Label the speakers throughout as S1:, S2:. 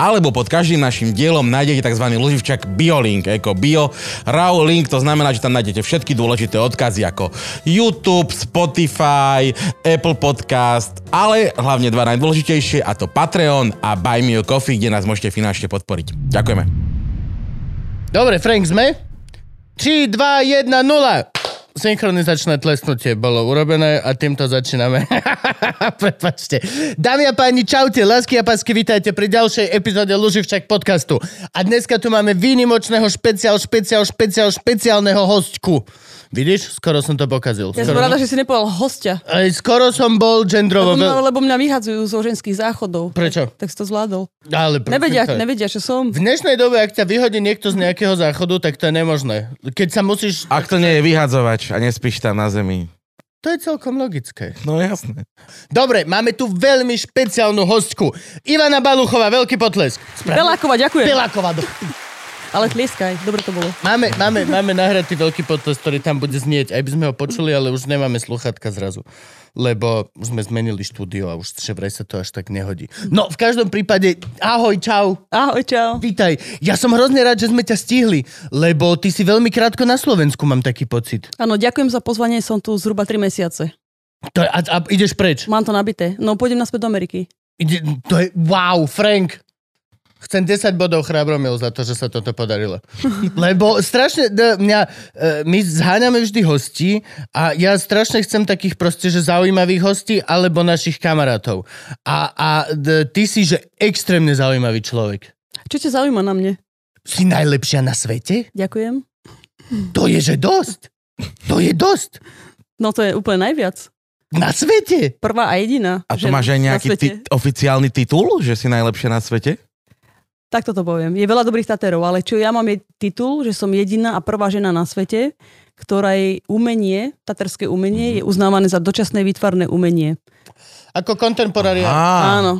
S1: Alebo pod každým našim dielom nájdete tzv. loživčak BioLink, ako Bio Raw Link, to znamená, že tam nájdete všetky dôležité odkazy ako YouTube, Spotify, Apple Podcast, ale hlavne dva najdôležitejšie a to Patreon a Buy Me a Coffee, kde nás môžete finančne podporiť. Ďakujeme.
S2: Dobre, Frank, sme? 3, 2, 1, 0! Synchronizačné tlesnutie bolo urobené a týmto začíname. Prepačte. Dámy a páni, čaute, lásky a pásky, vítajte pri ďalšej epizóde Luživčak podcastu. A dneska tu máme výnimočného špeciál, špeciál, špeciál, špeciálneho hostku. Vidíš, skoro som to pokazil.
S3: Ja som
S2: Skoro-
S3: rada,
S1: no.
S3: že si nepovedal hostia.
S2: Aj skoro som bol gendrovo...
S3: Lebo mňa,
S2: veľ-
S3: lebo mňa vyhadzujú zo ženských záchodov.
S2: Prečo?
S3: Tak, tak si to zvládol.
S2: Ale prosím
S3: Nevedia,
S2: ťa.
S3: nevedia, čo som.
S2: V dnešnej dobe, ak ťa vyhodí niekto z nejakého záchodu, tak to je nemožné. Keď sa musíš...
S1: Ak to nie je vyhadzovač a nespíš tam na zemi.
S2: To je celkom logické.
S1: No jasné.
S2: Dobre, máme tu veľmi špeciálnu hostku. Ivana Baluchová, veľký potlesk.
S3: Belákova, ďakujem.
S2: Peláková. do-
S3: Ale tlieskaj, dobre to bolo.
S2: Máme, máme, máme nahratý veľký potlesk, ktorý tam bude znieť. Aj by sme ho počuli, ale už nemáme sluchátka zrazu. Lebo už sme zmenili štúdio a už že vraj sa to až tak nehodí. No, v každom prípade, ahoj, čau.
S3: Ahoj, čau.
S2: Vítaj, ja som hrozne rád, že sme ťa stihli, lebo ty si veľmi krátko na Slovensku, mám taký pocit.
S3: Áno, ďakujem za pozvanie, som tu zhruba 3 mesiace.
S2: To je, a, a ideš preč.
S3: Mám to nabité. No, pôjdem naspäť do Ameriky.
S2: Ide, to je, wow, Frank. Chcem 10 bodov chrabromil za to, že sa toto podarilo. Lebo strašne, d- mňa, e, my zháňame vždy hostí a ja strašne chcem takých proste, že zaujímavých hostí alebo našich kamarátov. A, a d- ty si, že extrémne zaujímavý človek.
S3: Čo ťa zaujíma na mne?
S2: Si najlepšia na svete?
S3: Ďakujem.
S2: To je, že dosť. To je dosť.
S3: No to je úplne najviac.
S2: Na svete.
S3: Prvá a jediná.
S1: A to
S3: žena
S1: máš aj
S3: na
S1: nejaký
S3: svete.
S1: ti- oficiálny titul, že si najlepšia na svete?
S3: Tak toto poviem. Je veľa dobrých taterov, ale čo ja mám je titul, že som jediná a prvá žena na svete, ktorej umenie, taterské
S2: Mhm.
S3: umenie, je uznávané za dočasné výtvarné umenie.
S2: Ako contemporary. art.
S3: Áno,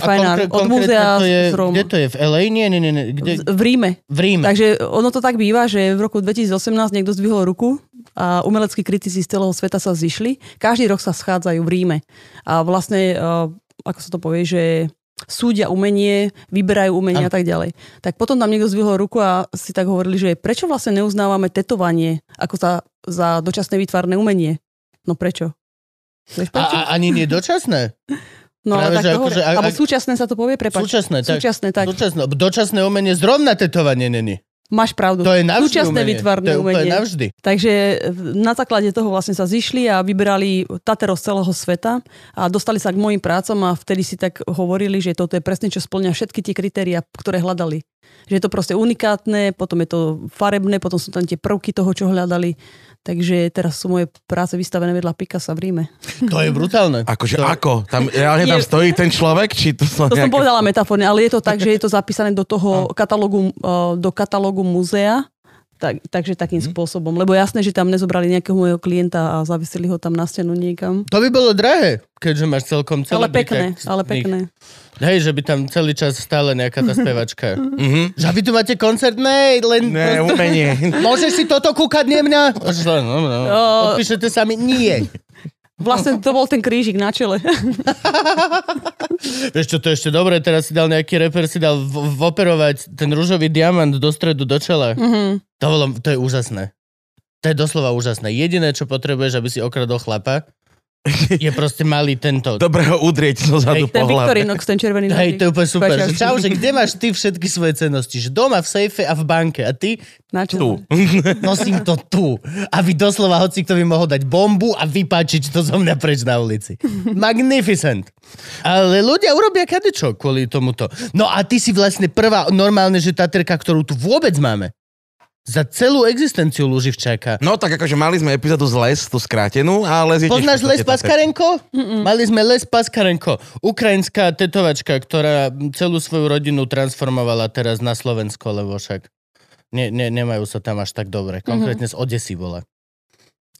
S2: A- a
S3: Fine
S2: kon-
S3: Art, od
S2: konkrétne
S3: múzea
S2: to je,
S3: z Róm.
S2: Kde to je? V LA? Nie, nie, nie. nie. Kde?
S3: Z- V Ríme.
S2: V Ríme.
S3: Takže ono to tak býva, že v roku 2018 niekto zdvihol ruku a umeleckí kritici z celého sveta sa zišli. Každý rok sa schádzajú v Ríme. A vlastne, eh, ako sa to povie, že súdia umenie, vyberajú umenie a tak ďalej. Tak potom tam niekto zdvihol ruku a si tak hovorili, že prečo vlastne neuznávame tetovanie ako za, za dočasné výtvarné umenie? No prečo? Vieš
S2: A,
S3: prečo?
S2: a ani nie dočasné?
S3: no
S2: práve,
S3: ale tak
S2: že
S3: to
S2: akože
S3: hovorí.
S2: ak-
S3: Alebo
S2: ak-
S3: súčasné sa to povie, prepáč.
S2: Súčasné, tak.
S3: Súčasné, tak.
S2: Dočasné, dočasné umenie zrovna tetovanie není.
S3: Máš pravdu.
S2: To je navždy
S3: Súčasné
S2: umenie.
S3: výtvarné
S2: to je úplne
S3: umenie.
S2: navždy.
S3: Takže v- na základe toho vlastne sa zišli a vyberali Taterov z celého sveta a dostali sa k mojim prácam a vtedy si tak hovorili, že toto je presne, čo splňa všetky tie kritéria, ktoré hľadali. Že je to proste unikátne, potom je to farebné, potom sú tam tie prvky toho, čo hľadali. Takže teraz sú moje práce vystavené vedľa Picasa v Ríme.
S2: To je brutálne.
S1: Akože
S2: to...
S1: ako? Tam, reálne tam
S3: Je-
S1: stojí ten človek? Či to, sú
S3: To som
S1: nejaké-
S3: povedala metaforne, ale je to tak, že je to zapísané do toho katalógu, eh, do katalógu muzea, tak, takže takým spôsobom. Lebo jasné, že tam nezobrali nejakého môjho klienta a zavisili ho tam na stenu niekam.
S2: To by bolo drahé, keďže máš celkom celý
S3: Ale pekné, ale pekné.
S2: Hej, že by tam celý čas stále nejaká tá spevačka.
S1: Mhm.
S2: že a vy tu máte koncert? Nej, len...
S1: Ne, umenie.
S2: Môžeš si toto kúkať, nie mňa? Môžeš len, no, no.
S3: Eh.
S2: Podpíšete sami? Nie.
S3: Vlastne to bol ten krížik na čele.
S2: Vieš čo, to je ešte dobré, teraz si dal nejaký reper, si dal v- voperovať ten rúžový diamant do stredu, do čela.
S3: Mhm.
S2: To, bolo, to je úžasné. To je doslova úžasné. Jediné, čo potrebuješ, aby si okradol chlapa, je proste malý tento.
S1: Dobre ho udrieť zo zadu
S3: Ten
S1: po hlave.
S3: Viktorinox, ten červený.
S2: Hej, to je úplne super. Že,
S3: Pačas.
S2: čau, že kde máš ty všetky svoje cennosti? Že doma, v sejfe a v banke. A ty
S3: na
S1: Tu.
S3: čele.
S2: nosím to tu. A vy doslova hoci kto by mohol dať bombu a vypáčiť to zo mňa preč na ulici. Magnificent. Ale ľudia urobia kadečo kvôli tomuto. No a ty si vlastne prvá normálne, že taterka, ktorú tu vôbec máme. Za celú existenciu Luživčáka.
S1: No tak akože mali sme epizódu z Les, tú skrátenú, ale z
S2: Poznáš Les Paskarenko?
S3: Mhm.
S2: Mali sme Les Paskarenko, ukrajinská tetovačka, ktorá celú svoju rodinu transformovala teraz na
S3: Mhm.
S2: Slovensko, lebo však ne, ne, nemajú sa tam až tak dobre. Konkrétne z Odesy bola.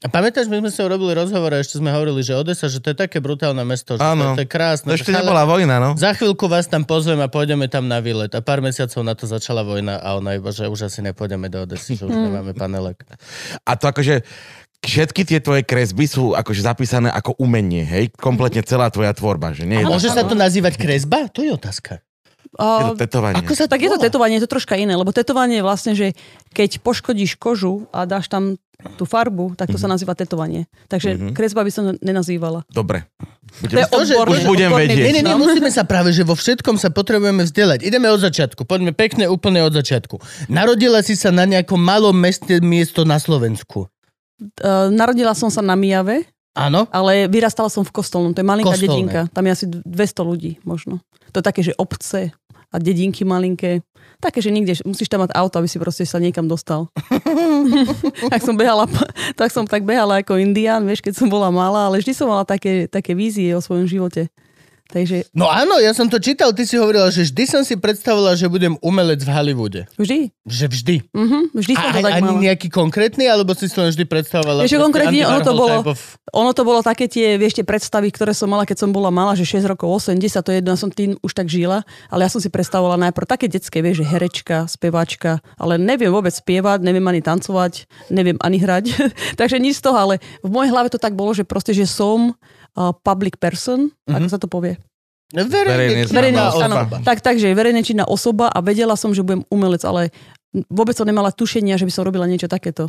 S2: A pamätáš, my sme sa urobili rozhovor a ešte sme hovorili, že Odesa, že to je také brutálne mesto, že
S1: Áno.
S2: to je krásne.
S1: To
S2: že
S1: ešte
S2: chala-
S1: nebola vojna, no.
S2: Za chvíľku vás tam pozvem a pôjdeme tam na výlet. A pár mesiacov na to začala vojna a ona iba, že už asi nepôjdeme do Odesy, že už
S3: Mhm.
S2: nemáme panelek.
S1: A to akože všetky tie tvoje kresby sú akože zapísané ako umenie, hej? Kompletne celá tvoja tvorba, že nie je
S3: Áno,
S2: Môže sa to nazývať kresba? To je otázka.
S1: Je
S3: A,
S1: to tetovanie.
S2: Ako sa
S3: Mhm. tak je to
S2: volá?
S3: tetovanie, je to troška iné, lebo tetovanie je vlastne, že keď poškodíš kožu a dáš tam tú farbu, tak to
S2: Mhm.
S3: sa nazýva tetovanie. Takže kresba by som nenazývala.
S1: Dobre.
S3: To je
S1: Budem...
S2: To, Mhm. že-
S3: odborný,
S2: už
S1: budem
S3: odborný
S1: vedieť.
S2: Nie, nie, nie,
S3: význam.
S2: musíme sa práve, že vo všetkom sa potrebujeme vzdelať. Ideme od začiatku, poďme pekne úplne od začiatku. Narodila si sa na nejakom malom meste, miesto na Slovensku.
S3: Eh, Narodila som sa na Mijave,
S2: Áno?
S3: ale vyrastala som v Kostolnom. To je malinká
S2: Kostolné.
S3: dedinka. Tam je asi 200 ľudí možno. To je také, že obce a dedinky malinké. Také, že nikde, že musíš tam mať auto, aby si proste sa niekam dostal. tak som behala, tak som tak behala ako indián, vieš, keď som bola malá, ale vždy som mala také, také vízie o svojom živote. Takže
S2: No áno, ja som to čítal, ty si hovorila, že vždy som si predstavila, že budem umelec v Hollywoode.
S3: vždy,
S2: Že vždy.
S3: mhm, vždy som
S2: A
S3: to tak
S2: ani
S3: mala.
S2: nejaký konkrétny, alebo si to len vždy predstavovala?
S3: Vieš, že
S2: proste
S3: konkrétne
S2: Andy
S3: ono to
S2: Warhol
S3: bolo-
S2: type of-
S3: Ono to bolo také tie, vieš, tie predstavy, ktoré som mala, keď som bola malá, že 6 rokov, 8, 10, to je jedno, ja som tým už tak žila, ale ja som si predstavovala najprv také detské, vieš, že herečka, speváčka, ale neviem vôbec spievať, neviem ani tancovať, neviem ani hrať, takže nič z toho, ale v mojej hlave to tak bolo, že proste, že som uh, public person, mm-hmm. ako sa to povie.
S2: No, Verejne
S1: Verejne
S2: známa Mhm.
S1: známa
S2: osoba.
S1: osoba.
S3: Tak, takže verejne činná osoba a vedela som, že budem umelec, ale vôbec som nemala tušenia, že by som robila niečo takéto.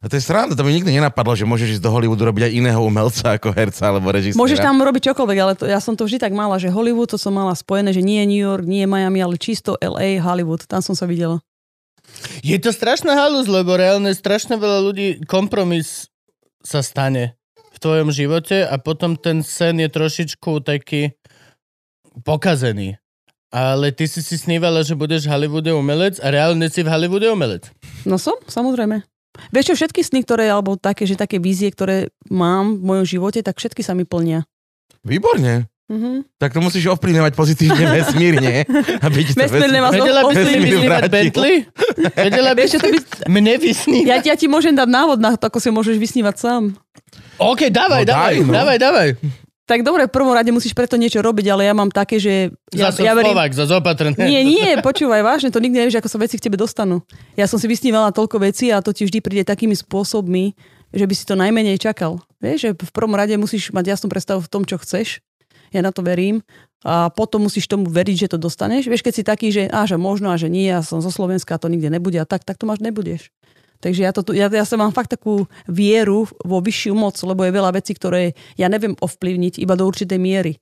S1: A to je sranda, to by nikdy nenapadlo, že môžeš ísť do Hollywoodu robiť aj iného umelca ako herca alebo režisera.
S3: Môžeš tam robiť čokoľvek, ale to, ja som to vždy tak mala, že Hollywood, to som mala spojené, že nie New York, nie Miami, ale čisto LA, Hollywood, tam som sa videla.
S2: Je to strašná halus, lebo reálne strašne veľa ľudí kompromis sa stane v tvojom živote a potom ten sen je trošičku taký pokazený. Ale ty si si snívala, že budeš v Hollywoode umelec a reálne si v Hollywoode umelec.
S3: No som, samozrejme. Vieš čo, všetky sny, ktoré, alebo také, že také vízie, ktoré mám v mojom živote, tak všetky sa mi plnia.
S1: Výborne.
S3: Mhm.
S1: Tak to musíš ovplyvňovať pozitívne vesmírne. Aby ti to
S3: Vesmírne
S1: vesmír-
S3: vlastne, vás-
S2: Vedela by si
S1: Vesmír
S2: mi vysnívať
S1: vrátil.
S2: Bentley? Vedela by
S3: Vieš,
S2: si
S3: čo to by...
S2: mne vysnívať?
S3: ja, ja ti môžem dať návod na to, ako si môžeš vysnívať sám.
S2: OK, dávaj,
S1: No daj,
S2: dávaj,
S1: no.
S2: dávaj, dávaj.
S3: Tak dobre, v prvom rade musíš preto niečo robiť, ale ja mám také, že...
S2: Ja,
S3: Ja,
S2: som
S3: ja verím,
S2: Slovak, zase opatrný.
S3: Nie, nie, počúvaj, vážne, to nikdy nevieš, ako sa veci k tebe dostanú. Ja som si vysnívala toľko vecí a to ti vždy príde takými spôsobmi, že by si to najmenej čakal. Vieš, že v prvom rade musíš mať jasnú predstavu v tom, čo chceš. Ja na to verím. A potom musíš tomu veriť, že to dostaneš. Vieš, keď si taký, že, á, že možno a že nie, ja som zo Slovenska a to nikde nebude a tak, tak to máš nebudeš. Takže ja, to, tu- ja, ja sa mám fakt takú vieru vo vyššiu moc, lebo je veľa vecí, ktoré ja neviem ovplyvniť iba do určitej miery.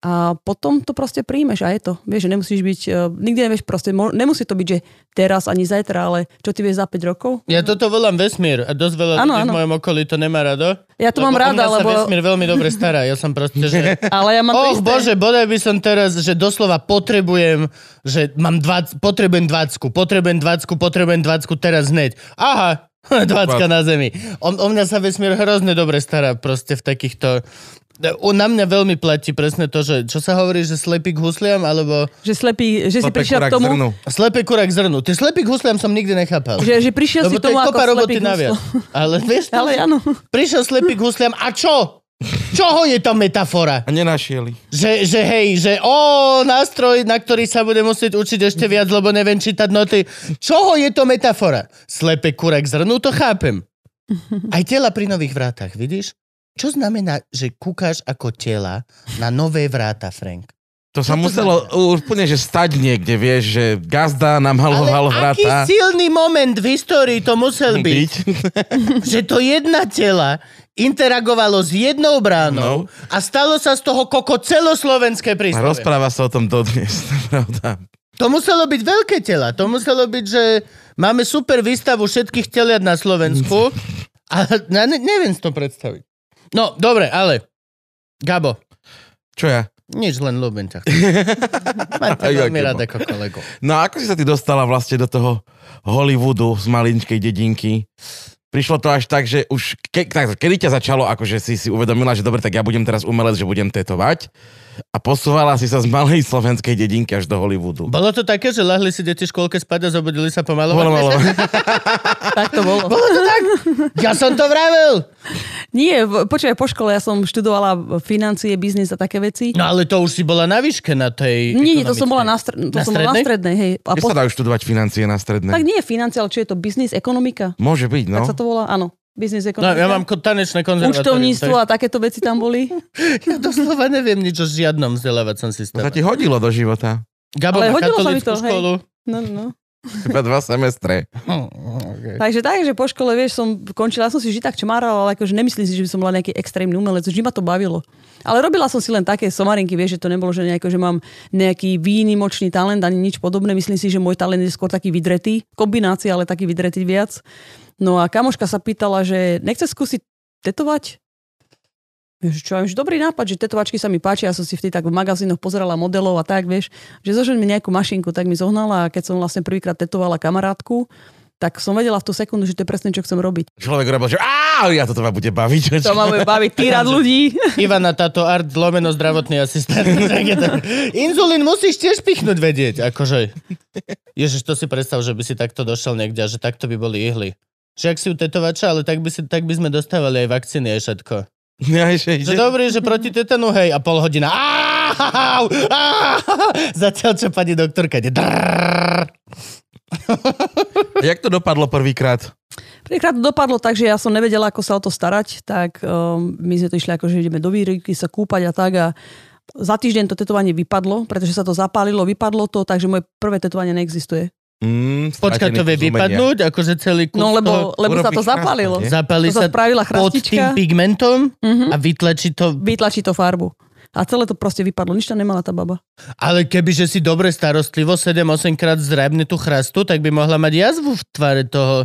S3: A potom to proste príjmeš a je to. Vieš, že nemusíš byť, uh, nikdy nevieš proste, mo- nemusí to byť, že teraz ani zajtra, ale čo ty vieš za 5 rokov?
S2: Ja toto volám vesmír a dosť veľa
S3: Mhm. Áno,
S2: ľudí v
S3: áno.
S2: mojom okolí to nemá rado.
S3: Ja to
S2: lebo
S3: mám
S2: u
S3: rada,
S2: mňa
S3: lebo...
S2: sa vesmír veľmi dobre stará. Ja som proste, že...
S3: Ale ja mám to
S2: Och,
S3: isté.
S2: bože, bodaj by som teraz, že doslova potrebujem, že mám 20, potrebujem 20, potrebujem 20, potrebujem 20 teraz hneď. Aha, 20 na zemi. O, o mňa sa vesmír hrozne dobre stará proste v takýchto... O, na mňa veľmi platí presne to, že čo sa hovorí, že slepý k husliam, alebo
S3: Že slepý, že si
S1: Slepé
S3: prišiel
S1: kurák
S3: k tomu,
S1: zrnu.
S2: slepý kurak zrnu. Ty slepý k husliam som nikdy nechápal.
S3: že, že prišiel si
S2: Lebo
S3: k
S2: to je
S3: tomu ako
S2: kopa roboty
S3: slepý
S2: naviac.
S3: kuslo.
S2: Ale vieš,
S3: Ale áno.
S2: prišiel slepý k husliam a čo? Čoho je to metafora?
S1: A nenašieli.
S2: Že, že hej, že o, nástroj, na ktorý sa bude musieť učiť ešte viac, lebo neviem čítať noty. Čoho je to metafora? Slepe kurak zrnu, to chápem. Aj tela pri nových vrátach, vidíš? Čo znamená, že kúkaš ako tela na nové vráta, Frank?
S1: To sa
S2: Čo to
S1: muselo úplne, že stať niekde, vieš, že gazda nám haloval
S2: Ale aký
S1: vrata.
S2: silný moment v histórii to musel byť. že to jedna tela interagovalo s jednou bránou
S1: No.
S2: a stalo sa z toho koko celoslovenské
S1: A
S2: príslovie.
S1: rozpráva sa o tom dodnes, to je pravda.
S2: To muselo byť veľké tela. To muselo byť, že máme super výstavu všetkých teliat na Slovensku. A na, ne, neviem si to predstaviť. No, dobre, ale... Gabo,
S1: Čo ja?
S2: nič, len ľúbim ťa. Mám ťa
S1: Aj, aj,
S2: veľmi
S1: Gabo.
S2: rád ako kolegu.
S1: No a ako si sa ty dostala vlastne do toho Hollywoodu z malinčkej dedinky? Prišlo to až tak, že už... Ke, tak, kedy ťa začalo, akože si si uvedomila, že dobre, tak ja budem teraz umelec, že budem tetovať? a posúvala si sa z malej slovenskej dedinky až do Hollywoodu.
S2: Bolo to také, že lahli si deti v škôlke spať a zobudili sa pomalu?
S1: Bolo, bolo.
S3: Tak to bolo.
S2: Ja som to vravil!
S3: Nie, v- počúvaj, po škole ja som študovala financie, biznis a také veci.
S2: No ale to už si bola na výške na tej
S3: Nie, nie, to som bola na,
S2: ekonomickej.
S3: str- to
S2: Na
S3: som bola na
S2: strednej?
S3: strednej, hej. A
S1: Kde
S3: po-
S1: sa dajú študovať financie na stredné?
S3: tak nie je financie, ale čo je to? Biznis, ekonomika?
S1: Môže byť, no.
S3: Tak sa to volá? Áno. Biznis,
S2: No,
S3: ekonomika.
S2: ja mám ko- tanečné konzervatórium.
S3: Účtovníctvo a takéto veci tam boli.
S2: tak Ja doslova neviem nič o žiadnom vzdelávacom
S1: To sa
S2: systéme.
S1: ti hodilo do života.
S2: Gabo
S3: Ale
S2: má
S3: hodilo sa mi
S2: katolickú
S3: to, hej.
S2: školu.
S3: No, no.
S1: Iba dva semestre.
S2: Hm, okay.
S3: Takže tak, že po škole, vieš, som končila, ja som si vždy tak čmárala, ale akože nemyslím si, že by som bola nejaký extrémny umelec, vždy ma to bavilo. Ale robila som si len také somarinky, vieš, že to nebolo, že, nejako, že mám nejaký výnimočný talent ani nič podobné. Myslím si, že môj talent je skôr taký vydretý, kombinácia, ale taký vydretý viac. No a kamoška sa pýtala, že nechce skúsiť tetovať? Ja, že čo, ja, že dobrý nápad, že tetovačky sa mi páčia, ja som si vtedy tak v magazínoch pozerala modelov a tak, vieš, že zožen mi nejakú mašinku, tak mi zohnala a keď som vlastne prvýkrát tetovala kamarátku, tak som vedela v tú sekundu, že to je presne, čo chcem robiť.
S1: Človek robil, že á, ja to teba bude baviť.
S3: To ma bude baviť, týrať ľudí.
S2: Ivana táto art, lomeno zdravotný asistent. Tak je to. Inzulín musíš tiež pichnúť vedieť, akože. Ježiš, to si predstav, že by si takto došiel niekde a že takto by boli ihly. Že ak si u tetovača, ale tak by, si, tak by sme dostávali aj vakcíny, aj všetko.
S1: Ja, že
S2: Že
S1: ide.
S2: dobrý, že proti tetanu, hej, a pol hodina. Ááááu, áááá. Zatiaľ, čo pani doktorka ide. drrrr.
S1: Jak to dopadlo prvýkrát?
S3: Prvýkrát to dopadlo tak, že ja som nevedela, ako sa o to starať, tak um, my sme to išli ako, že ideme do výryky sa kúpať a tak a za týždeň to tetovanie vypadlo, pretože sa to zapálilo, vypadlo to, takže moje prvé tetovanie neexistuje.
S1: Mm,
S2: Počkať, to vie
S1: stratený kus umenia.
S2: vypadnúť, akože celý kus
S3: No
S2: toho
S3: lebo, lebo sa
S1: urobí
S3: to
S1: krásne,
S3: zapálilo.
S1: nie?
S2: zapali
S3: To sa
S2: sa
S3: spravila
S2: pod tým
S3: chrastička,
S2: pigmentom
S3: Mhm.
S2: a vytlačí to
S3: vytlačí to farbu. A celé to proste vypadlo, nič tam nemala tá baba.
S2: Ale keby, že si dobre starostlivo 7-8 krát zrabne tú chrastu, tak by mohla mať jazvu v tvare toho.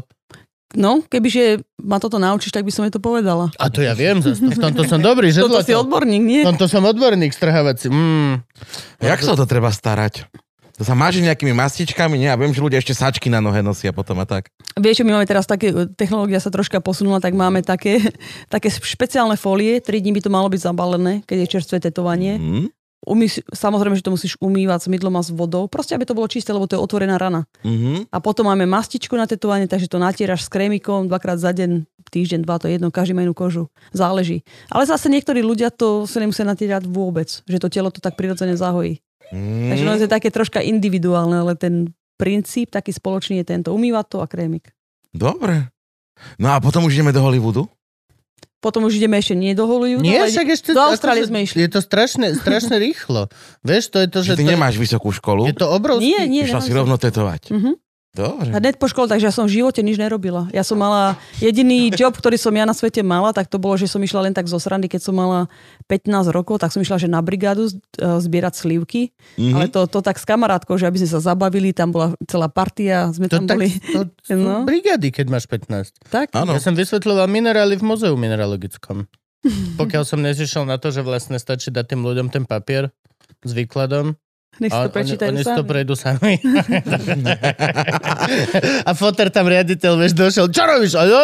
S3: No, kebyže ma toto naučíš, tak by som jej to povedala.
S2: A to ja viem, zase, v tomto som dobrý, že? No.
S3: Toto
S2: Zlato?
S3: si odborník,
S2: V
S3: nie?
S2: tomto som odborník strhávací. Mm.
S1: Jak sa o to treba starať? To sa máži nejakými mastičkami, nie? A viem, že ľudia ešte sačky na nohe nosia potom a tak.
S3: Vieš, čo my máme teraz také, technológia sa troška posunula, tak máme také, také špeciálne folie, 3 dní by to malo byť zabalené, keď je čerstvé tetovanie.
S1: Mm?
S3: Umy, samozrejme, že to musíš umývať s mydlom a s vodou, proste aby to bolo čisté, lebo to je otvorená rana.
S1: Mm-hmm.
S3: A potom máme mastičku na tetovanie, takže to natieraš s krémikom dvakrát za deň, týždeň, dva, to je jedno, každý má inú kožu, záleží. Ale zase niektorí ľudia to sa nemusia natierať vôbec, že to telo to tak prirodzene zahojí.
S1: Mm.
S3: Takže
S2: Mhm.
S3: ono to je také troška individuálne, ale ten princíp taký spoločný je tento, umývať to a krémik.
S1: Dobre. No a potom už ideme do Hollywoodu?
S3: Potom už ideme ešte nie do Hollywoodu,
S2: Nie,
S3: ale
S2: však ešte...
S3: do Austrálie
S2: akože
S3: sme išli.
S2: Je to strašne, strašne rýchlo. Vieš, to je to, že...
S1: Že ty
S2: to,
S1: nemáš vysokú školu?
S2: Je to no, obrovský...
S3: Nie, nie.
S1: Išla si
S3: naozaj.
S1: rovno tetovať.
S3: Mhm.
S1: Dobre.
S3: Hned po škole, takže ja som v živote nič nerobila. Ja som mala jediný job, ktorý som ja na svete mala, tak to bolo, že som išla len tak zo srandy, keď som mala 15 rokov, tak som išla že na brigádu z- eh, zbierať
S2: Mhm.
S3: slivky. Mm-hmm. Ale to, to tak s kamarátkou, že aby sme sa zabavili, tam bola celá partia, sme
S2: To
S3: tam
S2: tak,
S3: boli.
S2: to sú
S3: No.
S2: brigády, keď máš 15.
S3: Tak?
S1: Áno.
S2: Ja som vysvetľoval minerály v muzeu mineralogickom. Pokiaľ som nezišiel na to, že vlastne stačí dať tým ľuďom ten papier s výkladom
S3: Nech si
S2: A
S3: to
S2: oni,
S3: prečítajú
S2: oni si
S3: sami.
S2: to prejdú sami. a foter tam riaditeľ, vieš, došiel, čo robíš? A jo,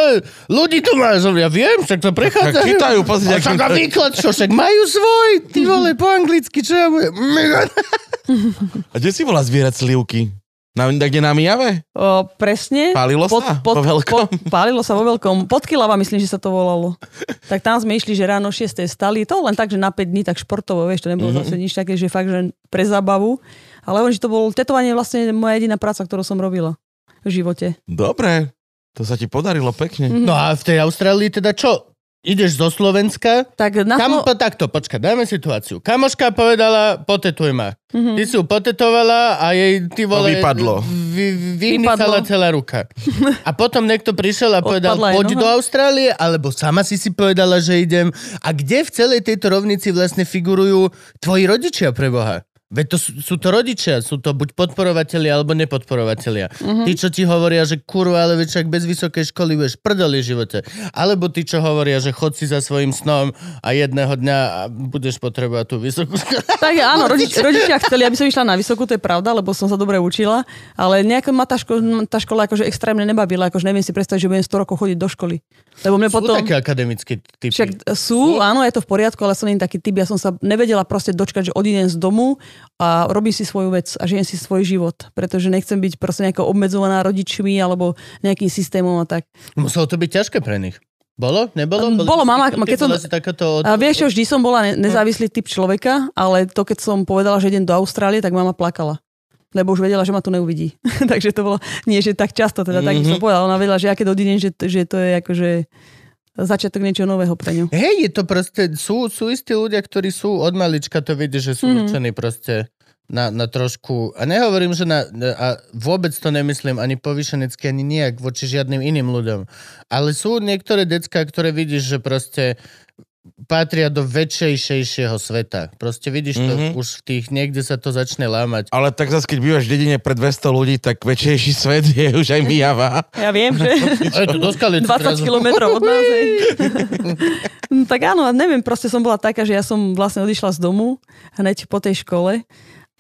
S2: ľudí tu máš. Ja viem, však to prechádza.
S1: Tak čítajú, pozri,
S2: A však
S1: aký-
S2: a výklad, čo, však majú svoj, ty vole, po anglicky, čo ja budem?
S1: A kde si bola zbierať slivky? Na, kde na Mijave?
S3: O, presne.
S1: Pálilo sa? Vo veľkom?
S3: pálilo sa vo veľkom. Pod Kilava, myslím, že sa to volalo. Tak tam sme išli, že ráno 6. stali. To len tak, že na 5 dní, tak športovo, vieš, to nebolo mm-hmm. zase nič také, že fakt, že pre zabavu. Ale on, že to bolo tetovanie je vlastne moja jediná práca, ktorú som robila v živote.
S1: Dobre. To sa ti podarilo pekne.
S3: Mm.
S2: No a v tej Austrálii teda čo? Ideš zo Slovenska?
S3: Tak na
S2: Kam,
S3: Slo-
S2: po, takto, počkaj, dajme situáciu. Kamoška povedala, potetuj ma.
S3: Mhm.
S2: Ty si ju potetovala a jej, ty vole...
S1: vypadlo.
S2: Vy, vyhnicala
S3: Vypadlo.
S2: celá ruka. A potom niekto prišiel a povedal,
S3: Odpadla jej
S2: poď
S3: noha.
S2: do Austrálie, alebo sama si si povedala, že idem. A kde v celej tejto rovnici vlastne figurujú tvoji rodičia pre Boha? Veď to sú, sú to rodičia, sú to buď podporovatelia alebo nepodporovatelia.
S3: Mhm.
S2: Mm-hmm. Tí, čo ti hovoria, že kurva, ale veď však bez vysokej školy budeš prdeli v živote. Alebo tí, čo hovoria, že chod si za svojim snom a jedného dňa a budeš potrebovať tú vysokú školu.
S3: Tak áno, rodič, rodičia chceli, aby som išla na vysokú, to je pravda, lebo som sa dobre učila, ale nejako ma tá, ško- tá škola akože extrémne nebavila, akože neviem si predstaviť, že budem 100 rokov chodiť do školy. Lebo mne
S2: Potom... Sú
S3: potom...
S2: také akademické typy. Však...
S3: Však e, sú, áno, je to v poriadku, ale som nie taký typ, ja som sa nevedela proste dočkať, že odídem z domu a robím si svoju vec a žijem si svoj život, pretože nechcem byť proste nejako obmedzovaná rodičmi alebo nejakým systémom a tak.
S2: Muselo to byť ťažké pre nich. Bolo? Nebolo? Boli
S3: Bolo, mama,
S2: typy,
S3: keď som-
S2: bola si takáto od...
S3: A vieš čo, vždy som bola ne- nezávislý typ človeka, ale to, keď som povedala, že idem do Austrálie, tak mama plakala lebo už vedela, že ma tu neuvidí. Takže to bolo, nie, že tak často, teda tak by som povedala. Ona vedela, že ja keď odídem, že, že to je akože začiatok niečo nového pre ňu.
S2: Hej, je to proste, sú, sú istí ľudia, ktorí sú od malička, to vidí, že sú
S3: Mhm.
S2: mm-hmm. určení proste na, na trošku, a nehovorím, že na, na- a vôbec to nemyslím ani povýšenecky, ani nejak voči žiadnym iným ľuďom, ale sú niektoré decka, ktoré vidíš, že proste patria do väčšejšejšieho sveta. Proste vidíš to
S1: Mhm.
S2: už v tých, niekde sa to začne lámať.
S1: Ale tak zase, keď bývaš v dedine pre 200 ľudí, tak väčšejší svet je už aj myjava.
S3: Ja viem, že...
S2: A je to do skalice
S3: 20
S2: zrazu.
S3: kilometrov od nás. hej. no, tak áno, a neviem, proste som bola taká, že ja som vlastne odišla z domu hneď po tej škole.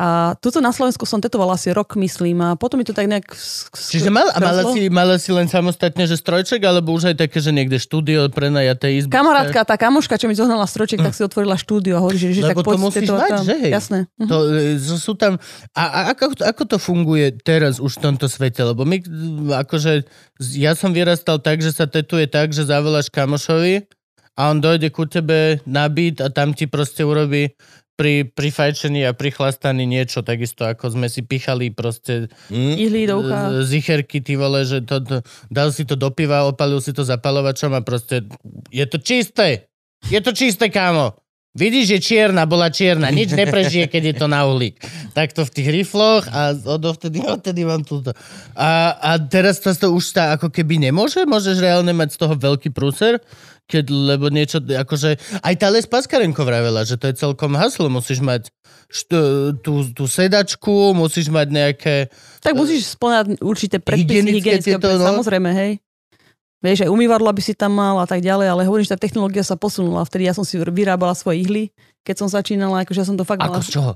S3: A tuto na Slovensku som tetovala asi rok, myslím, a potom mi to tak nejak... sk- sk-
S2: Čiže mal, a mala,
S3: skrzlo.
S2: si, mala si len samostatne, že strojček, alebo už aj také, že niekde štúdio prenajaté izby.
S3: Kamarátka, tá kamoška, čo mi zohnala stroček, tak si otvorila štúdio a hovorí, že, že
S2: Hm.
S3: tak
S2: Lebo to
S3: poď
S2: musíš
S3: tetovať
S2: mať,
S3: tam.
S2: že hej?
S3: Jasné.
S2: To, e, z- sú tam, a, a ako, ako to funguje teraz už v tomto svete? Lebo my, mm, akože, z- ja som vyrastal tak, že sa tetuje tak, že zavoláš kamošovi a on dojde ku tebe na byt a tam ti proste urobí pri, pri fajčení a pri chlastaní niečo, takisto ako sme si pichali proste
S3: Ihli do ucha.
S2: Hm. z- zicherky, ty vole, že to, to, dal si to do piva, opalil si to zapalovačom a proste je to čisté. Je to čisté, kámo. Vidíš, že čierna bola čierna, nič neprežije, keď je to na uhlík. Tak to v tých rifloch a odovtedy, odtedy mám túto. A, a teraz to, to už tá ako keby nemôže? Môžeš reálne mať z toho veľký prúser? Keď, lebo niečo, akože, aj tá Les Paskarenko vravela, že to je celkom haslo, musíš mať št- tú, tú sedačku, musíš mať nejaké,
S3: Tak musíš splňať určité predpisy
S2: Hygienické
S3: hygienické,
S2: tieto,
S3: predpisy,
S2: no.
S3: samozrejme, hej. Vieš, aj umývadlo by si tam mal a tak ďalej, ale hovorím, že tá technológia sa posunula. Vtedy ja som si vyrábala svoje ihly, keď som začínala, akože ja som to fakt
S2: ako
S3: mala.
S2: z čoho?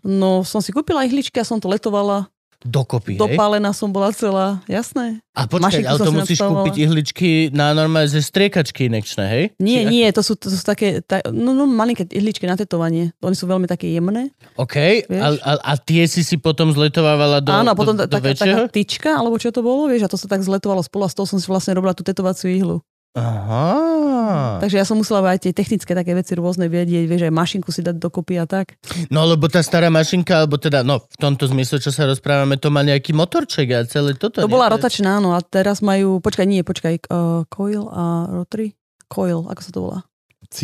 S3: No, som si kúpila ihličky a som to letovala,
S2: Dokopy, hej?
S3: dopálená som bola celá, jasné.
S2: A počkaj,
S3: Mašiku
S2: ale
S3: som
S2: to
S3: si
S2: musíš
S3: nadstavovala.
S2: kúpiť ihličky na normálne ze striekačky inekčné, hej?
S3: Nie,
S2: Či-
S3: nie, to sú, to sú také, ta, no, no, malinké ihličky na tetovanie. Oni sú veľmi také jemné.
S2: OK,
S3: Vieš?
S2: a, a, a tie si si potom zletovávala do,
S3: Áno, a potom
S2: do, do
S3: ta- taká,
S2: väčšieho?
S3: taká tyčka, alebo čo to bolo, vieš, a to sa tak zletovalo spolu a z toho som si vlastne robila tú tetovaciu ihlu.
S2: Aha.
S3: Takže ja som musela aj tie technické také veci rôzne vedieť, vieš, aj mašinku si dať dokopy a tak.
S2: No lebo tá stará mašinka, alebo teda, no v tomto zmysle, čo sa rozprávame, to má nejaký motorček a celé toto.
S3: To,
S2: nie? To
S3: bola
S2: je-
S3: rotačná, áno, a teraz majú, počkaj, nie, počkaj, uh, coil a rotary? Coil, ako sa to volá?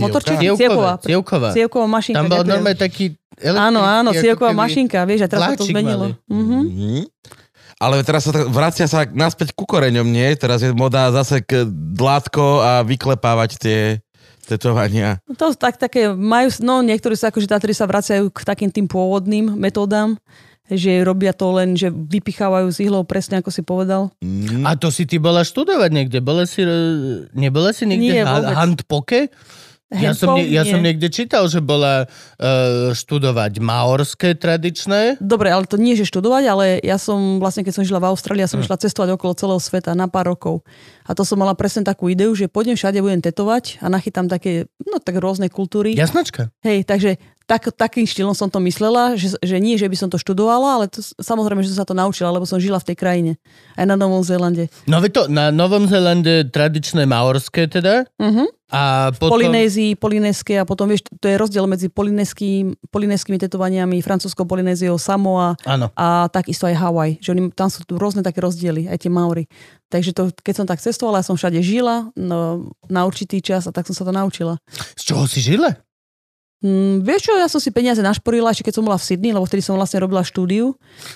S3: Motorček?
S1: Cievka.
S2: Cievková.
S3: Cievková.
S2: Cievková.
S3: Cievková mašinka.
S2: Tam bol
S3: ďakujem.
S2: normálne taký
S3: Áno, áno,
S2: elektrický, ako
S3: cievková
S2: keby-
S3: mašinka, vieš, a teraz sa to
S2: tlačík
S3: zmenilo.
S2: mali.
S3: Mhm.
S1: Mhm. Ale teraz sa tak, vracia sa naspäť ku koreňom, nie? Teraz je moda zase k dlátko a vyklepávať tie tetovania.
S3: To sú tak, také majú, no niektorí sa akože Tatry sa vracajú k takým tým pôvodným metódam, že robia to len, že vypichávajú z ihlou presne, ako si povedal.
S1: Mm.
S2: A to si ty bola študovať niekde? Bola si, e, nebola si niekde
S3: Nie,
S2: ha-
S3: vôbec.
S2: handpoke? Ja, som,
S3: Handball
S2: nie, ja
S3: nie.
S2: som niekde čítal, že bola uh, študovať maorské tradičné.
S3: Dobre, ale to nie, že študovať, ale ja som vlastne, keď som žila v Austrálii, ja som išla cestovať okolo celého sveta na pár rokov. A to som mala presne takú ideu, že pôjdem všade, budem tetovať a nachytám také, no tak rôzne kultúry.
S2: Jasnačka.
S3: Hej, takže tak, takým štýlom som to myslela, že, že nie, že by som to študovala, ale to, samozrejme, že som sa to naučila, lebo som žila v tej krajine. Aj na Novom Zélande.
S2: No veď to na Novom Zelande tradičné maorské teda.
S3: Mhm.
S2: A potom...
S3: Polinézii, polinézske a potom, vieš, to je rozdiel medzi polineským, polinéskými tetovaniami, francúzskou polinéziou, Samoa,
S2: Áno.
S3: a takisto aj Hawaii, že oni, tam sú tu rôzne také rozdiely, aj tie Maori. Takže to, keď som tak cestovala, ja som všade žila no, na určitý čas a tak som sa to naučila.
S2: Z čoho si žila?
S3: Mm, vieš čo, ja som si peniaze našporila ešte keď som bola v Sydney, lebo vtedy som vlastne robila štúdiu,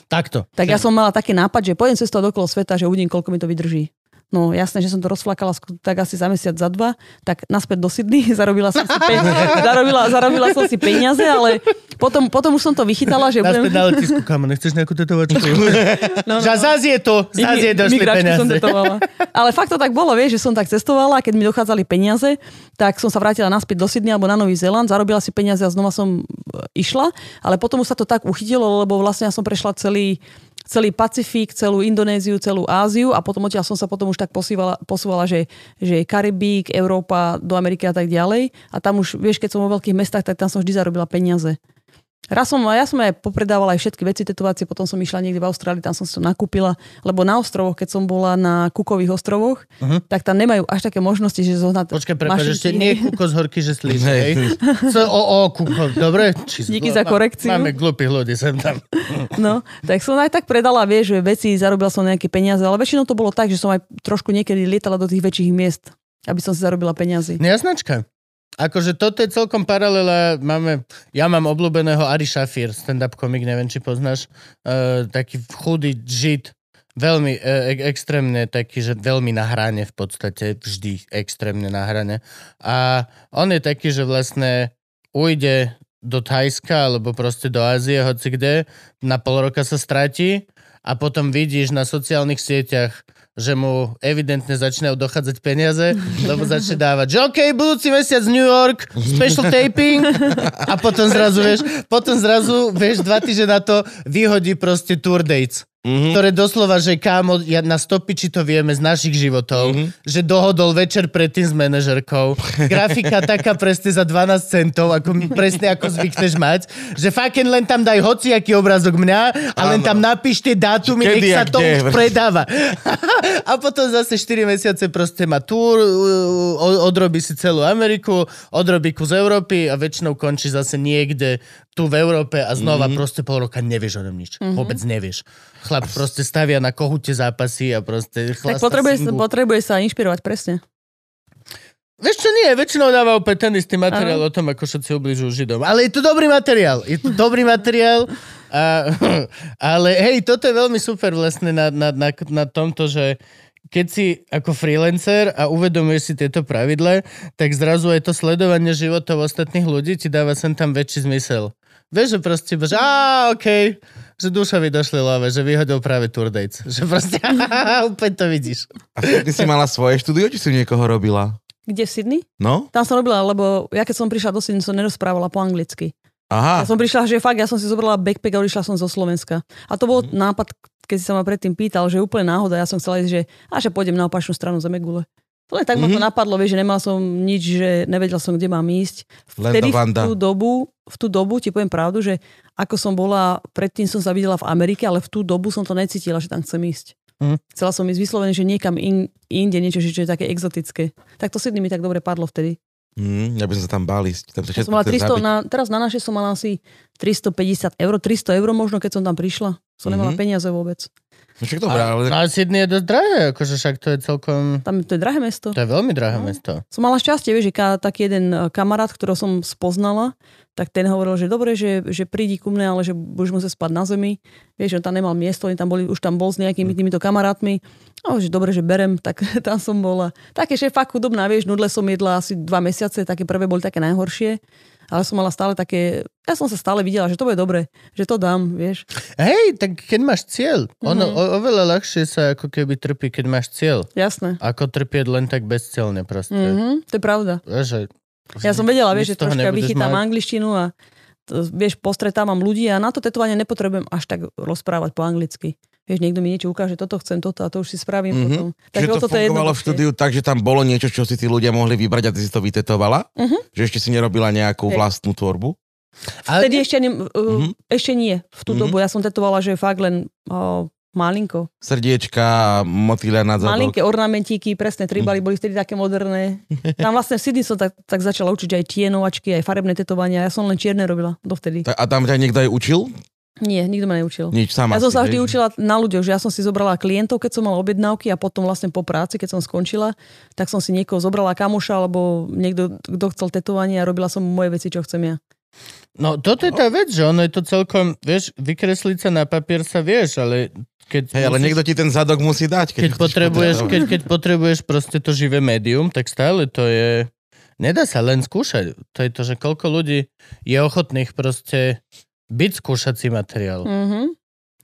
S2: Takto. Hm.
S3: tak ja som mala taký nápad, že pôjdem cestovať okolo sveta, že uvidím, koľko mi to vydrží. No jasné, že som to rozflakala sku- tak asi za mesiac, za dva, tak naspäť do Sydney, zarobila som si, pe- zarobila, zarobila som si peniaze, ale potom, potom už som to vychytala, že
S2: Naspäť na
S3: budem...
S2: letisku, kamo, nechceš nejakú tetovačku?
S3: No,
S2: Že zás je to, zás je došli
S3: Migračku som
S2: peniaze.
S3: tetovala. Ale fakt to tak bolo, vieš, že som tak cestovala a keď mi dochádzali peniaze, tak som sa vrátila naspäť do Sydney alebo na Nový Zéland, zarobila si peniaze a znova som e, išla, ale potom už sa to tak uchytilo, lebo vlastne ja som prešla celý celý Pacifik, celú Indonéziu, celú Áziu a potom odtiaľ som sa potom už tak posúvala, posúvala že, že Karibík, Európa, do Ameriky a tak ďalej. A tam už, vieš, keď som vo veľkých mestách, tak tam som vždy zarobila peniaze. Raz som, ja som aj popredávala aj všetky veci, tetovácie, potom som išla niekde v Austrálii, tam som si to nakúpila, lebo na ostrovoch, keď som bola na Kukových ostrovoch, uh-huh. tak tam nemajú až také možnosti, že zohnať
S2: Mhm. Počkaj, prepáč, ešte
S3: mašinky.
S2: nie kuko z horky, že slíš,
S1: Hej.
S2: hej? Co, o, o, kuko, dobre? Či
S3: Díky za
S2: Má-
S3: korekciu.
S2: Máme glupých ľudí sem tam.
S3: No, tak som aj tak predala, vieš, že veci, zarobila som nejaké peniaze, ale väčšinou to bolo tak, že som aj trošku niekedy lietala do tých väčších miest, aby som si zarobila peniazy.
S2: Nejasnačka. Akože toto je celkom paralela, máme, ja mám obľúbeného Ari Šafír, stand-up komik, neviem, či poznáš, e, taký chudý žid, veľmi e, ek- extrémne taký, že veľmi na hrane v podstate, vždy extrémne na hrane. A on je taký, že vlastne ujde do Thajska alebo proste do Ázie, hoci kde, na pol roka sa stratí a potom vidíš na sociálnych sieťach, že mu evidentne začínajú dochádzať peniaze, lebo začne dávať, že OK, budúci mesiac New York, special taping a potom zrazu, vieš, potom zrazu, vieš, dva týždne na to vyhodí proste tour dates
S1: Mhm.
S2: ktoré doslova, že kámo, ja na stopiči to vieme z našich životov,
S1: Mhm.
S2: mm-hmm. že dohodol večer predtým s manažerkou, grafika taká presne za 12 centov, ako, presne ako zvykneš mať, že fucking len tam daj hociaký obrázok mňa a len
S1: Áno.
S2: tam napíš tie dátumy,
S1: Kedy
S2: nech
S1: a
S2: sa to
S1: kde.
S2: už predáva. a potom zase 4 mesiace proste má túr, uh, o- odrobí si celú Ameriku, odrobí kus Európy a väčšinou končí zase niekde tu v Európe a znova mm-hmm. proste pol roka nevieš o ňom nič. Mm-hmm. Vôbec nevieš. Chlap proste stavia na kohute zápasy a proste
S3: Tak
S2: chlasta
S3: potrebuje,
S2: singu.
S3: potrebuje sa inšpirovať, presne.
S2: Vieš čo, nie, väčšinou dáva opäť ten istý materiál o tom, ako všetci ubližujú Židom. Ale je to dobrý materiál, je to dobrý materiál. A, ale hej, toto je veľmi super vlastne na, na, na, na tomto, že keď si ako freelancer a uvedomuješ si tieto pravidle, tak zrazu aj to sledovanie životov ostatných ľudí ti dáva sem tam väčší zmysel. Vieš, že proste, že á, okej, že duša vydošli love, že vyhodil práve tour dates. Že proste, úplne to vidíš.
S1: A ty si mala svoje štúdio, či si u niekoho robila?
S3: Kde v Sydney?
S1: No?
S3: Tam som robila, lebo ja keď som prišla do Sydney, som nerozprávala po anglicky.
S1: Aha.
S3: Ja som prišla, že fakt, ja som si zobrala backpack a odišla som zo Slovenska. A to
S1: Mhm.
S3: bol nápad, keď si sa ma predtým pýtal, že úplne náhoda, ja som chcela ísť, že a že pôjdem na opačnú stranu Zemegule. To len tak mm-hmm. ma
S1: Mhm.
S3: to napadlo, vieš, že nemal som nič, že nevedel som, kde mám ísť.
S1: Len
S3: Vtedy
S1: do
S3: v
S1: Vanda.
S3: tú dobu, v tú dobu, ti poviem pravdu, že ako som bola, predtým som sa videla v Amerike, ale v tú dobu som to necítila, že tam chcem ísť.
S2: Mhm.
S3: Chcela som ísť vyslovene, že niekam in, inde, niečo, že čo je také exotické. Tak to Sydney mi tak dobre padlo vtedy.
S1: Mm, ja by som sa tam bál ísť. Tam sa
S3: Ja
S1: všetko
S3: som mala
S1: chce
S3: 300,
S1: zabiť.
S3: na, teraz na naše som mala asi 350 eur, 300 eur možno, keď som tam prišla. Som nemala
S1: Mhm.
S3: peniaze vôbec.
S1: No však dobré, ale...
S2: No a Sydney je dosť drahé, akože však to je celkom...
S3: Tam to je drahé mesto.
S2: To je veľmi drahé
S3: No.
S2: mesto.
S3: Som mala šťastie, vieš, že ka, taký jeden e, kamarát, ktorého som spoznala, tak ten hovoril, že dobre, že, že prídi ku mne, ale že budeš musieť spať na zemi. Vieš, on tam nemal miesto, on tam boli, už tam bol s
S1: Mhm.
S3: nejakými týmito kamarátmi. A že dobre, že berem, tak tam som bola. Také, že fakt chudobná, vieš, nudle som jedla asi dva mesiace, také prvé boli také najhoršie. Ale som mala stále také, ja som sa stále videla, že to bude dobre, že to dám, vieš.
S2: Hej, tak keď máš cieľ, ono
S3: Mhm.
S2: o, oveľa ľahšie sa ako keby trpí, keď máš cieľ.
S3: Jasné.
S2: Ako trpieť len tak bezcielne proste.
S3: Mm-hmm, to je pravda.
S2: Vieš, Že,
S3: Ja som vedela,
S2: nič
S3: vieš, že
S2: z toho
S3: troška
S2: nebudeš
S3: vychytám
S2: mať.
S3: angličtinu a to, vieš, postretávam ľudí a na to tetovanie nepotrebujem až tak rozprávať po anglicky. Vieš, niekto mi niečo ukáže, toto chcem, toto a to už si spravím
S1: Mhm.
S3: mm-hmm. potom.
S1: Čiže
S3: o
S1: to
S3: toto
S1: fungovalo
S3: je
S1: v
S3: jednoduchšie.
S1: štúdiu tak, že tam bolo niečo, čo si tí ľudia mohli vybrať a ty si to vytetovala?
S3: Mhm.
S1: Že ešte si nerobila nejakú
S3: Hej.
S1: vlastnú tvorbu?
S2: Ale
S3: Vtedy ešte, ne, uh,
S1: Mhm.
S3: ešte nie. V tú
S1: Mhm.
S3: dobu ja som tetovala, že fakt len uh, malinko.
S1: Srdiečka, motýľa na zadok. Mhm.
S3: Malinké ornamentíky, presne tribaly, boli vtedy také moderné. Tam vlastne v Sydney som tak, tak začala učiť aj tienovačky, aj farebné tetovania. Ja som len čierne robila dovtedy.
S1: Ta- A tam ťa niekto aj učil?
S3: Nie, nikto ma neučil.
S1: Nič, sama
S3: Ja som
S1: si,
S3: sa vždy
S1: hej?
S3: učila na ľuďoch, že ja som si zobrala klientov, keď som mala objednávky a potom vlastne po práci, keď som skončila, tak som si niekoho zobrala kamoša alebo niekto, kto chcel tetovanie a robila som mu moje veci, čo chcem ja.
S2: No toto je tá vec, že ono je to celkom, vieš, vykresliť sa na papier sa vieš, ale keď,
S1: Hej, ale
S2: musíš-
S1: niekto ti ten zadok musí dať.
S2: keď,
S1: ho chceš
S2: potrebuješ,
S1: potrebovať.
S2: keď, keď potrebuješ proste to živé médium, tak stále to je... Nedá sa len skúšať. To je to, že koľko ľudí je ochotných proste byť skúšací materiál.
S3: Mhm.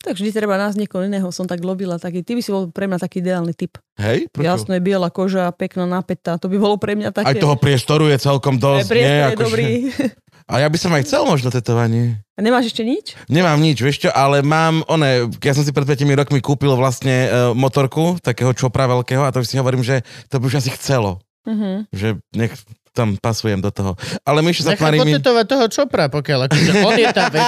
S3: Tak vždy treba nás niekoho iného, som tak lobila taký. Ty by si bol pre mňa taký ideálny typ.
S1: Hej, prečo?
S3: Jasné, biela koža, pekná, napätá, to by bolo pre mňa
S1: Aj
S3: také.
S1: toho priestoru je celkom
S3: Aj
S1: dosť.
S3: priestor je
S1: akože-
S3: dobrý.
S1: A ja by som aj chcel možno tetovanie.
S3: A nemáš ešte nič?
S1: Nemám nič, vieš čo, ale mám, one, ja som si pred 5 rokmi kúpil vlastne e, motorku, takého čopra veľkého a to už si hovorím, že to by už asi chcelo,
S3: Mhm.
S1: že nech tam pasujem do toho. Ale Mišo
S2: Nechaj
S1: Satmári mi...
S2: potetovať toho Čopra, pokiaľ akože on je tá vec,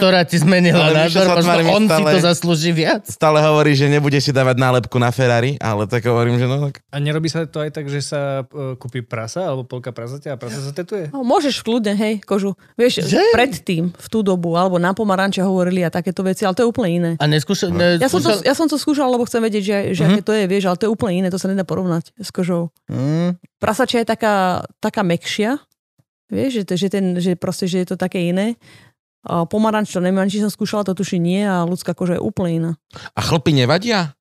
S2: ktorá ti zmenila
S1: Ale Mišo
S2: názor, možno
S1: Satmár mi
S2: on si
S1: stále-
S2: to zaslúži viac.
S1: Stále hovorí, že nebude si dávať nálepku na Ferrari, ale tak hovorím, že no tak.
S4: A nerobí sa to aj tak, že sa e, kúpi prasa alebo polka prasaťa a prasa sa tetuje?
S3: No, môžeš kľudne, hej, kožu. Vieš,
S2: Že?
S3: predtým, v tú dobu, alebo na pomaranče hovorili a takéto veci, ale to je úplne iné.
S2: A neskúšal...
S1: No.
S3: Ja som, to, ja som to skúšala, lebo chcem vedieť, že,
S2: Mhm.
S3: že mm-hmm. aké to je, vieš, ale to je úplne iné, to sa nedá porovnať s kožou.
S2: Mm,
S3: Prasačia je taká, taká mekšia, vieš, že, to- že, ten, že proste, že je to také iné. A pomaranč to neviem, ani či som skúšala, to tuši nie a ľudská koža je úplne iná.
S1: A chlpy nevadia?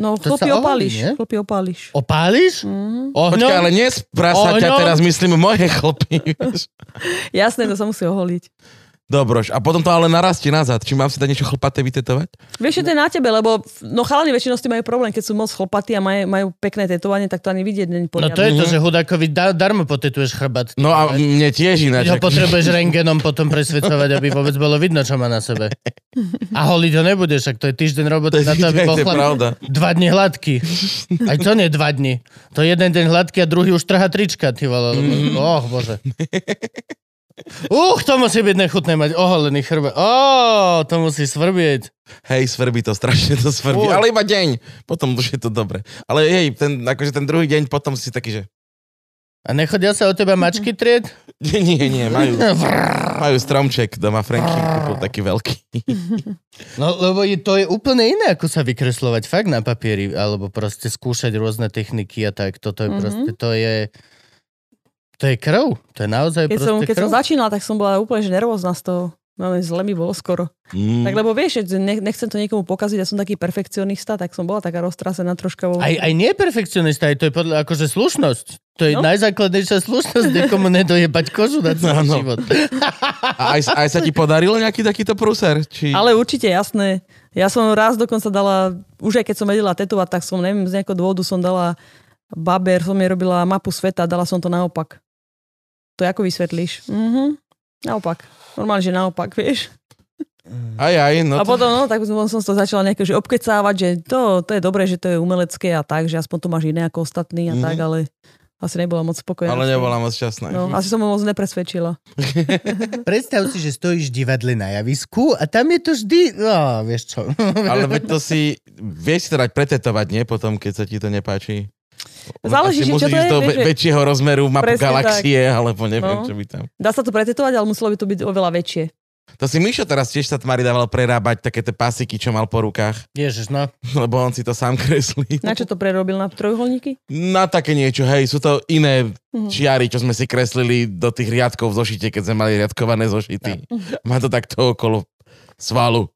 S3: No,
S2: To
S3: chlopy
S2: sa oholí,
S3: opáliš,
S2: nie?
S3: chlopy opáliš.
S2: opáliš?
S3: Mhm.
S1: Počkaj,
S2: Ohňom?
S1: ale nesprasa ťa
S2: Ohňom?
S1: teraz, myslím, moje chlpy. vieš.
S3: Jasné, to sa musí oholiť.
S1: Dobroš, a potom to ale narastie nazad. Či mám si dať niečo chlpaté vytetovať?
S3: Vieš, že to je na tebe, lebo no chalani väčšinou s tým majú problém, keď sú moc chlopatí a majú, majú pekné tetovanie, tak to ani vidieť
S2: No
S3: není poriadne.
S2: to je
S1: Mhm.
S2: to, že Hudákovi da, darmo potetuješ chrbát.
S1: No a mne tiež ináč.
S2: Ty ho
S1: ako-
S2: potrebuješ rengenom potom presvedčovať, aby vôbec bolo vidno, čo má na sebe. A holiť ho nebudeš, ak to je týždeň roboty na to, aby bol
S1: To je
S2: chlap
S1: pravda.
S2: dva dni hladký. Aj to nie dva dni. To jeden deň hladký a druhý už trhá trička, ty vole. Mm. Och, bože. Uch, to musí byť nechutné mať oholený chrbe. Ó, to musí svrbieť.
S1: Hej, svrbí to, strašne to svrbí,
S2: Fú.
S1: ale iba deň, potom už je to dobre. Ale hej, ten, akože ten druhý deň potom si taký, že
S2: A nechodia sa o teba mačky trieť?
S1: nie, nie, nie, majú, majú stromček doma, Franky kúpil taký veľký.
S2: No, lebo je, to je úplne iné, ako sa vykreslovať fakt na papieri, alebo proste skúšať rôzne techniky a tak. Toto je
S3: Mhm.
S2: proste, to je... To je krv. To je naozaj
S3: Keď
S2: proste
S3: som, keď
S2: krv.
S3: som začínala, tak som bola úplne že nervózna z toho. Máme zle mi bolo skoro. Mm. Tak
S1: Mm.
S3: lebo vieš, že ne, nechcem to niekomu pokaziť, ja som taký perfekcionista, tak som bola taká roztrasená troška. Vo...
S2: Aj, aj nie je perfekcionista, aj to je podľa, akože slušnosť. To je
S3: No.
S2: no? najzákladnejšia slušnosť, niekomu nedojebať kožu na celý
S1: Áno.
S2: no, život.
S1: A aj, aj sa ti podarilo nejaký takýto prúser? Či...
S3: Ale určite, jasné. Ja som raz dokonca dala, už aj keď som vedela tetovať, tak som neviem, z nejakého dôvodu som dala baber, som jej robila mapu sveta, dala som to naopak. To ako vysvetlíš? Mhm. Naopak. Normálne, že naopak, vieš.
S1: Aj, aj, no
S3: A
S1: to...
S3: potom, no, tak som, som to začala nejako, že obkecávať, že to, to je dobré, že to je umelecké a tak, že aspoň to máš iné ako
S1: Mhm.
S3: ostatní a mm-hmm. tak, ale asi nebola moc spokojná.
S1: Ale nebola moc šťastná.
S3: No, asi som ho moc nepresvedčila.
S2: Predstav si, že stojíš v divadle na javisku a tam je to vždy... No, vieš čo.
S1: Ale veď to si, vieš si to dať pretetovať, nie? Potom, keď sa ti to nepáči.
S3: Záleží,
S1: Asi
S3: že čo
S1: musíš
S3: to je,
S1: ísť do
S3: vieš,
S1: vä-
S3: že-
S1: väčšieho rozmeru mapu
S3: Presne tak.
S1: galaxie, alebo neviem,
S3: No.
S1: čo by tam...
S3: Dá sa to pretetovať, ale muselo by to byť oveľa väčšie.
S1: To si Mišo teraz tiež sa tmari dával prerábať také tie pasiky, čo mal po rukách,
S2: Ježiš, no.
S1: lebo on si to sám kreslí.
S3: Na čo to prerobil? Na trojuholníky?
S1: Na také niečo, hej, sú to iné
S3: Mhm.
S1: čiary, čo sme si kreslili do tých riadkov v zošite, keď sme mali riadkované zošity.
S3: No.
S1: Má to takto okolo svalu.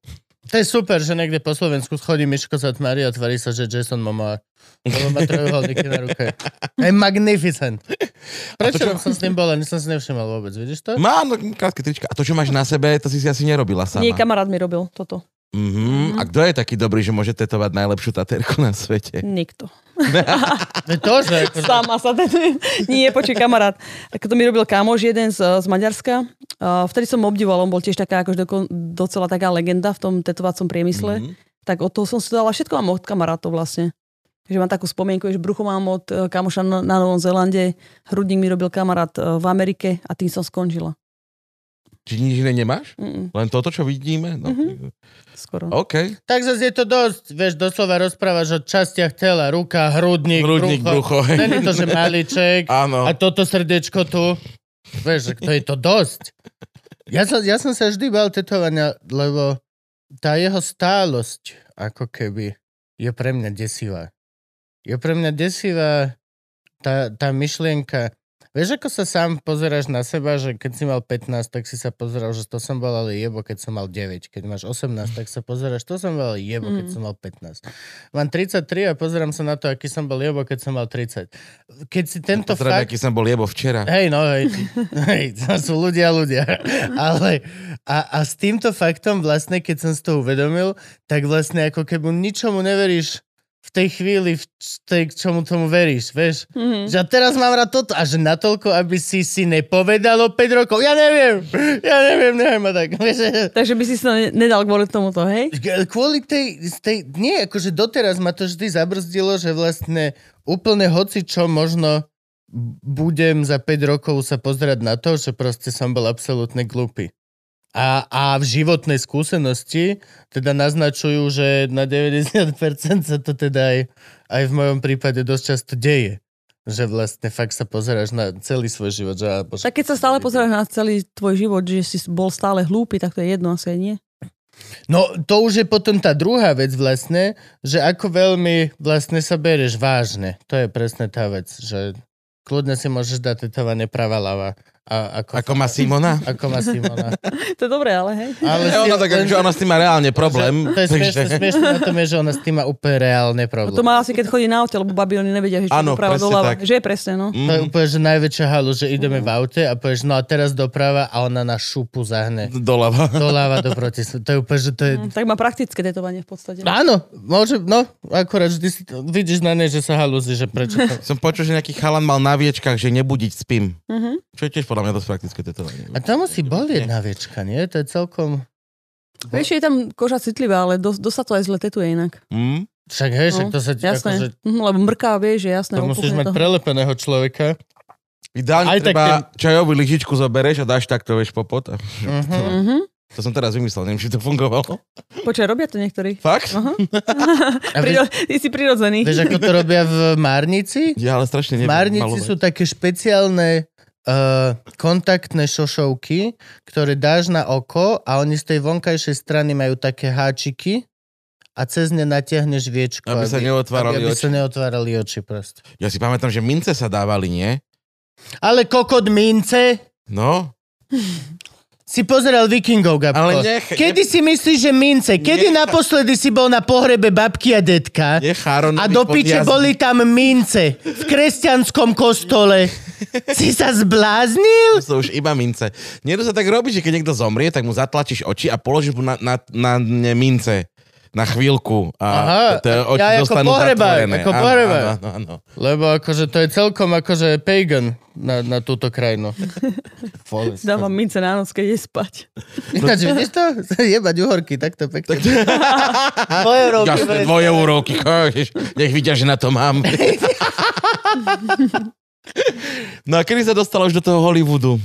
S2: To je super, že niekde po Slovensku schodí Miško Zatmari a tvarí sa, že Jason Momoa. Lebo má trojuholníky na ruke. To je magnificent. Prečo
S1: čo-
S2: som s ním bol, ani som si nevšimal vôbec, vidíš to?
S1: Má no, krátke trička. A to, čo máš na sebe, to si si asi nerobila sama.
S3: Nie, kamarát mi robil toto.
S1: Mhm. A kto je taký dobrý, že môže tetovať najlepšiu taterku na svete?
S3: Nikto.
S2: To je to, že... akože-
S3: Sama sa tetujem. Nie, počuj, kamarát. Tak to mi robil kámoš jeden z, z Maďarska. Uh, vtedy som ho obdivoval, on bol tiež taká, akož doko, docela taká legenda v tom tetovacom priemysle.
S1: Mhm.
S3: tak od toho som si dala, všetko mám od kamarátov vlastne. Takže mám takú spomienku, že brucho mám od e, kamoša na, na Novom Zélande, hrudník mi robil kamarát e, v Amerike a tým som skončila.
S1: Či nič iné nemáš?
S3: Mm-mm,
S1: Len toto, čo vidíme? No.
S3: skoro.
S1: OK.
S2: Tak zase je to dosť, vieš, doslova rozprávaš o častiach tela, ruka, hrudník,
S1: Rudník, brucho. hej.
S2: Není to, že maliček
S1: Áno.
S2: a toto srdiečko tu. Vieš, že to je to dosť. Ja som, ja som sa vždy bal tetovania, lebo tá jeho stálosť, ako keby, je pre mňa desivá. Je pre mňa desivá tá, tá myšlienka. Vieš, ako sa sám pozeráš na seba, že keď si mal 15, tak si sa pozeral, že to som bol ale jebo, keď som mal 9. Keď máš 18, tak sa pozeráš, to som bol ale jebo, keď
S3: Mm.
S2: som mal 15. Mám 33 a pozerám sa na to, aký som bol jebo, keď som mal 30. Keď si tento
S1: Pozriem,
S2: fakt...
S1: aký som bol jebo včera.
S2: Hej, no, hej, hej, to sú ľudia, ľudia. Ale a, a s týmto faktom vlastne, keď som si to uvedomil, tak vlastne ako keby ničomu neveríš v tej chvíli, v č- tej, k čomu tomu veríš, vieš?
S3: Mm-hmm.
S2: Že a teraz mám rád toto. A že natoľko, aby si si nepovedal o 5 rokov. Ja neviem, ja neviem, nechaj ma tak. Vieš, že-
S3: Takže by si si to ne- nedal kvôli tomuto, hej?
S2: e, Kvôli tej, z tej, nie, akože doteraz ma to vždy zabrzdilo, že vlastne úplne hoci čo možno b- budem za 5 rokov sa pozerať na to, že proste som bol absolútne glúpy. A, a v životnej skúsenosti teda naznačujú, že na 90% sa to teda aj, aj v mojom prípade dosť často deje. Že vlastne fakt sa pozeráš na celý svoj život. Že, á, bože,
S3: Tak keď sa stále pozeráš na celý tvoj život, že si bol stále hlúpy, tak to je jedno asi aj nie.
S2: No to už je potom tá druhá vec vlastne, že ako veľmi vlastne sa bereš vážne. To je presne tá vec, že kľudne si môžeš dať tetovanie pravá lava. A ako,
S1: Ako má Simona?
S2: ako má Simona.
S3: To je dobré, ale hej.
S2: Ale
S1: Ja, ona, tak, že ona s tým má reálne problém.
S2: To je smiešne,
S1: Takže...
S2: smiešne na tom je, že ona s tým má úplne reálne
S3: A
S2: problém.
S3: No to má asi, keď chodí na aute, lebo babi oni nevedia, že čo
S1: Áno,
S3: je doprava
S1: presne
S3: doľava.
S1: tak.
S3: Že je presne, no.
S2: To je
S1: Mm,
S2: úplne, že najväčšia halu, že ideme
S3: Mhm.
S2: v aute a povieš, no a teraz doprava a ona na šupu zahne.
S1: doľava.
S2: Doľava do proti. To je úplne, že to je...
S3: Mm, Tak má praktické tetovanie v podstate.
S2: Áno, môže, no, akurát vždy si to, vidíš na nej, že sa halúzi, že prečo to...
S1: Som počul, že nejaký chalan mal na viečkach, že nebudiť spím.
S3: Mhm.
S1: Čo je tiež podľa mňa dosť praktické tetovanie.
S2: A tam musí bolieť no. na viečka, nie? To je celkom...
S3: Vieš, že je tam koža citlivá, ale dosť dos sa to aj zle tetuje inak.
S1: Mm?
S2: Však hej, však to sa ti
S3: No, Jasné.
S2: akože...
S3: Mhm, Lebo mrká, vieš, že jasné.
S2: To musíš
S3: opuchne
S2: mať
S3: to.
S2: prelepeného človeka.
S1: Ideálne
S2: Aj tak
S1: treba čajovú lyžičku zobereš a dáš takto, vieš, popot. A...
S2: Mhm.
S3: Mhm.
S1: To som teraz vymyslel, neviem, či to fungovalo.
S3: Počkaj, robia to niektorí.
S2: No.
S1: Fakt?
S3: Aha.
S2: A vieš,
S3: Priro- Ty si prirodzený.
S2: vieš, ako to robia v Márnici?
S1: Ja ale strašne
S2: V
S1: neviem.
S2: Márnici
S1: malovať.
S2: sú také špeciálne uh, kontaktné šošovky, ktoré dáš na oko a oni z tej vonkajšej strany majú také háčiky a cez ne natiahneš viečku.
S1: Aby sa neotvárali
S2: aby, aby
S1: oči.
S2: sa neotvárali oči proste.
S1: Ja si pamätám, že mince sa dávali, nie?
S2: Ale kokot mince
S1: No,
S2: si pozeral Vikingov, Gabko.
S1: ale nech...
S2: Kedy si myslíš, že mince? Kedy
S1: Nie.
S2: naposledy si bol na pohrebe babky a detka?
S1: Je Charon.
S2: A do piče boli tam mince v kresťanskom kostole. Si sa zbláznil?
S1: To sú už iba mince. Niekto sa tak robí, že keď niekto zomrie, tak mu zatlačíš oči a položíš mu na, na, na ne mince na chvíľku a
S2: Aha,
S1: tie
S2: ja
S1: oči
S2: ako
S1: zostanú
S2: pohrebár,
S1: zatvorené.
S2: ako
S1: Áno,
S2: pohrebár.
S1: áno, áno, áno.
S2: Lebo akože to je celkom akože pagan na, na túto krajinu.
S3: Dávam mince na noc, keď je spať.
S2: Ináč, vidíš to? Jebať uhorky, takto pekne. Moje roky,
S1: Jasne,
S2: presne.
S1: dvoje úrovky, ježiš, nech vidia, že na to mám. no a kedy sa dostala už do toho Hollywoodu?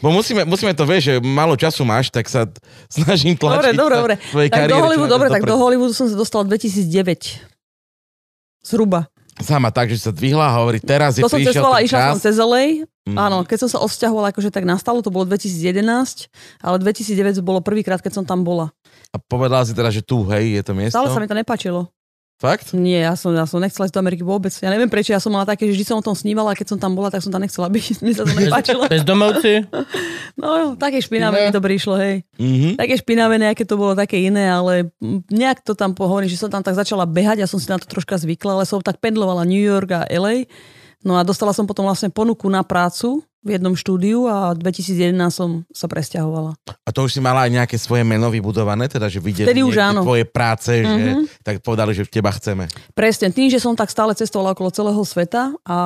S1: Bo musíme, musíme to, vieš, že málo času máš, tak sa t- snažím
S3: Dobre,
S1: tlačiť
S3: dobre,
S1: sa
S3: dobre.
S1: tvojej
S3: Tak do
S1: kariére čo
S3: Hollywoodu, dobre, tak do
S1: najviac
S3: Hollywoodu som sa dostal 2009. Zhruba.
S1: dopredu. Sama tak, že sa dvihla a hovorí, teraz je
S3: To som
S1: prišiel
S3: cestovala,
S1: ten
S3: išla som
S1: čas.
S3: cez LA.
S1: Mm.
S3: Áno, keď som sa odsťahovala, akože tak nastalo, to bolo 2011, ale 2009 bolo prvýkrát, keď som tam bola.
S1: A povedala si teraz, že tu, hej, je to miesto?
S3: Stále sa mi to nepačilo.
S1: Fakt?
S3: Nie, ja som, ja som nechcela ísť do Ameriky vôbec. Ja neviem prečo, ja som mala také, že vždy som o tom snívala a keď som tam bola, tak som tam nechcela byť. Mne sa to nepáčilo.
S2: Bezdomovci?
S3: No, také špinavé mi to prišlo, hej.
S1: Mhm.
S3: Také špinavé, nejaké to bolo také iné, ale mm, nejak to tam pohovorím, že som tam tak začala behať, ja som si na to troška zvykla, ale som tak pendlovala New York a LA. No a dostala som potom vlastne ponuku na prácu v jednom štúdiu a 2011 som sa presťahovala.
S1: A to už si mala aj nejaké svoje meno vybudované, teda, že videli
S3: Vtedy už
S1: niekde
S3: áno.
S1: tvoje práce, že
S3: Mhm.
S1: tak povedali, že teba chceme.
S3: Presne, tým, že som tak stále cestovala okolo celého sveta a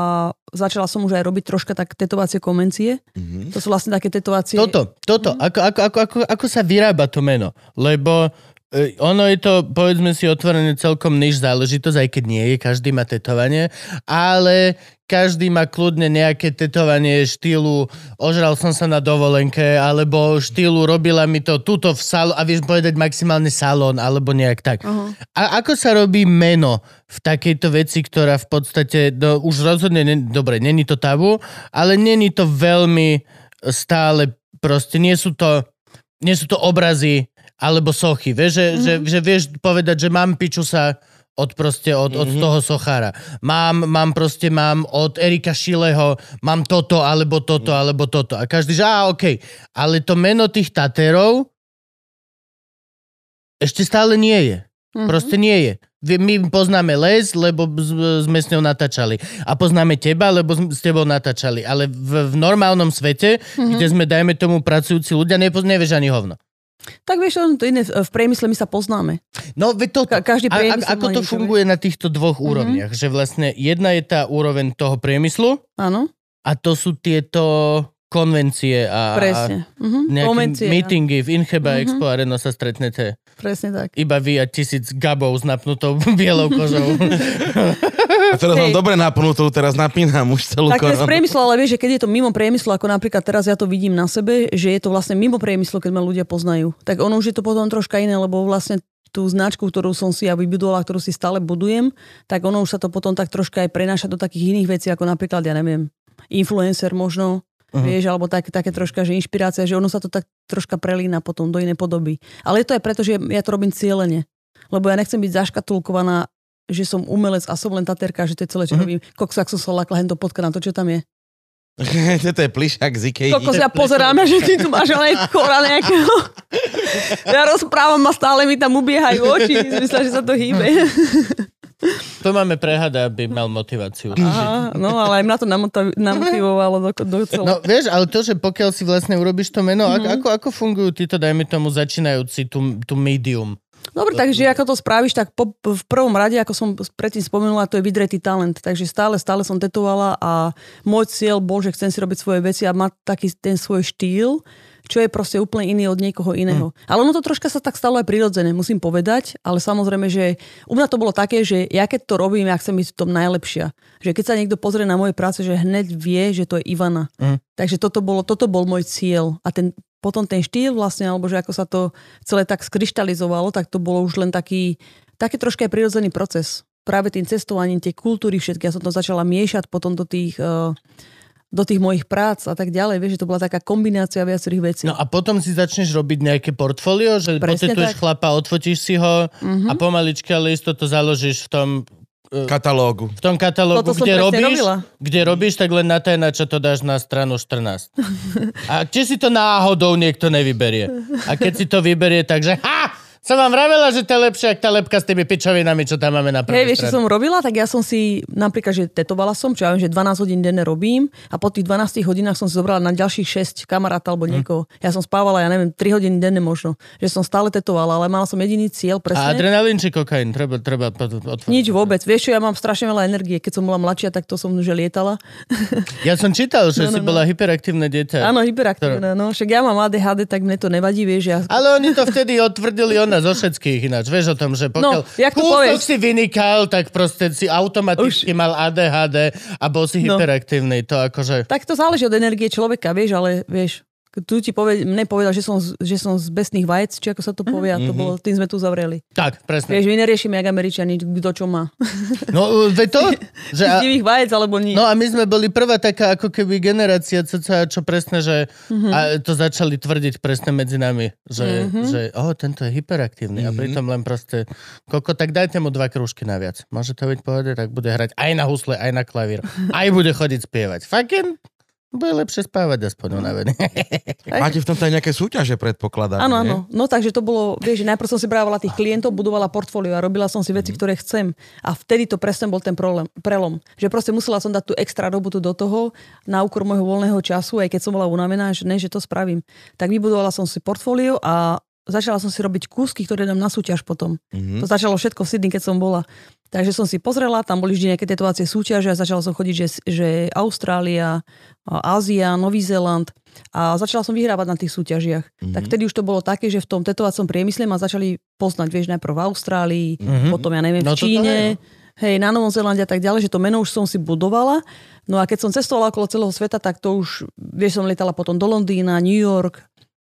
S3: začala som už aj robiť troška tak tetovacie konvencie.
S1: Mhm.
S3: To sú vlastne také tetovacie...
S2: Toto, toto, ako, ako, ako, ako, ako sa vyrába to meno, lebo e, ono je to, povedzme si, otvorené celkom niž záležitosť, aj keď nie je, každý má tetovanie, ale každý má kľudne nejaké tetovanie štýlu ožral som sa na dovolenke, alebo štýlu robila mi to tuto v salón, a vieš povedať maximálne salón, alebo nejak tak.
S3: Aha.
S2: A ako sa robí meno v takejto veci, ktorá v podstate, do, už rozhodne, ne, dobre, není to tabu, ale není to veľmi stále, proste nie sú to, nie sú to obrazy alebo sochy. Vieš, že, mm-hmm. že, že vieš povedať, že mám piču sa od proste od, od toho sochára. Mám, mám proste, mám od Erika Šileho, mám toto, alebo toto, alebo toto. A každý, že á, okej. Ale to meno tých Taterov ešte stále nie je.
S3: Mhm.
S2: Proste nie je. Vie- My poznáme Les, lebo z- sme s ňou natáčali. A poznáme teba, lebo s- s tebou natáčali. Ale v, v normálnom svete,
S3: Mhm.
S2: mm-hmm. kde sme, dajme tomu, pracujúci ľudia, nepoz, nevieš ani hovno.
S3: Tak vieš, ono to iné, v priemysle my sa poznáme.
S2: No, veď to,
S3: Ka-
S2: a,
S3: každý
S2: a,
S3: priemysel má
S2: ako to
S3: niečo, Mhm.
S2: funguje na týchto dvoch úrovniach? Že vlastne jedna je tá úroveň toho priemyslu
S3: Áno,
S2: a to sú tieto konvencie a, a
S3: presne. Mhm.
S2: nejaké
S3: Konvencie,
S2: meetingy v Incheba
S3: Mhm.
S2: Expo Arena sa stretnete.
S3: áno, Presne tak.
S2: Iba vy a tisíc gabov s napnutou bielou kožou.
S1: A teraz mám
S3: Hej.
S1: dobre napnutú, teraz napínam už celú
S3: Tak to je z
S1: koronu.
S3: priemyslu, ale vieš, že keď je to mimo priemyslu, ako napríklad teraz ja to vidím na sebe, že je to vlastne mimo priemyslu, keď ma ľudia poznajú. Tak ono už je to potom troška iné, lebo vlastne tú značku, ktorú som si ja vybudovala, ktorú si stále budujem, tak ono už sa to potom tak troška aj prenáša do takých iných vecí, ako napríklad, ja neviem, influencer možno, uh-huh. vieš, alebo tak, také troška, že inšpirácia, že ono sa to tak troška prelína potom do inej podoby. Ale je to aj preto, že ja to robím cieľene. Lebo ja nechcem byť zaškatulkovaná že som umelec a som len taterka, že to je celé, čo
S2: Mhm.
S3: robím. Koksa, ak som sa lakla, hen to potkám, to, čo tam je.
S1: Toto je plišák z Ikei.
S3: Kokos, ja pozerám, že ty tu máš ale kora nejakého. Ja rozprávam a stále mi tam ubiehajú oči. Myslím, že sa to hýbe.
S2: to máme prehada, aby mal motiváciu.
S3: Aha, no ale aj mňa to namotav- namotivovalo do, do
S2: No vieš, ale to, že pokiaľ si vlastne urobíš to meno, mm-hmm.
S3: Mhm.
S2: ako, ako fungujú títo, dajme tomu, začínajúci tú, tú medium?
S3: Dobre, takže ako to spravíš, tak po, v prvom rade, ako som predtým spomenula, to je vydretý talent. Takže stále, stále som tetovala a môj cieľ bol, že chcem si robiť svoje veci a mať taký ten svoj štýl, čo je proste úplne iný od niekoho iného. Mm. Ale ono to troška sa tak stalo aj prirodzené, musím povedať, ale samozrejme, že u mňa to bolo také, že ja keď to robím, ja chcem byť v tom najlepšia. Že keď sa niekto pozrie na moje práce, že hneď vie, že to je Ivana.
S2: Mm.
S3: Takže toto, bolo, toto bol môj cieľ a ten, potom ten štýl vlastne, alebo že ako sa to celé tak skryštalizovalo, tak to bolo už len taký, taký troška aj prirodzený proces. Práve tým cestovaním, tie kultúry všetky, ja som to začala miešať potom do tých, eh, do tých mojich prác a tak ďalej, vieš, že to bola taká kombinácia viacerých vecí.
S2: No a potom si začneš robiť nejaké portfólio, že
S3: Presne
S2: potetuješ
S3: tak.
S2: chlapa, odfotíš si ho
S3: Mhm.
S2: a pomaličky, ale isto to založíš v tom,
S1: Katalógu.
S2: v tom katalógu,
S3: Toto som
S2: kde
S3: presne
S2: robíš,
S3: robila.
S2: kde robíš, tak len natajnačo to dáš na stranu 14. A či si to náhodou niekto nevyberie. A keď si to vyberie, takže ha! Som vám vravela, že to je lepšie, ako tá lepka s tými pičovinami, čo tam máme na prvej
S3: Hej, vieš, čo som robila? Tak ja som si napríklad, že tetovala som, čo ja viem, že 12 hodín denne robím a po tých 12 hodinách som si zobrala na ďalších 6 kamaráta alebo niekoho. Ja som spávala, ja neviem, 3 hodiny denne možno. Že som stále tetovala, ale mala som jediný
S2: A
S3: cieľ presne.
S2: adrenalín či kokain? Treba, treba pod- otvoriť.
S3: Nič vôbec. Vieš čo, ja mám strašne veľa energie. Keď som bola mladšia, tak to som že lietala.
S2: Ja som čítal, že no, no,
S3: No, no,
S2: si
S3: no.
S2: bola hyperaktívne dieťa.
S3: Áno, hyperaktívna. No, však ja mám ADHD, tak mne to nevadí, vieš. Ja...
S2: Ale oni to vtedy odtvrdili ona zo všetkých ináč. Vieš o tom, že pokiaľ
S3: No, jak to
S2: kúsok
S3: povieš?
S2: si vynikal, tak proste si automaticky Už. mal ADHD a bol si
S3: No.
S2: hyperaktívny. To akože...
S3: Tak to záleží od energie človeka, vieš, ale vieš, tu ti poved- mne povedal, že som, z- že som z besných vajec, či ako sa to povie, a to bolo, tým sme tu zavreli.
S2: Tak, presne.
S3: Vieš, my neriešime, jak Američani, kto čo má.
S2: No, ve to? Že a...
S3: Či z divých vajec, alebo nie.
S2: No a my sme boli prvá taká ako keby generácia, cca, čo presne, že
S3: Mhm.
S2: a to začali tvrdiť presne medzi nami, že, že o, tento je hyperaktívny
S3: Mhm.
S2: a pritom len proste, koko, tak dajte mu dva krúžky naviac. Môže to byť pohode, tak bude hrať aj na husle, aj na klavír, aj bude chodiť spievať. Fucking bude lepšie spávať aspoň unavený.
S1: Máte v tom aj nejaké súťaže, predpokladám.
S3: Áno,
S1: nie?
S3: áno. No takže to bolo, vieš, že najprv som si brávala tých klientov, budovala portfólio a robila som si veci,
S2: Mhm.
S3: ktoré chcem. A vtedy to presne bol ten problém, prelom. Že proste musela som dať tú extra robotu do toho na úkor môjho voľného času, aj keď som bola unavená, že ne, že to spravím. Tak vybudovala som si portfólio a začala som si robiť kúsky, ktoré dám na súťaž potom.
S1: Mhm.
S3: To začalo všetko v Sydney, keď som bola. Takže som si pozrela, tam boli vždy nejaké tetovacie súťaže a začala som chodiť, že, že Austrália, a Ázia, Nový Zéland a začala som vyhrávať na tých súťažiach. Mm-hmm. Tak vtedy už to bolo také, že v tom tetovacom priemysle ma začali poznať, vieš, najprv v Austrálii, mm-hmm. potom ja neviem,
S2: No
S3: no,
S2: toto
S3: v Číne, hej, na Novom Zélande a tak ďalej, že to meno už som si budovala. No a keď som cestovala okolo celého sveta, tak to už, vieš, som lietala potom do Londýna, New York,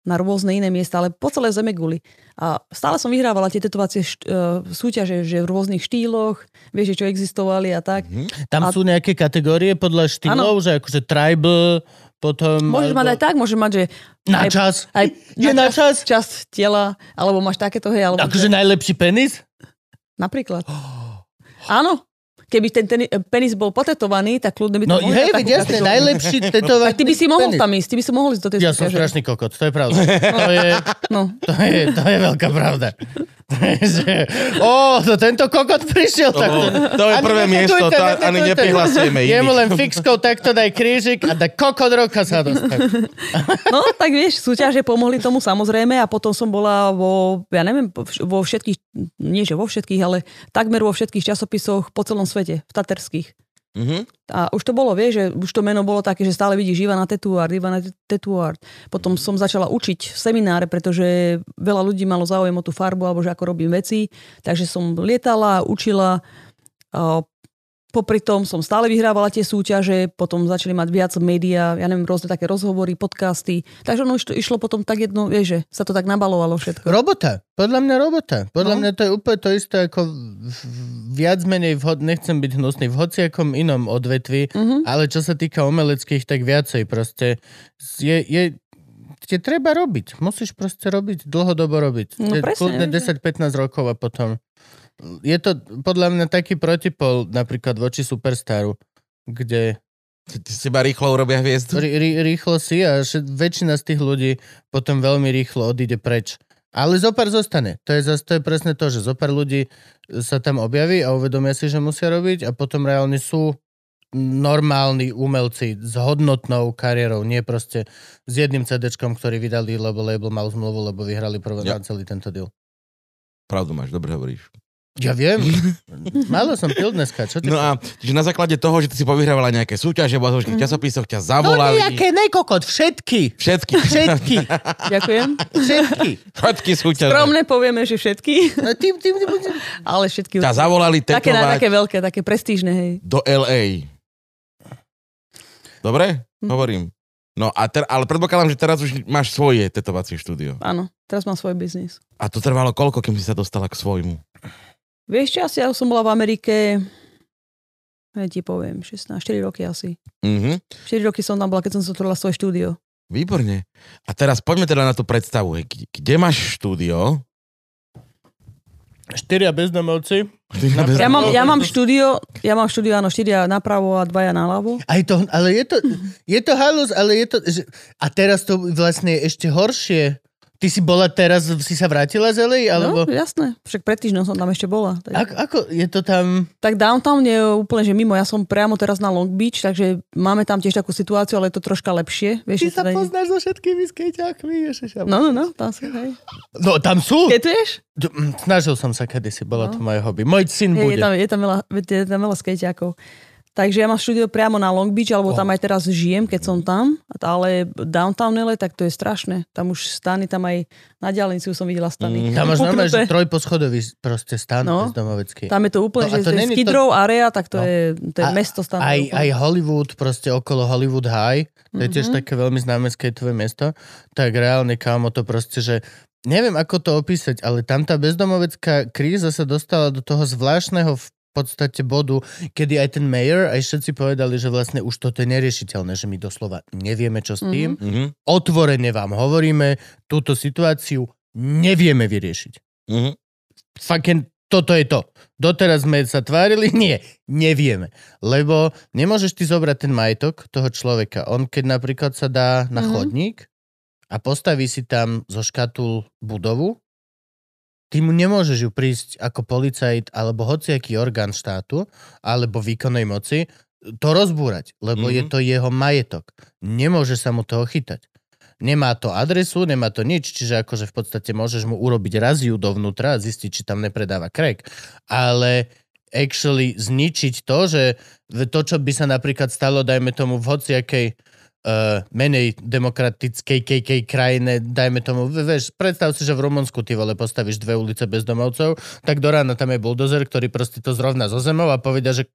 S3: na rôzne iné miesta, ale po celé zeme guli. A stále som vyhrávala tie tetovacie št- e, súťaže, že v rôznych štýloch, vieš, že čo existovali a tak.
S2: Tam
S3: A-
S2: sú nejaké kategórie podľa štýlov, že akože tribal, potom...
S3: Môžeš mať aj tak, môžeš mať, že...
S2: Na
S3: aj,
S2: čas.
S3: Aj,
S2: Je na čas.
S3: Časť tela, alebo máš takéto, hej, alebo...
S2: Akože najlepší penis?
S3: Napríklad. Áno. Keby ten, ten eh, penis bol potetovaný, tak kľudne by to
S2: No
S3: mohli
S2: hej, veď
S3: dať takú
S2: jasne,
S3: potetu-
S2: najlepší tetovať.
S3: Tak ty by si mohol tam ísť, ty by si mohol ísť do tej
S2: Ja som
S3: súťaže.
S2: strašný kokot, to je pravda. To je,
S3: No.
S2: to je, to je veľká pravda. Že- Ó, to tento kokot prišiel.
S1: To, bolo-
S2: takto.
S1: to je
S2: Ani
S1: prvé miesto,
S2: netetujte,
S1: to ani
S2: netetujte.
S1: neprihlasujeme
S2: Jemu
S1: iných.
S2: len fixkou takto daj krížik a da kokot roka sa dostane.
S3: no, tak vieš, súťaže pomohli tomu samozrejme a potom som bola vo, ja neviem, po vš- vo všetkých, nie že vo všetkých, ale takmer vo všetkých časopisoch po celom svete, v taterských.
S1: Mhm.
S3: A už to bolo, vieš, že už to meno bolo také, že stále vidíš Ivana Tetuard, Ivana Te- Tetuard. Potom som začala učiť v semináre, pretože veľa ľudí malo záujem o tú farbu alebo že ako robím veci. Takže som lietala, učila. A popri tom som stále vyhrávala tie súťaže, potom začali mať viac médiá, ja neviem, rôzne také rozhovory, podcasty. Takže ono išlo, išlo potom tak jedno, vieš, že sa to tak nabalovalo všetko.
S2: Robota. Podľa mňa robota. Podľa
S3: No.
S2: mňa to je úplne to isté ako v- viac menej, v, ho- nechcem byť hnusný, v hociakom inom odvetvi,
S3: Mhm.
S2: ale čo sa týka umeleckých, tak viacej proste je, je tie treba robiť. Musíš proste robiť, dlhodobo robiť.
S3: No
S2: Tie
S3: presne.
S2: kľudne 10-15 rokov a potom. Je to podľa mňa taký protipol napríklad voči Superstaru, kde
S1: Z teba rýchlo urobia hviezdu.
S2: Rý, rý, rýchlo si a všet- väčšina z tých ľudí potom veľmi rýchlo odíde preč. Ale zopár zostane. To je, zas, to je presne to, že zopár ľudí e, sa tam objaví a uvedomia si, že musia robiť a potom reálne sú normálni umelci s hodnotnou kariérou, nie proste s jedným CDčkom, ktorý vydali, lebo label mal zmluvu, lebo vyhrali prvé
S1: Ja.
S2: ja. celý tento deal.
S1: Pravdu máš, dobre hovoríš.
S2: Ja viem. Málo som pil dneska. Čo ty?
S1: No a čiže na základe toho, že ty si povyhrávala nejaké súťaže, bola v
S3: Mhm.
S1: mm. časopisoch,
S3: No,
S1: ťa zavolali.
S2: nekokot. Všetky.
S1: Všetky,
S2: Všetky.
S3: Ďakujem.
S2: Všetky.
S1: všetky súťaže.
S3: Skromne povieme, že všetky,
S2: No, ty, ty, ty, ty.
S3: ale všetky.
S1: Ťa zavolali
S3: Také, na-
S1: tetovať
S3: také veľké, také prestížne, hej.
S1: do LA. Dobre?
S3: Mhm.
S1: Hovorím. No a ter, ale predpokladám, že teraz už máš svoje tetovacie štúdio.
S3: Áno, teraz mám svoj biznis.
S1: A to trvalo koľko, kým si sa dostala k svojmu?
S3: Vieš čo, asi ja som bola v Amerike, ja ti poviem, 16, 4 roky asi.
S1: Mhm.
S3: 4 roky som tam bola, keď som si otvorila svoje štúdio.
S1: Výborne. A teraz poďme teda na tú predstavu. hej. Kde- Kde máš štúdio?
S2: Štyria bezdomovci.
S3: Ja mám, ja mám štúdio, ja mám štúdio, áno, 4 napravo a 2 naľavo.
S2: Aj to, ale je to, je to halus, ale je to... Že, a teraz to vlastne je ešte horšie. Ty si bola teraz, si sa vrátila z LA, alebo...
S3: No, jasné, však pred týždňom som tam ešte bola. Tak,
S2: Ak, ako je to tam...
S3: tak downtown je úplne, že mimo, ja som priamo teraz na Long Beach, takže máme tam tiež takú situáciu, ale je to troška lepšie.
S2: Ty
S3: Vieš, že
S2: sa
S3: teda nie-
S2: poznáš so všetkými skejťákmi, ježiša.
S3: No, no, no, tam som, hej.
S2: no, tam sú. Je...
S3: Skejtuješ?
S2: Snažil som sa, kedy si bola
S3: No.
S2: to moje hobby. Môj syn
S3: Je,
S2: bude.
S3: je, tam, je, tam veľa, je tam veľa skejťákov. Takže ja mám štúdio priamo na Long Beach, alebo tam aj teraz žijem, keď som tam, ale downtown LA, tak to je strašné. Tam už stany, tam aj na diálnici už som videla stany.
S2: Mm, Tam máš normálne, že
S3: Puknuté.
S2: trojposchodový proste stan
S3: No.
S2: no. bezdomovecký.
S3: Tam je to úplne,
S2: No,
S3: no,
S2: a
S3: že
S2: to
S3: to je
S2: není to-
S3: skidrov area, tak to
S2: No.
S3: je, to je
S2: A-
S3: mesto stanov.
S2: Aj,
S3: úplne.
S2: aj Hollywood, proste okolo Hollywood High, to je tiež
S3: Mhm.
S2: také veľmi známe skateové mesto, tak reálne kámo to proste, že neviem ako to opísať, ale tam tá bezdomovecká kríza sa dostala do toho zvláštneho v podstate bodu, kedy aj ten mayor, aj všetci povedali, že vlastne už toto je neriešiteľné, že my doslova nevieme, čo s tým.
S1: Mhm.
S2: Otvorene vám hovoríme, túto situáciu nevieme vyriešiť
S1: Mhm.
S2: fucking toto je to. Doteraz sme sa tvárili, nie, nevieme. Lebo nemôžeš ty zobrať ten majetok toho človeka. On keď napríklad sa dá na
S3: Mhm.
S2: mm-hmm. chodník a postaví si tam zo škatul budovu, ty mu nemôžeš ju prísť ako policajt alebo hociaký orgán štátu alebo výkonnej moci to rozbúrať, lebo mm-hmm. je
S1: Mhm.
S2: to jeho majetok. Nemôže sa mu toho chytať. Nemá to adresu, nemá to nič, čiže akože v podstate môžeš mu urobiť raziu dovnútra a zistiť, či tam nepredáva crack. Ale actually zničiť to, že v- to, čo by sa napríklad stalo, dajme tomu v hociakej uh, menej demokratickej kej, kej krajine, dajme tomu, v- vieš, predstav si, že v Rumunsku ty vole postavíš dve ulice bezdomovcov, tak do rána tam je buldozer, ktorý proste to zrovna zo zemou a povedia, že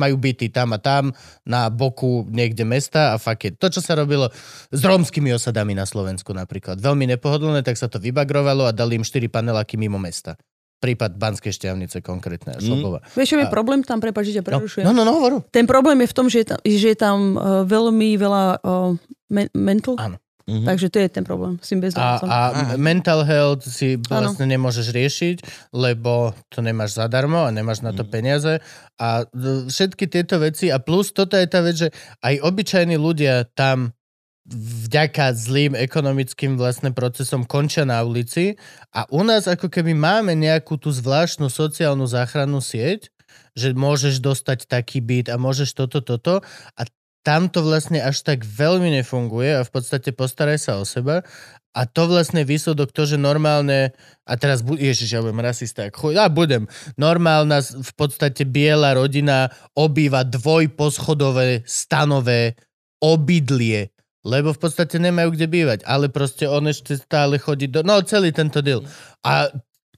S2: majú byty tam a tam, na boku niekde mesta a fuck it. To, čo sa robilo s rómskymi osadami na Slovensku napríklad. Veľmi nepohodlné, tak sa to vybagrovalo a dali im štyri paneláky mimo mesta. Prípad Banskej šťavnice konkrétne a Šobova.
S3: Vieš, čo
S2: a-
S3: je problém tam, prepáč, že ťa
S2: No,
S3: prerušujem.
S2: no, no, no hovoru.
S3: e, Ten problém je v tom, že je tam, že je tam eh, veľmi veľa eh, men- e, mental
S2: Áno.
S1: mhm.
S3: Mm-hmm. Takže to je ten problém s
S2: A,
S3: tým bezdomovcom.
S2: a mental health si vlastne nemôžeš riešiť, lebo to nemáš zadarmo a nemáš na to peniaze. A d- všetky tieto veci, a plus toto je tá vec, že aj obyčajní ľudia tam vďaka zlým ekonomickým vlastne procesom končia na ulici a u nás ako keby máme nejakú tú zvláštnu sociálnu záchrannú sieť, že môžeš dostať taký byt a môžeš toto, toto a tam to vlastne až tak veľmi nefunguje a v podstate postaraj sa o seba a to vlastne je výsledok to, že normálne, a teraz, bu- ježiš, ja budem rasista, ak chuj, ja budem, normálna s- v podstate biela rodina obýva dvojposchodové stanové obydlie, lebo v podstate nemajú kde bývať, ale proste on ešte stále chodí do... No, celý tento deal. A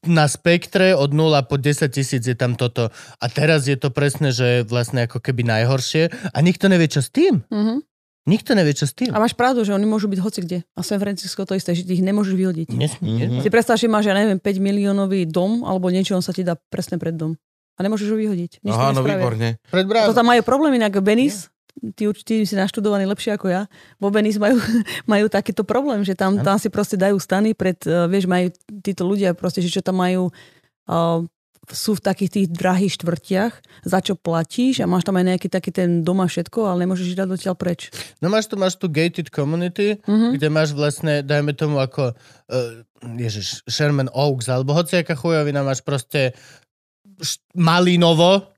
S2: na spektre od 0 po 10 tisíc je tam toto. A teraz je to presne, že vlastne ako keby najhoršie. A nikto nevie, čo s tým.
S3: Mhm.
S2: Nikto nevie, čo s tým.
S3: a máš pravdu, že oni môžu byť hoci kde. A San Francisco to isté, že ty ich nemôžeš vyhodiť.
S2: Nesmie.
S3: Si predstav, že máš, ja neviem, 5 miliónový dom alebo niečo, on sa ti dá presne pred dom. A nemôžeš ho vyhodiť. Nič
S1: Aha, no
S3: ti nespravia.
S1: výborne.
S2: Pred
S3: A
S2: bránou.
S3: to tam majú problém inak Benis, ty určite si naštudovaný lepšie ako ja. Vo Benis majú, majú takýto problém, že tam, tam si proste dajú stany pred, eh, vieš, majú títo ľudia proste, že čo tam majú, eh, sú v takých tých drahých štvrtiach, za čo platíš a máš tam aj nejaký taký ten doma všetko, ale nemôžeš ísť dať odtiaľ preč.
S2: No máš tu, máš tu gated community,
S3: Mhm.
S2: mm-hmm. kde máš vlastne, dajme tomu ako, uh, ježiš, Sherman Oaks, alebo hociaká chujovina, máš proste št- malinovo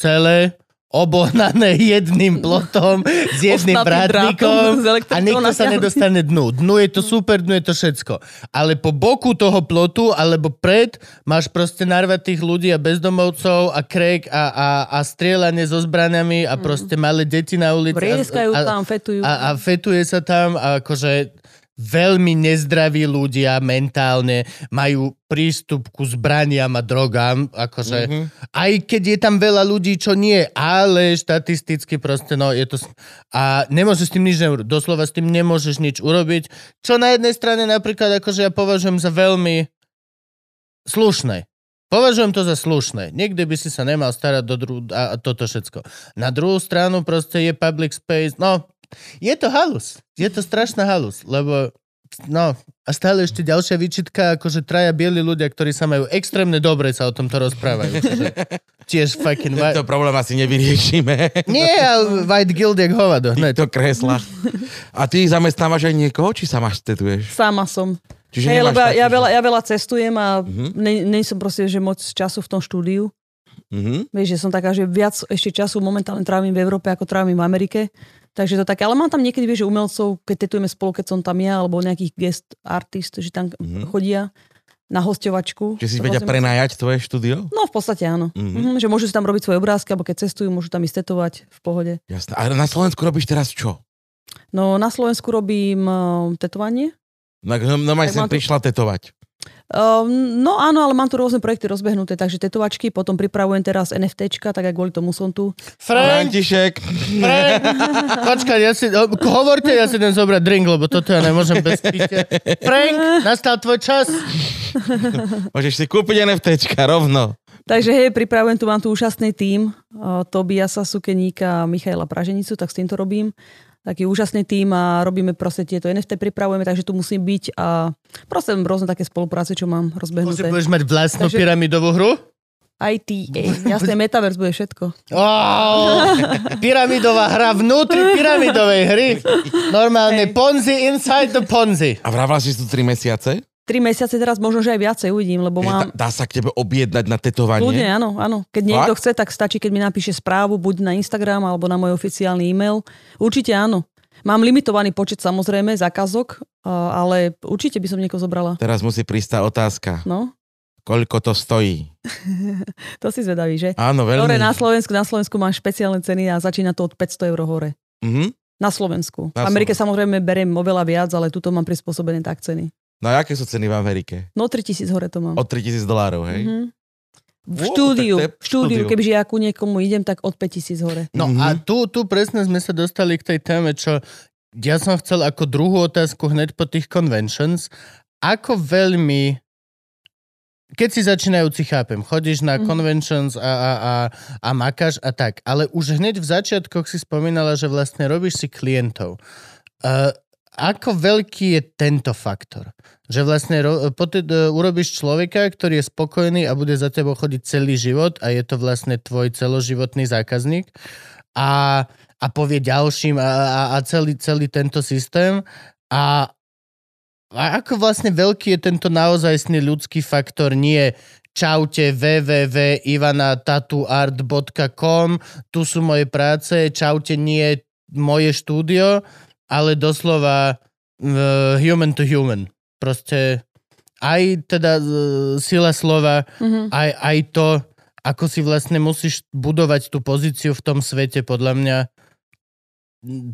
S2: celé, obohnané jedným plotom s jedným
S3: Ostnatý drátom
S2: vrátnikom
S3: s Mhm.
S2: a
S3: elektrikou
S2: nikto sa
S3: natiahnutý.
S2: nedostane dnu. Dnu je to super, dnu je to všetko. Ale po boku toho plotu alebo pred máš proste narvatých ľudí a bezdomovcov a krek a, a, a strieľanie so zbraniami a proste malé deti na ulici. a-
S3: Mhm. Prieskajú
S2: a,
S3: tam, fetujú.
S2: a, a fetuje sa tam a akože veľmi nezdraví ľudia mentálne majú prístup ku zbraniam a drogám, akože mm-hmm. aj keď je tam veľa ľudí, čo nie, ale štatisticky proste, no je to... s- A nemôžeš s tým nič neurobiť, doslova s tým nemôžeš nič urobiť, čo na jednej strane napríklad akože ja považujem za veľmi slušné. Považujem to za slušné. Niekde by si sa nemal starať do dru- a, a toto všetko. Na druhú stranu proste je public space, no je to halus. Je to strašná halus, lebo no a stále ešte ďalšia výčitka, akože traja bieli ľudia, ktorí sa majú extrémne dobre, sa o tomto rozprávajú. Čiže tiež fucking...
S1: Tento
S2: Wa-
S1: problém asi nevyriešime.
S2: nie, ale White Guild jak hovado.
S1: V
S2: Hned.
S1: týchto kreslách. A ty zamestnávaš aj niekoho, či sa máš tetuješ?
S3: Sama som.
S1: Čiže
S3: Hej,
S1: nemáš
S3: lebo ja,
S1: taký,
S3: ja,
S1: že-
S3: veľa, ja veľa cestujem a
S1: Mhm.
S3: mm-hmm. ne, ne som proste, že moc času v tom štúdiu.
S1: Mhm.
S3: Vieš, že som taká, že viac ešte času momentálne trávim v Európe, ako trávim v Amerike. Takže to také, ale mám tam niekedy, vieš, že umelcov, keď tetujeme spolu, keď som tam ja, alebo nejakých guest artist, že tam
S1: Mhm.
S3: mm-hmm. chodia na hostovačku.
S1: Čiže si
S3: To
S1: vedia
S3: vlastne-
S1: prenajať tvoje štúdio?
S3: No v podstate áno.
S1: Mhm.
S3: Mm-hmm. Že môžu si tam robiť svoje obrázky, alebo keď cestujú, môžu tam ísť tetovať v pohode.
S1: Jasné. A na Slovensku robíš teraz čo?
S3: No na Slovensku robím uh, tetovanie.
S1: No, no, no
S3: Tak
S1: sem
S3: mám tu-
S1: prišla tetovať.
S3: Um, no áno, ale mám tu rôzne projekty rozbehnuté, takže tetovačky, potom pripravujem teraz NFTčka, tak aj kvôli tomu som tu.
S2: Frank,
S1: František.
S2: Frank, počkaj, ja si, o, hovorte, ja si idem zobrať drink, lebo toto ja nemôžem bez pitia. Frank, nastal tvoj čas.
S1: Môžeš si kúpiť NFTčka rovno.
S3: Takže hej, pripravujem tu, mám tu úžasný tím uh, Tobiasa Sukeníka a Michaela Praženicu, tak s týmto robím. Taký úžasný tím a robíme proste tieto NFT, pripravujeme, takže tu musím byť a proste rôzne také spolupráce, čo mám
S2: Už
S3: rozbehnuté.
S2: budeš mať vlastnú
S3: Takže-
S2: pyramidovú hru?
S3: IT, jasné, Metaverse bude všetko.
S2: Oh, pyramidová hra vnútri pyramidovej hry. Normálne Ponzi inside the Ponzi.
S1: A vravala si tu 3 mesiace?
S3: Tri mesiace teraz, možno, že aj viacej uvidím, lebo
S1: Že
S3: mám...
S1: dá- Dá sa k tebe objednať na tetovanie?
S3: Ľudne, áno, áno. Keď niekto chce, tak stačí, keď mi napíše správu, buď na Instagram, alebo na môj oficiálny e-mail. Určite áno. Mám limitovaný počet samozrejme zákazok, a- ale určite by som niekoho zobrala.
S1: Teraz musí prísť tá otázka.
S3: No,
S1: Koľko to stojí?
S3: to si zvedavý, že?
S1: Áno, veľmi.
S3: Dobre, na Slovensku, na Slovensku máš špeciálne ceny a začína to od 500 eur hore.
S1: Mhm.
S3: Na Slovensku.
S1: Na
S3: v Amerike samozrejme beriem oveľa viac, ale tuto mám prispôsobené tak ceny.
S1: No a aké sú ceny v Amerike?
S3: No 3000 hore to mám.
S1: Od 3000 dolárov, hej?
S3: Mhm. V
S1: Wow,
S3: štúdiu,
S1: tak to je
S3: v štúdiu,
S1: štúdiu.
S3: kebyže ja ku niekomu idem, tak od 5000 hore.
S2: No
S1: Mhm.
S2: a tu, tu presne sme sa dostali k tej téme, čo ja som chcel ako druhú otázku hneď po tých conventions. Ako veľmi... Keď si začínajúci, chápem, chodíš na
S3: Mhm.
S2: conventions a, a, a, a makáš a tak, ale už hneď v začiatkoch si spomínala, že vlastne robíš si klientov. Uh, ako veľký je tento faktor? Že vlastne ro- poté e, urobíš človeka, ktorý je spokojný a bude za tebou chodiť celý život a je to vlastne tvoj celoživotný zákazník a, a povie ďalším a, a, a celý, celý tento systém a, a ako vlastne veľký je tento naozajstný ľudský faktor, nie čaute www.ivanatatuart.com tu sú moje práce, čaute nie moje štúdio, ale doslova uh, human to human. Proste aj teda uh, sila slova,
S3: Mhm.
S2: aj, aj to, ako si vlastne musíš budovať tú pozíciu v tom svete, podľa mňa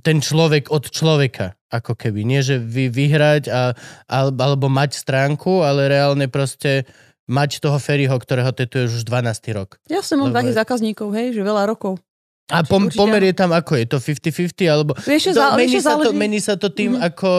S2: ten človek od človeka, ako keby. Nie, že vy vyhrať a, al, alebo mať stránku, ale reálne proste mať toho Ferryho, ktorého tetuješ už 12. rok.
S3: Ja som mám
S2: Dobre.
S3: takých zákazníkov, hej, že veľa rokov.
S2: A pom,
S3: Určite
S2: pomer
S3: áno.
S2: je tam ako? Je to 50-50? Alebo...
S3: Vieš, čo,
S2: To,
S3: zá,
S2: mení,
S3: vieš, čo
S2: sa to,
S3: záleží-
S2: mení sa to tým,
S3: Mhm.
S2: ako,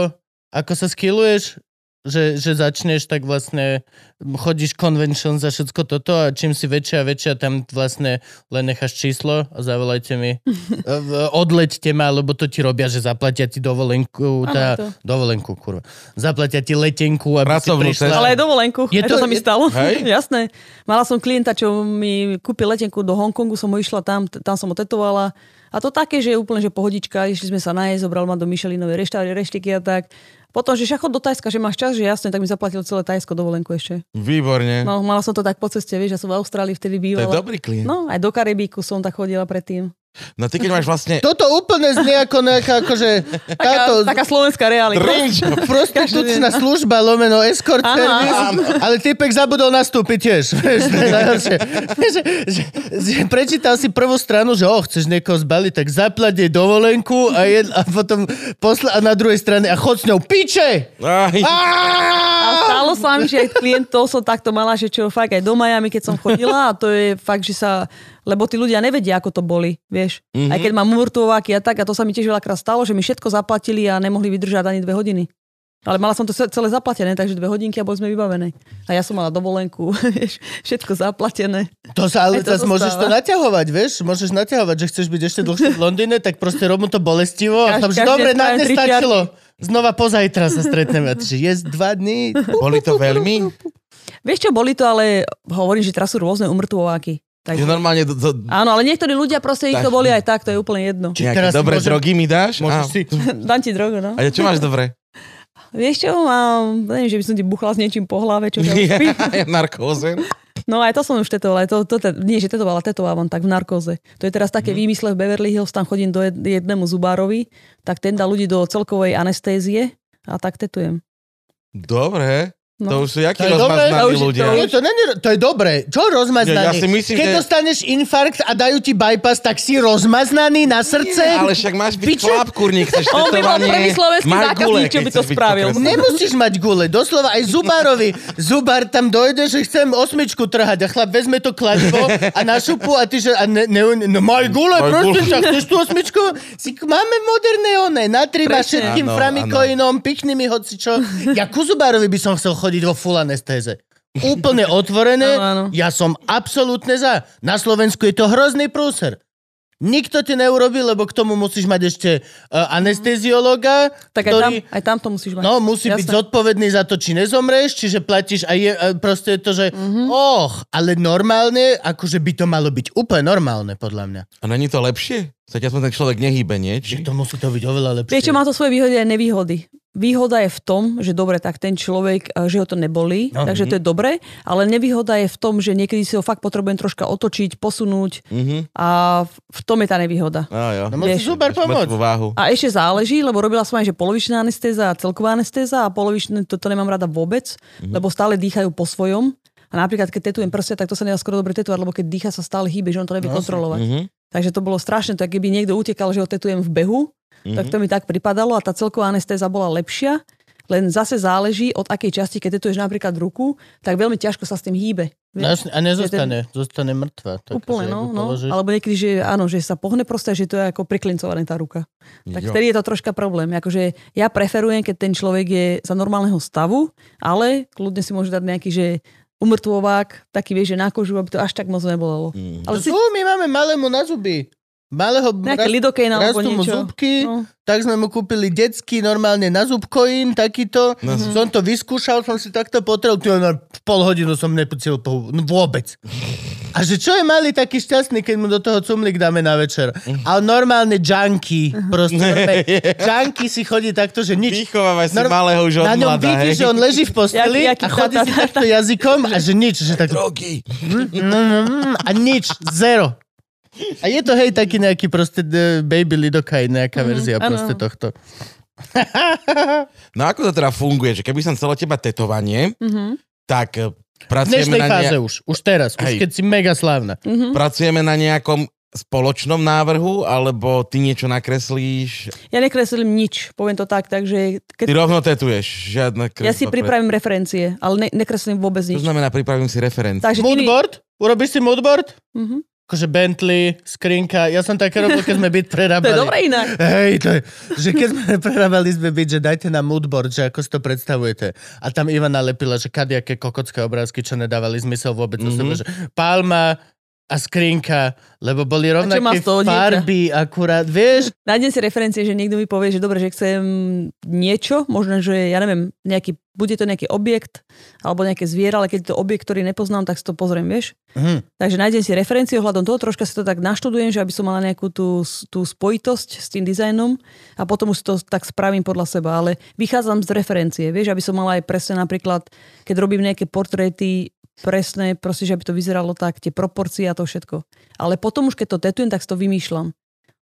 S2: ako sa skilluješ? Že, že začneš, tak vlastne chodíš convention za všetko toto a čím si väčšia a väčšia, tam vlastne len necháš číslo a zavolajte mi. E, v- Odleďte ma, lebo to ti robia, že zaplatia ti dovolenku,
S3: Áno,
S2: tá,
S3: je to.
S2: dovolenku, kurva. Zaplatia ti letenku, aby si
S1: Pracovnú
S2: prišla.
S1: cestu.
S3: Ale aj dovolenku.
S2: Je
S3: Je
S2: to-
S3: to, aj to sa mi
S2: je-
S3: stalo.
S1: Hej.
S3: Jasné. Mala som klienta, čo mi kúpil letenku do Hongkongu, som ho išla tam, t- tam som ho tetovala. A to také, že úplne, že pohodička, išli sme sa najesť, zobral ma do Michelinovej reštaurácie, reštiky a tak. Potom, že šachod do Tajska, že máš čas, že jasne, tak mi zaplatil celé Tajsko dovolenku ešte.
S1: Výborne.
S3: No, mala som to tak po ceste, vieš, ja som v Austrálii vtedy
S1: Hm. to je
S3: bývala.
S1: dobrý klient. No.
S3: No, aj do Karibíku som tak chodila predtým.
S1: no ty keď máš vlastne...
S2: Toto úplne znie ako nejaká, akože,
S3: Taká,
S2: táto
S3: taká slovenská realita.
S1: Drž!
S2: prostitúcna No, služba, lomeno escort
S3: Áno,
S2: service,
S3: áno.
S2: ale typek zabudol nastúpiť tiež. Vieš, to je najhoršie. že, že, že, prečítal si prvú stranu, že oh, chceš niekoho zbaliť, tak zaplať jej dovolenku a, jed, a potom posla, a na druhej strane a chod s ňou piče!
S1: Aj,
S3: Ah!
S2: Á!
S3: A stalo sa mi, že aj klientov som takto mala, že čo fakt aj do Miami, keď som chodila a to je fakt, že sa, lebo tí ľudia nevedia, ako to boli, vieš.
S1: Mhm.
S3: Mm-hmm. Aj keď mám murtováky a tak, a to sa mi tiež veľakrát stalo, že mi všetko zaplatili a nemohli vydržať ani dve hodiny. Ale mala som to ce- celé zaplatené, takže dve hodinky a boli sme vybavené. A ja som mala dovolenku, vieš, všetko zaplatené.
S2: To sa, ale
S3: Aj to
S2: zase môžeš to
S3: zostáva.
S2: naťahovať, vieš? Môžeš naťahovať, že chceš byť ešte dlhšie v Londýne, tak proste rob mu to bolestivo. a
S3: Kaž-
S2: tam, že
S3: každý
S2: dobre,
S3: spraví
S2: na dnes
S3: tri
S2: stačilo. Znova pozajtra sa stretneme. A ty, že je dva dní.
S1: boli to veľmi?
S3: Vieš čo, boli to, ale hovorím, že teraz sú rôzne umrtováky.
S1: Že
S3: Takže...
S1: normálne... Do, do,
S3: Áno, ale niektorí ľudia proste ich to
S1: Tak.
S3: boli aj tak, to je úplne jedno.
S2: Či
S1: nejaké
S2: teraz si
S1: dobré
S2: môžem-
S1: drogy mi dáš?
S2: Môžeš
S1: Á.
S2: si...
S3: Dám ti drogu, no.
S1: A ja, čo máš dobre?
S3: Vieš čo, mám, neviem, že by som ti buchla s niečím po hlave, čo ťa uspí.
S1: Ja, narkóze.
S3: No aj to som už tetovala, aj to, to, te- nie, že tetovala, tetovávam tak v narkóze. To je teraz také
S2: Mhm.
S3: mm. výmysle v Beverly Hills, tam chodím do jed- jednému zubárovi, tak ten dá ľudí do celkovej anestézie a tak tetujem.
S1: Dobre.
S3: No.
S1: To už sú jakí
S2: To je dobré,
S3: to
S1: rozmaznaní
S3: už- to
S1: ľudia.
S2: Nie, to, není, to je dobré. Čo rozmaznaný?
S1: Ja- ja si myslím,
S2: Keď
S1: že-
S2: dostaneš infarkt a dajú ti bypass, tak si rozmaznaný na srdce?
S1: Ale však máš byť
S2: Piče.
S1: chlap, kurník, chceš
S3: On by bol
S1: tetovanie.
S3: prvý slovenský
S1: Maj
S3: zákazník,
S1: gule,
S3: čo
S1: keď
S3: by to
S1: chceš byť
S3: spravil.
S1: pokresný.
S2: Nemusíš mať gule, doslova aj zubárovi. Zubár tam dojde, že chcem osmičku trhať a chlap vezme to kladivo a našupu a ty že... A ne, ne, no maj gule,
S1: Maj
S2: prosím
S1: gule.
S2: ťa, chceš tú osmičku? Si, máme moderné one, natriba
S3: Presne.
S2: všetkým
S1: Áno,
S2: framikoinom, pichnými hocičo. Ja ku zubárovi by som chcel chodiť vo full anestéze. Úplne otvorené,
S3: Áno, áno.
S2: ja som absolútne za. Na Slovensku je to hrozný prúser. Nikto ti neurobi, lebo k tomu musíš mať ešte uh, anesteziologa,
S3: Tak aj tam,
S2: ktorý...
S3: aj tam to musíš mať.
S2: No, musí Jasne. byť zodpovedný za to, či nezomreš, čiže platíš a je a proste je to, že
S3: Mhm.
S2: mm-hmm. och, ale normálne, akože by to malo byť úplne normálne, podľa mňa.
S1: A není to lepšie? Sa ťa aspoň ten človek nehýbe, nie?
S2: Že
S1: Či...
S2: to musí to byť oveľa lepšie.
S3: Vieš čo, má to svoje výhody aj nevýhody. Výhoda je v tom, že dobre, tak ten človek, e, že ho to nebolí,
S2: No.
S3: no, takže to je dobre, ale nevýhoda je v tom, že niekedy si ho fakt potrebujem troška otočiť, posunúť
S1: Mhm.
S3: a v- v tom je tá nevýhoda.
S1: Á, jo.
S2: No musí
S3: Vieš,
S2: super
S1: Máš mŕtvu
S2: pomôcť.
S1: váhu.
S3: A ešte záleží, lebo robila som aj, že polovičná anestéza a celková anestéza a polovičné toto nemám rada vôbec,
S2: Mhm.
S3: mm-hmm. lebo stále dýchajú po svojom. A napríklad, keď tetujem prsia, tak to sa nedá skoro dobre tetovať, lebo keď dýcha sa stále hýbe, že on to nevie
S2: No,
S3: no, kontrolovať.
S1: Mhm.
S3: Takže to bolo strašné, tak keby niekto utekal, že ho tetujem v behu, mm-hmm.
S2: Mhm.
S3: tak to mi tak pripadalo a tá celková anestéza bola lepšia, len zase záleží od akej časti, keď tetuješ napríklad ruku, tak veľmi ťažko sa s tým hýbe.
S2: No,
S3: Vieš?
S2: jasne, a nezostane, zostane mŕtva. Tak, že
S3: Úplne,
S2: ju
S3: no, no.
S2: položíš-
S3: Alebo niekedy, že áno, že sa pohne proste, že to je ako priklincované tá ruka. Tak
S1: Jo.
S3: vtedy je to troška problém. Akože ja preferujem, keď ten človek je za normálneho stavu, ale kľudne si môže dať nejaký, že umrtvovák, taký vieš, že na kožu, aby to až tak moc nebolelo.
S1: Mhm.
S3: Ale
S2: To
S3: si,
S2: sú, my máme malému na zuby. malého
S3: Nejaké lidokain alebo
S2: rastú mu
S3: niečo.
S2: zúbky,
S3: No.
S2: tak sme mu kúpili detský normálne na zubkoin, takýto. Som to vyskúšal, som si takto potrel, tu na pol hodinu som nepocil po, no vôbec. A že čo je malý taký šťastný, keď mu do toho cumlik dáme na večer. A on normálne junkie,
S3: Mhm.
S2: proste normálne, junkie si chodí takto, že nič.
S1: Vychovávaj si
S2: Norm-
S1: malého už od
S2: Na ňom
S1: mladá,
S2: vidí,
S1: hej.
S2: že on leží v posteli
S3: Jaký-
S2: a
S3: jaký
S2: chodí
S3: tata.
S2: si takto jazykom a že nič, že takto
S1: Drogy.
S2: Mm, a nič, zero. A je to hej taký nejaký proste e, baby lidokai, nejaká verzia
S3: Mhm, áno.
S2: proste tohto.
S1: No ako to teda funguje, že keby som chcel od teba tetovanie,
S3: Mhm.
S1: tak e,
S2: V dnešnej
S1: pracujeme na,
S2: fáze
S1: ne-
S2: už, už teraz, už
S1: Hej.
S2: keď si mega slávna.
S3: Mhm.
S1: pracujeme na nejakom spoločnom návrhu, alebo ty niečo nakreslíš,
S3: Ja nekreslím nič, poviem to tak, takže
S1: ty
S3: keď
S1: rovno tetuješ, žiadna kresba.
S3: ja si
S1: pred-
S3: pripravím referencie, ale ne, nekreslím vôbec
S1: To
S3: nič.
S1: znamená, pripravím si referenciu.
S3: Takže ty...
S2: Moodboard? Urobíš si moodboard?
S3: Mhm.
S2: Akože Bentley, skrinka, ja som také robil, keď sme byt
S3: To je
S2: prerábali.
S3: dobre inak.
S2: Hej, to je, že keď sme prerábali sme byt, že dajte nám moodboard, že ako si to predstavujete. A tam Ivana lepila, že kadejaké kokocké obrázky, čo nedávali zmysel vôbec mm-hmm.
S3: Mhm.
S2: sebe, že palma a skrinka, lebo boli
S3: čo má
S2: rovnaké
S3: z toho dieťa?
S2: farby akurát, vieš?
S3: Nájdem si referencie, že niekto mi povie, že dobre, že chcem niečo, možno, že ja neviem, nejaký, bude to nejaký objekt alebo nejaké zviera, ale keď je to objekt, ktorý nepoznám, tak si to pozriem, vieš.
S2: Mhm.
S3: Takže nájdem si referenciu ohľadom toho, troška si to tak naštudujem, že aby som mala nejakú tú, tú spojitosť s tým dizajnom a potom už to tak spravím podľa seba, ale vychádzam z referencie, vieš, aby som mala aj presne napríklad, keď robím nejaké portréty, presné, proste, že aby to vyzeralo tak, tie proporcie a to všetko. Ale potom už keď to tetujem, tak si to vymýšľam.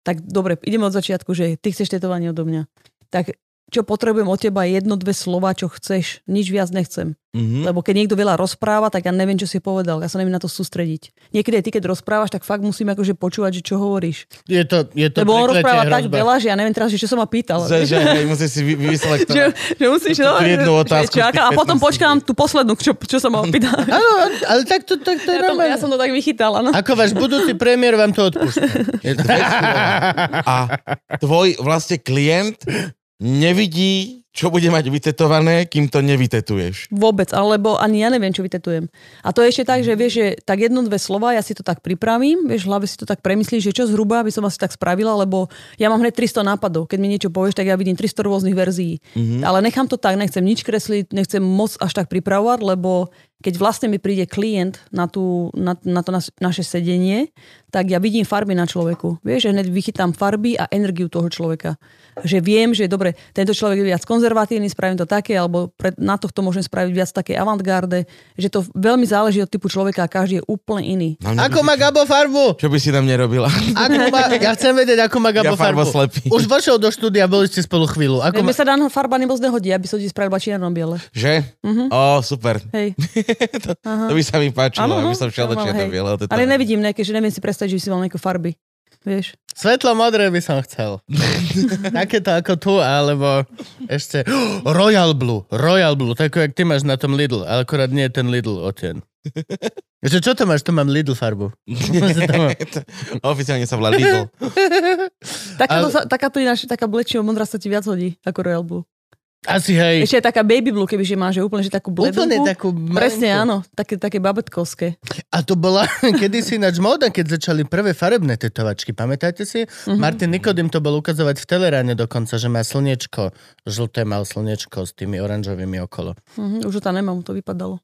S3: Tak dobre, ideme od začiatku, že ty chceš tetovanie odo mňa. Tak čo potrebujem od teba, je jedno, dve slova, čo chceš, nič viac nechcem.
S1: Mhm.
S3: Lebo keď niekto veľa rozpráva, tak ja neviem, čo si povedal. Ja sa neviem na to sústrediť. Niekedy aj ty, keď rozprávaš, tak fakt musím akože počúvať, že čo hovoríš.
S2: Je to, je to
S3: Lebo on
S2: prikletie
S3: rozpráva tak
S2: hrozba.
S3: veľa, že ja neviem teraz, že čo som ma pýtal.
S1: Že, že, hej, musíš si vy-
S3: že,
S1: vyselektovať.
S3: že musíš,
S1: Tú
S3: no, že-
S1: jednu
S3: že
S1: otázku
S3: čaká, a
S1: tých
S3: potom
S1: 15
S3: počkám tú poslednú, čo, čo som ma pýtal.
S2: Áno, ale tak to, tak to je
S3: Ja, to,
S2: normálne.
S3: ja som to tak vychytala. No.
S2: Ako váš budúci premiér vám to odpúšťa. Je to-
S1: A tvoj vlastne klient nevidí, čo bude mať vytetované, kým to nevytetuješ.
S3: Vôbec, alebo ani ja neviem, čo vytetujem. A to je ešte tak, že vieš, že tak jedno, dve slova, ja si to tak pripravím, vieš, v hlave si to tak premyslíš, že čo zhruba by som asi tak spravila, lebo ja mám hneď 300 nápadov. Keď mi niečo povieš, tak ja vidím 300 rôznych verzií. Mm-hmm. Ale nechám to tak, nechcem nič kresliť, nechcem moc až tak pripravovať, lebo keď vlastne mi príde klient na, tú, na, na to nas, naše sedenie, tak ja vidím farby na človeku. Vieš, že hneď vychytám farby a energiu toho človeka. Že viem, že dobre, tento človek je viac konzervatívny, spravím to také, alebo pre, na tohto môžem spraviť viac také avantgarde, že to veľmi záleží od typu človeka a každý je úplne iný.
S1: Na mňa by
S2: Ako
S1: si-
S2: má Gabo farbu?
S1: Čo by si tam nerobila?
S2: Ako má, ja chcem vedieť, ako má Gabo
S1: Ja farbo
S2: farbu.
S1: slepý.
S2: Už vošiel do štúdia, boli ste spolu chvíľu. Ako
S3: Ako
S2: má...
S3: sa dá farba nebo znehodí, aby som ti spravila čierno-biele.
S1: Že?
S3: Mhm.
S1: Ó, super.
S3: Hej. Aha.
S1: To by sa mi páčilo,
S3: Áno,
S1: aby
S3: no,
S1: som šiel do
S3: áno, hej.
S1: čierno-bieleho
S3: Ale
S1: tetovania.
S3: nevidím nejaké, že neviem si predstaviť, že by si mal nejaké farby. Vieš.
S2: Svetlo modré by som chcel. Takéto ako tu, alebo ešte Royal Blue. Royal Blue, takú, jak ty máš na tom Lidl, ale akorát nie je ten Lidl oteň. Že čo to máš? Tu mám Lidl farbu.
S1: Oficiálne sa volá Lidl.
S3: Takáto,
S2: Ale-
S3: sa, takáto ináč, taká blečia modrá sa ti viac hodí ako Royal Blue.
S2: Asi hej.
S3: Ešte aj taká baby blue, kebyže máš, že úplne, že takú bledú.
S2: Úplne takú
S3: Presne,
S2: malinkú.
S3: áno. Také, také babetkovské.
S2: A to bola kedysi ináč móda, keď začali prvé farebné tetovačky. Pamätáte si?
S3: Mhm.
S2: Mm-hmm. Martin Nikodým to bol ukazovať v Teleráne dokonca, že má slnečko. Žlté mal slnečko s tými oranžovými okolo.
S3: Mhm, už ho tam nemám, to vypadalo.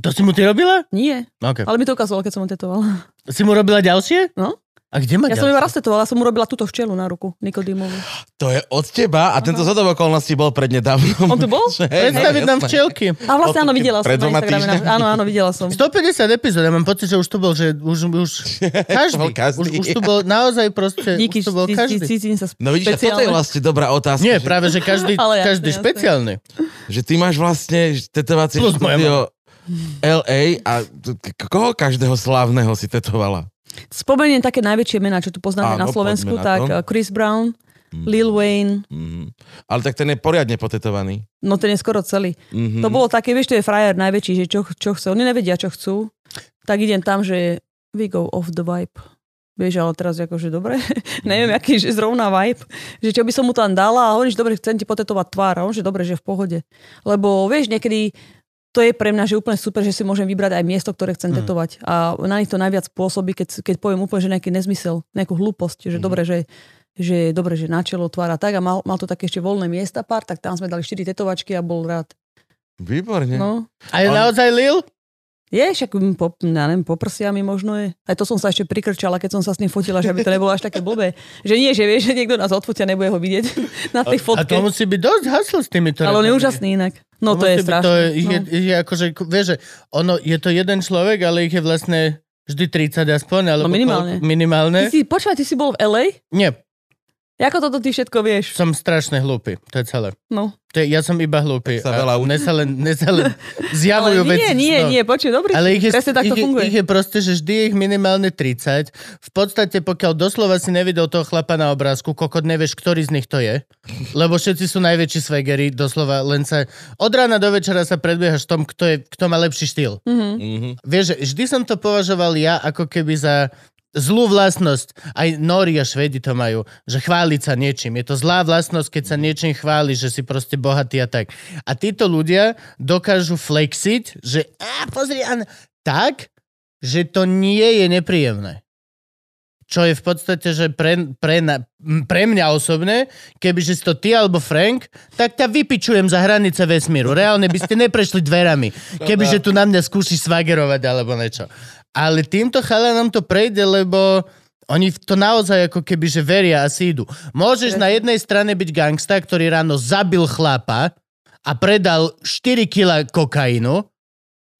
S2: To si mu ty robila? No,
S3: Nie,
S2: Okay.
S3: ale mi to ukázalo, keď som ho tetovala.
S2: Si mu robila ďalšie?
S3: No.
S2: A kde má
S3: Ja som
S2: ďalšie?
S3: iba raz tetovala, ja som mu robila túto včelu na ruku, Nikodýmovu.
S1: To je od teba a tento zhodov okolností bol prednedávnom.
S3: On tu bol?
S1: Že-
S2: Predstaviť
S1: Hej,
S2: nám
S1: jasné.
S2: včelky.
S3: A vlastne
S1: Odtedy
S3: áno, videla som
S1: pred
S3: na
S1: dvoma
S3: Instagrame.
S1: týždňami.
S3: Na... Áno, áno, videla som.
S2: 150 epizód, ja mám pocit, že už to bol, že už, už
S1: To
S2: každý,
S1: bol každý.
S2: Už, už to bol naozaj proste,
S3: Díky,
S2: už to bol
S3: cí- cí-
S2: každý.
S3: cítim sa
S1: No vidíš, a toto je
S3: speciálne.
S1: vlastne dobrá otázka.
S2: Nie,
S1: že,
S2: práve, že každý,
S3: Ale jasne,
S2: každý
S3: jasne.
S2: špeciálny.
S1: že ty máš vlastne tetovacie
S2: Plus moja
S1: štúdio LA a t- k- koho každého slávneho si tetovala?
S3: Spomeniem také najväčšie mená, čo tu poznáme
S1: Áno,
S3: na Slovensku,
S1: poďme na
S3: tak
S1: to.
S3: eh, Chris Brown, Lil Wayne,
S1: Mhm. Ale tak ten je poriadne potetovaný.
S3: no ten je skoro celý.
S1: Mhm.
S3: To bolo také, vieš, to je frajer najväčší, že čo, čo chce. Oni nevedia, čo chcú. Tak idem tam, že we go off the vibe. Vieš, ale teraz akože dobre, neviem, aký že zrovna vibe, že čo by som mu tam dala a hovoríš, dobre, chcem ti potetovať tvár a on, že dobre, že v pohode. Lebo vieš, niekedy to je pre mňa že úplne super, že si môžem vybrať aj miesto, ktoré chcem mm. tetovať. A na nich to najviac pôsobí, keď, keď poviem úplne, že nejaký nezmysel, nejakú hlúposť, že mm. dobre, že že dobre, že na čelo tvára tak a mal, mal to také ešte voľné miesta pár, tak tam sme dali 4 tetovačky a bol rád.
S1: Výborne.
S3: No.
S2: A je
S1: On-
S2: naozaj Lil?
S3: Je, však mm, po, ja neviem, po prsiami možno je. Aj to som sa ešte prikrčala, keď som sa s ním fotila, že aby to nebolo až také blbé. Že nie, že vieš, že niekto nás odfotia, nebude ho vidieť na
S2: A
S3: tej fotke.
S2: to musí byť dosť hasl s tými
S3: Ale on je
S2: teretami.
S3: úžasný inak. No to,
S2: musí
S3: je
S2: byť-
S3: strašné.
S2: To je,
S3: no.
S2: je, je akože, vieš, že ono, je to jeden človek, ale ich je vlastne vždy 30 aspoň, alebo
S3: No minimálne.
S2: koľko- minimálne.
S3: Ty si, počúvaj, ty si bol v LA?
S2: Nie,
S3: Ako toto ty všetko vieš?
S2: som strašne hlúpy, to je celé.
S3: No.
S2: To je, ja som iba hlúpy.
S1: Tak sa
S2: a
S1: veľa učí.
S2: mne sa len, mne sa len zjavujú
S3: Ale nie,
S2: veci.
S3: nie,
S2: no.
S3: nie, počuj, dobrý.
S2: Ale ich je,
S3: Presne
S2: ich,
S3: tak to
S2: je-
S3: funguje.
S2: ich je proste, že vždy je ich minimálne 30. V podstate, pokiaľ doslova si nevidel toho chlapa na obrázku, kokot nevieš, ktorý z nich to je. Lebo všetci sú najväčší svegery, doslova len sa... Od rána do večera sa predbiehaš v tom, kto, je, kto má lepší štýl.
S3: Mhm.
S1: Mhm.
S2: Vieš, že vždy som to považoval ja ako keby za zlú vlastnosť. Aj Nóri a Švedi to majú, že chváliť sa niečím. Je to zlá vlastnosť, keď sa niečím chváli, že si proste bohatý a tak. A títo ľudia dokážu flexiť, že a pozri, a, tak, že to nie je nepríjemné. Čo je v podstate, že pre, pre, na- m, pre mňa osobne, kebyže si to ty alebo Frank, tak ťa vypičujem za hranice vesmíru. Reálne by ste neprešli dverami, kebyže tu na mňa skúšiš svagerovať alebo niečo. Ale týmto chalanom to prejde, lebo oni v to naozaj ako keby, že veria a si idú. Môžeš na jednej strane byť gangsta, ktorý ráno zabil chlapa a predal 4 kg kokainu,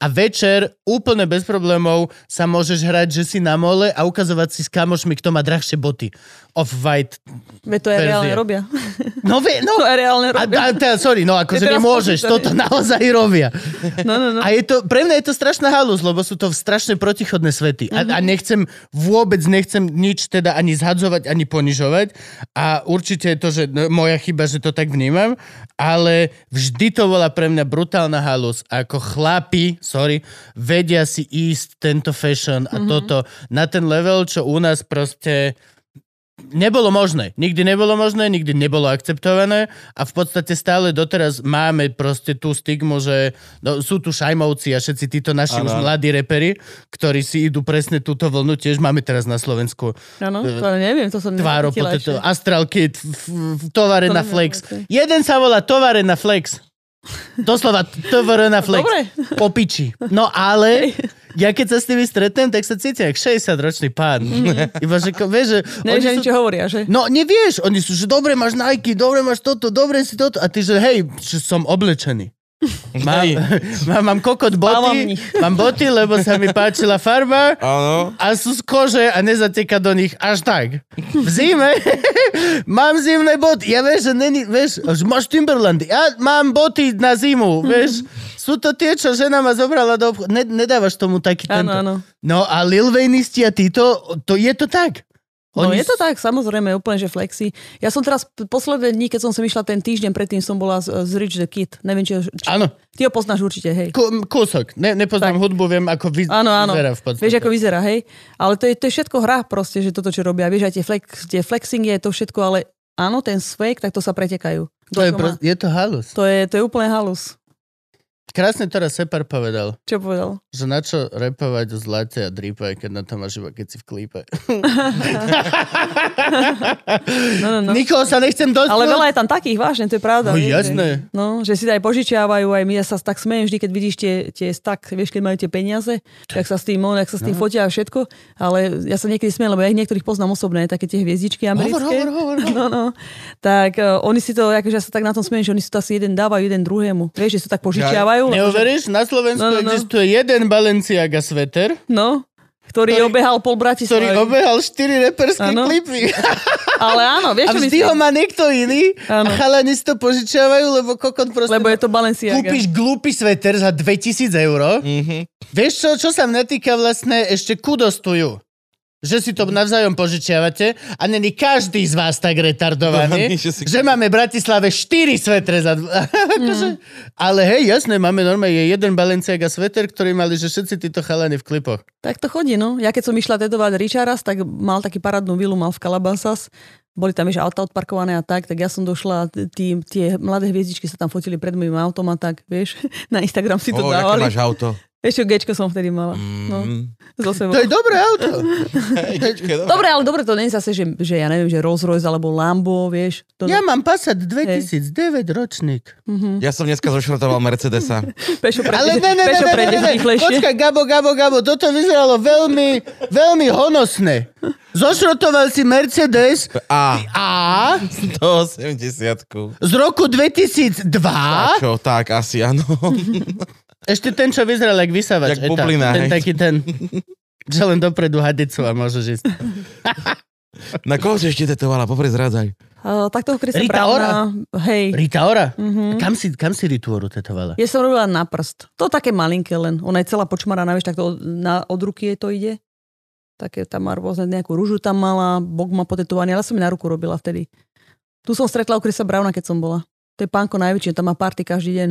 S2: a večer úplne bez problémov sa môžeš hrať, že si na mole a ukazovať si s kamošmi, kto má drahšie boty. Off-white.
S3: Veď to aj
S2: Verzie.
S3: reálne robia.
S2: No, ve,
S3: To
S2: no.
S3: aj reálne
S2: A,
S3: robia.
S2: a, teda, sorry, no akože
S3: Je teraz
S2: nemôžeš,
S3: pozitívne.
S2: toto naozaj robia.
S3: No, no, no.
S2: A je to, pre mňa je to strašná halus, lebo sú to strašne protichodné svety. A, a nechcem, vôbec nechcem nič teda ani zhadzovať, ani ponižovať. A určite je to, že no, moja chyba, že to tak vnímam, ale vždy to bola pre mňa brutálna halus. Ako chlapi, sorry, vedia si ísť tento fashion a toto na ten level, čo u nás proste nebolo možné. Nikdy nebolo možné, nikdy nebolo akceptované a v podstate stále doteraz máme proste tú stigmu, že no, sú tu šajmovci a všetci títo naši
S1: Áno,
S2: už
S1: áno.
S2: mladí reperi, ktorí si idú presne túto vlnu, tiež máme teraz na Slovensku
S3: Áno, No, to neviem, to som
S2: tváro,
S3: nezachytila
S2: poteto,
S3: ešte.
S2: Astral Kid, f- f- tovare
S3: To
S2: na
S3: neviem,
S2: Flex.
S3: to je.
S2: Jeden sa volá tovare na Flex. Doslova tovare na Flex.
S3: Dobre.
S2: Po piči. No ale... Ja keď sa s nimi stretnem, tak sa cítim jak 60-ročný pán. Iba, že, ko- vieš, že
S3: Nevieš ani,
S2: oni sú
S3: Mhm. čo hovoria, že?
S2: No nevieš, oni sú, že dobre máš Nike, dobre máš toto, dobre si toto. A ty, že hej, že som oblečený. Mám,
S1: Hej.
S2: mám, mám kokot
S3: Spávam v
S2: boty,
S3: nich.
S2: mám boty, lebo sa mi páčila farba
S1: Áno.
S2: a sú z kože a nezateka do nich až tak. V zime mám zimné boty. Ja vieš, že není, vieš, až máš Timberlandy. Ja mám boty na
S3: Mhm.
S2: zimu, vieš. Sú to tie, čo žena ma zobrala do obchodu. Ne, nedávaš tomu taký
S3: Áno,
S2: tento.
S3: áno.
S2: No a Lil Waynisti a títo, to je to tak.
S3: No
S2: Oni
S3: je to tak, samozrejme, úplne, že flexi. Ja som teraz p- posledné dni, keď som sem išla ten týždeň, predtým som bola z, z Rich the Kid. Neviem, či, ho- či
S2: Áno.
S3: ty ho poznáš určite, hej.
S2: Ku- kúsok. Ne, nepoznám
S3: Tak.
S2: hudbu, viem, ako vy-
S3: Áno, áno.
S2: vyzerá v podstate.
S3: Vieš, ako vyzerá, hej. Ale to je, to je všetko hra proste, že toto, čo robia. Vieš, aj tie, flex, tie flexing je to všetko, ale áno, ten swag, tak to sa pretekajú.
S2: to je,
S3: Kto
S2: pro...
S3: má-
S2: je to halus.
S3: to, je, to je úplne halus.
S2: Krásne teraz Separ povedal,
S3: Čo povedal?
S2: že na čo repovať o zlate a dripe, keď na to máš iba keď si v klípe.
S3: No, no, no.
S2: Nikoho sa nechcem dotknúť.
S3: Ale veľa je tam takých, vážne, to je pravda.
S2: No
S3: vieš, že-
S2: jasné.
S3: No, že si to aj požičiavajú, aj my ja sa tak smejem vždy, keď vidíš tie, tie tak, vieš, keď majú tie peniaze, tak sa s tým, on, jak sa s
S2: Mhm.
S3: tým fotia a všetko, ale ja sa niekedy smejem, lebo ja ich niektorých poznám osobné, také tie hviezdičky americké.
S2: Hovor, hovor, hovor. hovor.
S3: No, no. Tak uh, oni si to, akože ja sa tak na tom smejem, že oni si to asi jeden dávajú jeden druhému. Vieš, že si to tak požičiavajú.
S2: Neuveríš? Na Slovensku
S3: No, no, no.
S2: existuje jeden Balenciaga sveter,
S3: No, ktorý,
S2: Ktorý-
S3: obehal pol Bratislavy.
S2: ktorý obehal štyri reperské
S3: Áno.
S2: klipy.
S3: Ale áno, vieš,
S2: A
S3: čo
S2: vždy
S3: myslím?
S2: ho má niekto iný a
S3: Áno.
S2: chalani si to požičiavajú, lebo kokon proste...
S3: Lebo je to Balenciaga.
S2: Kúpiš glúpy sveter za 2000 eur.
S1: Mhm.
S2: Vieš čo, čo sa mne týka vlastne, ešte kudostujú. Že si to navzájom požičiavate a není každý z vás tak retardovaný,
S1: Dovaný, že si-
S2: že máme v Bratislave 4 svetre za dva. Akože- Ale hej, jasné, máme normálne je jeden Balenciaga sveter, ktorý mali, že všetci títo chalani v klipoch.
S3: Tak to chodí, no. Ja keď som išla tetovať Richardas, tak mal taký paradnú vilu, mal v Calabasas boli tam ešte auta odparkované a tak, tak ja som došla, t- tí, tie mladé hviezdičky sa tam fotili pred mojim autom a tak, vieš, na Instagram si to
S1: O, aké
S3: dávali.
S1: máš auto?
S3: Ešte gečko som vtedy mala. No,
S1: Mm.
S3: so sebou.
S2: To je dobré auto.
S1: Hej, Gečko je dobré.
S3: Dobre, ale dobre, to nie je zase, že, že ja neviem, že Rolls Royce alebo Lambo, vieš. To,
S2: Ja mám Passat 2009 ročník.
S3: Mhm.
S1: Ja som dneska zošrotoval Mercedesa.
S3: Pešo pre,
S2: Ale ne, ne, ne, ne,
S3: pešo
S2: ne,
S3: prejdeš
S2: ne, ne.
S3: rýchlejšie.
S2: Počkaj, Gabo, Gabo, Gabo, toto vyzeralo veľmi, veľmi honosné. Zošrotoval si Mercedes
S1: A
S2: A
S1: to 80
S2: z roku 2002.
S1: A čo, tak asi, áno.
S2: Ešte ten, čo vyzeral jak vysavač. E,
S1: Jak bublina,
S2: ten
S1: hej.
S2: taký ten, že len dopredu hadicu a môžeš ísť.
S1: Na koho si ešte tetovala? Popri zradzaj.
S3: Uh, tak toho Krista
S2: Rita Ora.
S3: Právna, hej. Mhm.
S2: Rita Ora, kam, si, kam si Ritu Oru tetovala?
S3: Ja som robila na prst. To také malinké len. Ona je celá počmaraná, vieš, tak to od, na, od ruky jej to ide. Také tam má rôzne, nejakú rúžu tam mala, bok má potetovaný, ale som ju na ruku robila vtedy. Tu som stretla u Krisa Brauna, keď som bola. To je pánko najväčšie, tam má party každý deň.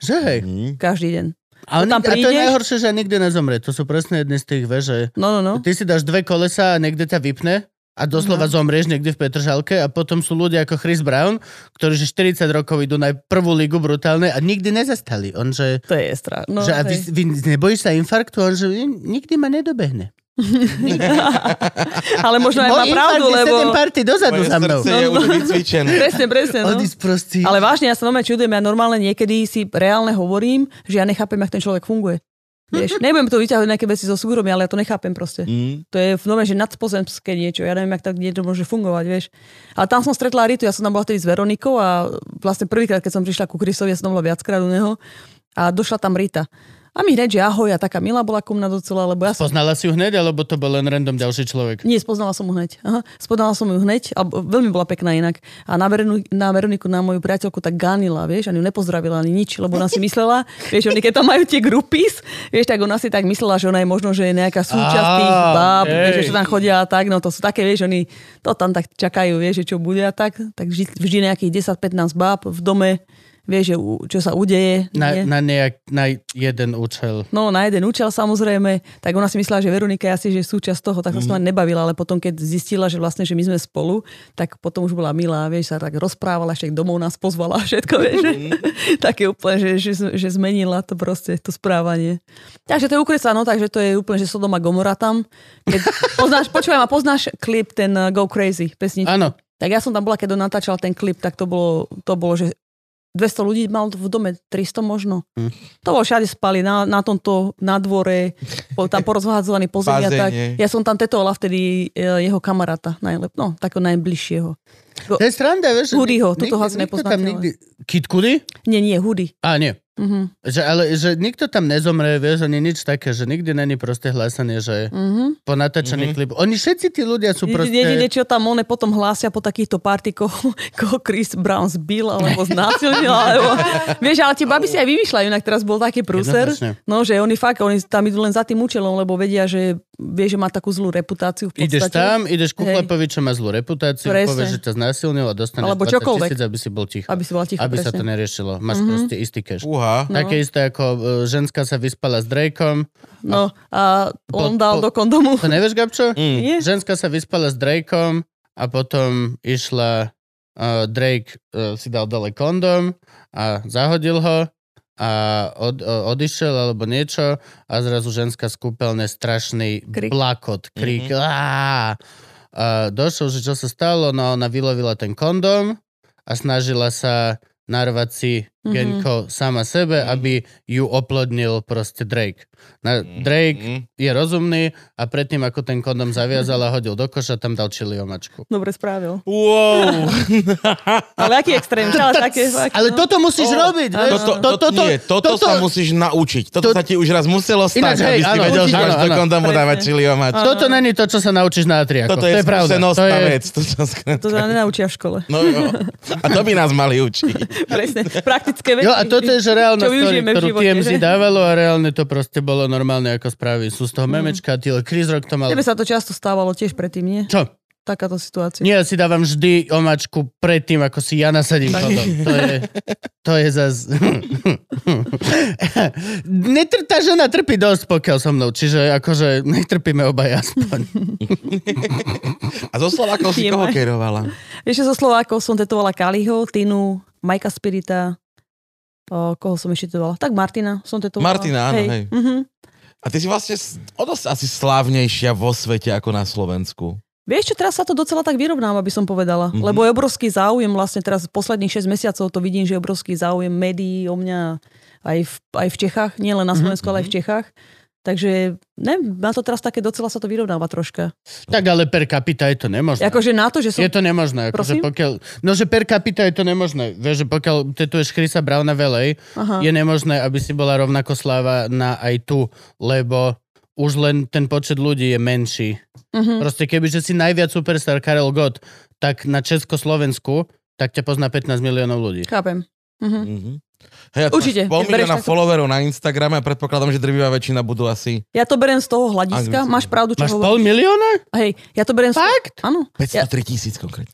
S2: Že hej.
S1: Mm.
S3: Každý deň.
S2: A, on,
S3: tam
S2: a to je
S3: prídeš?
S2: najhoršie, že nikdy nezomrie. To sú presne jedny z tých veže.
S3: No, no, no.
S2: Ty si dáš dve kolesa a niekde ťa vypne a doslova no.
S3: No.
S2: zomrieš niekde v Petržalke a potom sú ľudia ako Chris Brown, ktorí že 40 rokov idú na prvú ligu brutálne a nikdy nezastali. On že,
S3: To je strašné.
S2: no,
S3: No,
S2: že a vy,
S3: hej.
S2: vy nebojíš sa infarktu? On že "Ni- nikdy ma nedobehne.
S3: ale možno aj má
S2: Môj infarkt
S3: pravdu,
S2: je
S3: lebo...
S2: sedem party dozadu
S1: Moje
S2: za mnou.
S1: srdce je
S3: No, no.
S1: už vycvičené.
S3: Presne, presne. No.
S2: Odísť prostý.
S3: Ale vážne, ja sa normálne čudujem, ja normálne niekedy si reálne hovorím, že ja nechápem, jak ten človek funguje. Vieš, nebudem tu vyťahovať nejaké veci zo súkromia, ale ja to nechápem proste.
S1: Mm.
S3: To je v nome, že nadpozemské niečo. Ja neviem, jak tak niečo môže fungovať, vieš. Ale tam som stretla Ritu, ja som tam bola vtedy s Veronikou a vlastne prvýkrát, keď som prišla ku Krisovi, ja som tam bola viackrát u neho a došla tam Rita. A mi hneď, že ahoj, a taká milá bola ku mňa docela, lebo ja som
S2: Poznala si ju hneď, alebo to bol len random ďalší človek?
S3: nie, spoznala som ju hneď. Aha, spoznala som ju hneď a b- veľmi bola pekná inak. A na, Veronu, na Veroniku, na moju priateľku tak ganila, vieš, ani ju nepozdravila ani nič, lebo ona si myslela, vieš, oni keď tam majú tie grupis, vieš, tak ona si tak myslela, že ona je možno, že je nejaká súčasť
S2: Á,
S3: tých báb,
S2: hej.
S3: vieš, že čo tam chodia a tak, no to sú také, vieš, oni to tam tak čakajú, vieš, že čo bude a tak, tak vždy, vždy nejakých 10-15 báb v dome, vieš, že u- čo sa udeje.
S2: Na,
S3: nie?
S2: na, nejak, na jeden účel.
S3: No na jeden účel samozrejme, tak ona si myslela, že Veronika je asi že súčasť toho, tak sa mm. s ňou nebavila, ale potom keď zistila, že vlastne, že my sme spolu, tak potom už bola milá, vieš, sa tak rozprávala, ešte domov nás pozvala a všetko, vieš, že, také úplne, že, že, že, zmenila to proste, to správanie. Takže to je ukryca, no, takže to je úplne, že Sodoma Gomora tam. Keď poznáš, počúvaj ma, poznáš klip ten uh, Go Crazy, pesničku?
S2: Áno.
S3: Tak ja som tam bola, keď on natáčal ten klip, tak to bolo, to bolo že 200 ľudí malo v dome, 300 možno.
S2: Hm.
S3: Hm. To bolo všade spali, na, na tomto, na dvore, bol tam porozhádzovaný pozemia.
S1: Bazén,
S3: tak.
S1: nie?
S3: Ja som tam tetovala vtedy e, jeho kamaráta, najlep, no, takého najbližšieho.
S2: To je sranda, vieš? že
S3: Hudyho,
S2: nik-
S3: toto
S2: nikto
S3: asi
S2: tam
S3: nepoznáte, ale-
S2: nikdy... Kid Cudi?
S3: Nie, nie, hudy.
S2: Á, nie.
S3: Mhm.
S2: Že, ale že nikto tam nezomre, vieš, ani nič také, že nikdy není proste hlásanie, že
S3: Mhm.
S2: po natáčaní
S1: Mhm.
S2: mm-hmm. klipu. Oni všetci tí ľudia sú proste...
S3: Jedine, čo tam one potom hlásia po takýchto party, koho, koho Chris Brown zbil alebo znásilnil, alebo... Vieš, ale tie baby si aj vymýšľajú, inak teraz bol taký prúser,
S2: Jednoznačne.
S3: no, že oni fakt, oni tam idú len za tým účelom, lebo vedia, že vie, že má takú zlú reputáciu v
S2: Ideš
S3: podstate.
S2: tam, ideš ku
S3: Hej.
S2: chlapovi, čo má zlú reputáciu,
S3: Presne.
S2: povieš, že ťa znásilnil a dostaneš
S3: Alebo
S2: 20
S3: čokoľvek.
S2: tisíc, aby si bol ticho.
S3: Aby si bola ticho,
S2: aby sa to
S3: presne. Mhm.
S2: neriešilo. Máš mm-hmm. proste istý cash.
S1: Uha.
S2: No. Také isté ako e, ženská sa vyspala s Drakeom.
S3: No a
S2: Po-
S3: on dal
S2: po-
S3: do kondomu.
S2: To nevieš, Gabčo?
S1: Mm.
S3: Nie?
S2: Ženská sa vyspala s Drakeom a potom išla, uh, Drake uh, si dal dole kondom a zahodil ho a od, uh, odišiel alebo niečo a zrazu ženská z kúpeľne strašný
S3: Krik.
S2: blakot, krik. Mm-hmm. Uh, došiel, že čo sa stalo, no ona vylovila ten kondom a snažila sa narvať si
S3: Mhm.
S2: genko sama sebe,
S1: Mhm.
S2: aby ju oplodnil proste Drake. Na, Drake
S1: Mm.
S2: je rozumný a predtým, ako ten kondom zaviazal a hodil do koša, tam dal čili omačku.
S3: Dobre spravil.
S1: Wow.
S3: Ale aký extrém, čo, ale také... fakt,
S2: Ale
S3: no.
S2: toto musíš
S1: To-
S2: robiť, vieš?
S1: Toto, to, to, to, nie, toto, toto sa musíš naučiť. Toto
S2: to-
S1: sa ti už raz muselo stať,
S2: Ináč, hej,
S1: aby si
S2: áno,
S1: vedel, že
S2: určite,
S1: máš
S2: áno,
S1: do
S2: áno.
S1: kondomu dávať
S3: Presne.
S1: čili omáčku.
S2: toto není to, čo sa naučíš na triakoch.
S1: Toto je,
S2: to je pravda. To
S1: skúsenostná
S2: je...
S1: vec. To sa skr-
S3: To sa nenaučia v škole.
S1: No jo. A to by nás mali učiť.
S3: Presne, praktické veci.
S2: Jo, a toto je, že reálna
S3: Čo
S2: story,
S3: využijeme v
S2: ktorú
S3: živote,
S2: TMZ
S3: že?
S2: dávalo a reálne to proste bolo normálne ako správy. Sú z toho memečka, tí Chris Rock to mal...
S3: Tebe sa to často stávalo tiež predtým, nie?
S2: Čo?
S3: takáto situácia.
S2: Nie, ja si dávam vždy omačku predtým, ako si ja nasadím potom. To je, to je zas... Netr- tá žena trpí dosť, pokiaľ so mnou, čiže akože netrpíme obaja aspoň.
S1: A zo Slovákov si
S3: Jemaj.
S1: koho kerovala?
S3: Ešte zo Slovákov som tetovala Kaliho, Tinu, Majka Spirita, o, koho som ešte tetovala? Tak Martina som tetovala.
S1: Martina, áno, hej.
S3: Mhm.
S1: A ty si vlastne s- o dosť asi slávnejšia vo svete ako na Slovensku.
S3: Vieš čo, teraz sa to docela tak vyrovnáva, aby som
S1: Mhm.
S3: povedala. Mm-hmm. Lebo je obrovský záujem, vlastne teraz posledných 6 mesiacov to vidím, že je obrovský záujem médií o mňa aj v, aj v Čechách, nie len
S2: Mhm,
S3: na Slovensku, mm-hmm. ale aj v Čechách. Takže neviem, má to teraz také, docela sa to vyrovnáva troška.
S2: Tak ale per capita je to nemožné.
S3: Akože na to, že som...
S2: Je to nemožné. Akože
S3: Prosím?
S2: pokiaľ, no, že per capita je to nemožné. Vieš, že pokiaľ tetuješ Chrisa Browna velej,
S3: Aha.
S2: je nemožné, aby si bola rovnako sláva na aj tu, lebo už len ten počet ľudí je menší.
S3: Mhm.
S2: Proste keby, že si najviac superstar Karel Gott, tak na Československu, tak ťa pozná 15 miliónov ľudí.
S3: Chápem. Mhm.
S1: Mhm. Hej, a tu máš
S3: Určite,
S1: Pol
S3: keď bereš
S1: milióna
S3: takto-
S1: followerov na Instagrame a predpokladám, že drvivá väčšina budú asi
S3: Ja to beriem z toho hľadiska.
S1: Anglicky.
S3: Máš pravdu, čo
S2: Máš
S3: hovoríš.
S2: pol milióna?
S3: Hej, ja to beriem z toho...
S2: Fakt?
S3: Áno. Ja,
S1: 503 tisíc konkrétne.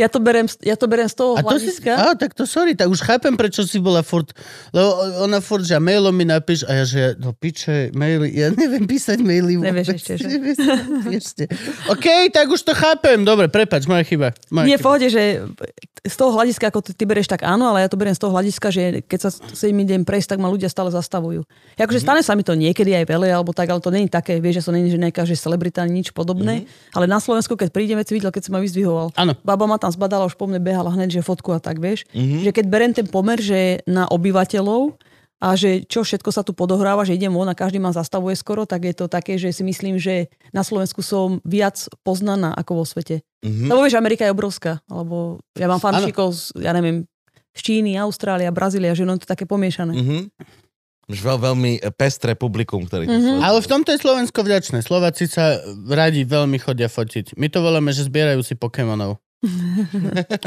S3: ja, to beriem, z- ja to beriem z toho
S2: A to si...
S3: hľadiska.
S2: Á, tak to sorry, tak už chápem, prečo si bola furt... Lebo ona furt, že a mailom mi napíš a ja, že no piče, maily, ja neviem písať maily.
S3: Nevieš
S2: vôbec.
S3: ešte, že?
S2: Nevieš ešte. OK, tak už to chápem. Dobre, prepač, moja chyba. Moja
S3: Nie, v
S2: chyba.
S3: pohode, že z toho hľadiska, ako ty, ty bereš, tak áno, ale ja to beriem z toho hľadiska, že keď sa s tým idem prejsť, tak ma ľudia stále zastavujú. Ja Akože
S2: Mhm.
S3: stane sa mi to niekedy aj veľa, alebo tak, ale to není také, vieš, že som není, že nejaká, že celebrita, ani nič podobné. Ale na Slovensku, keď prídeme, si videl, keď som ma vyzdvihoval.
S2: Mhm. Áno.
S3: Baba ma tam zbadala, už po mne behala hneď, že fotku a tak, vieš.
S1: Mhm.
S3: Že keď berem ten pomer, že na obyvateľov, a že čo všetko sa tu podohráva, že idem von a každý ma zastavuje skoro, tak je to také, že si myslím, že na Slovensku som viac poznaná ako vo svete.
S2: Hm.
S1: Mhm.
S3: Lebo vieš, Amerika je obrovská, alebo ja mám fanúšikov z, ja neviem, z Číny, Austrália, Brazília, že no je to také
S2: Hm.
S3: pomiešané.
S1: Mhm. Už veľ, veľmi e, pestré publikum, ktorý...
S3: Mhm.
S1: mm
S2: Ale v tomto je Slovensko vďačné. Slováci sa radi veľmi chodia fotiť. My to voláme, že zbierajú si Pokémonov.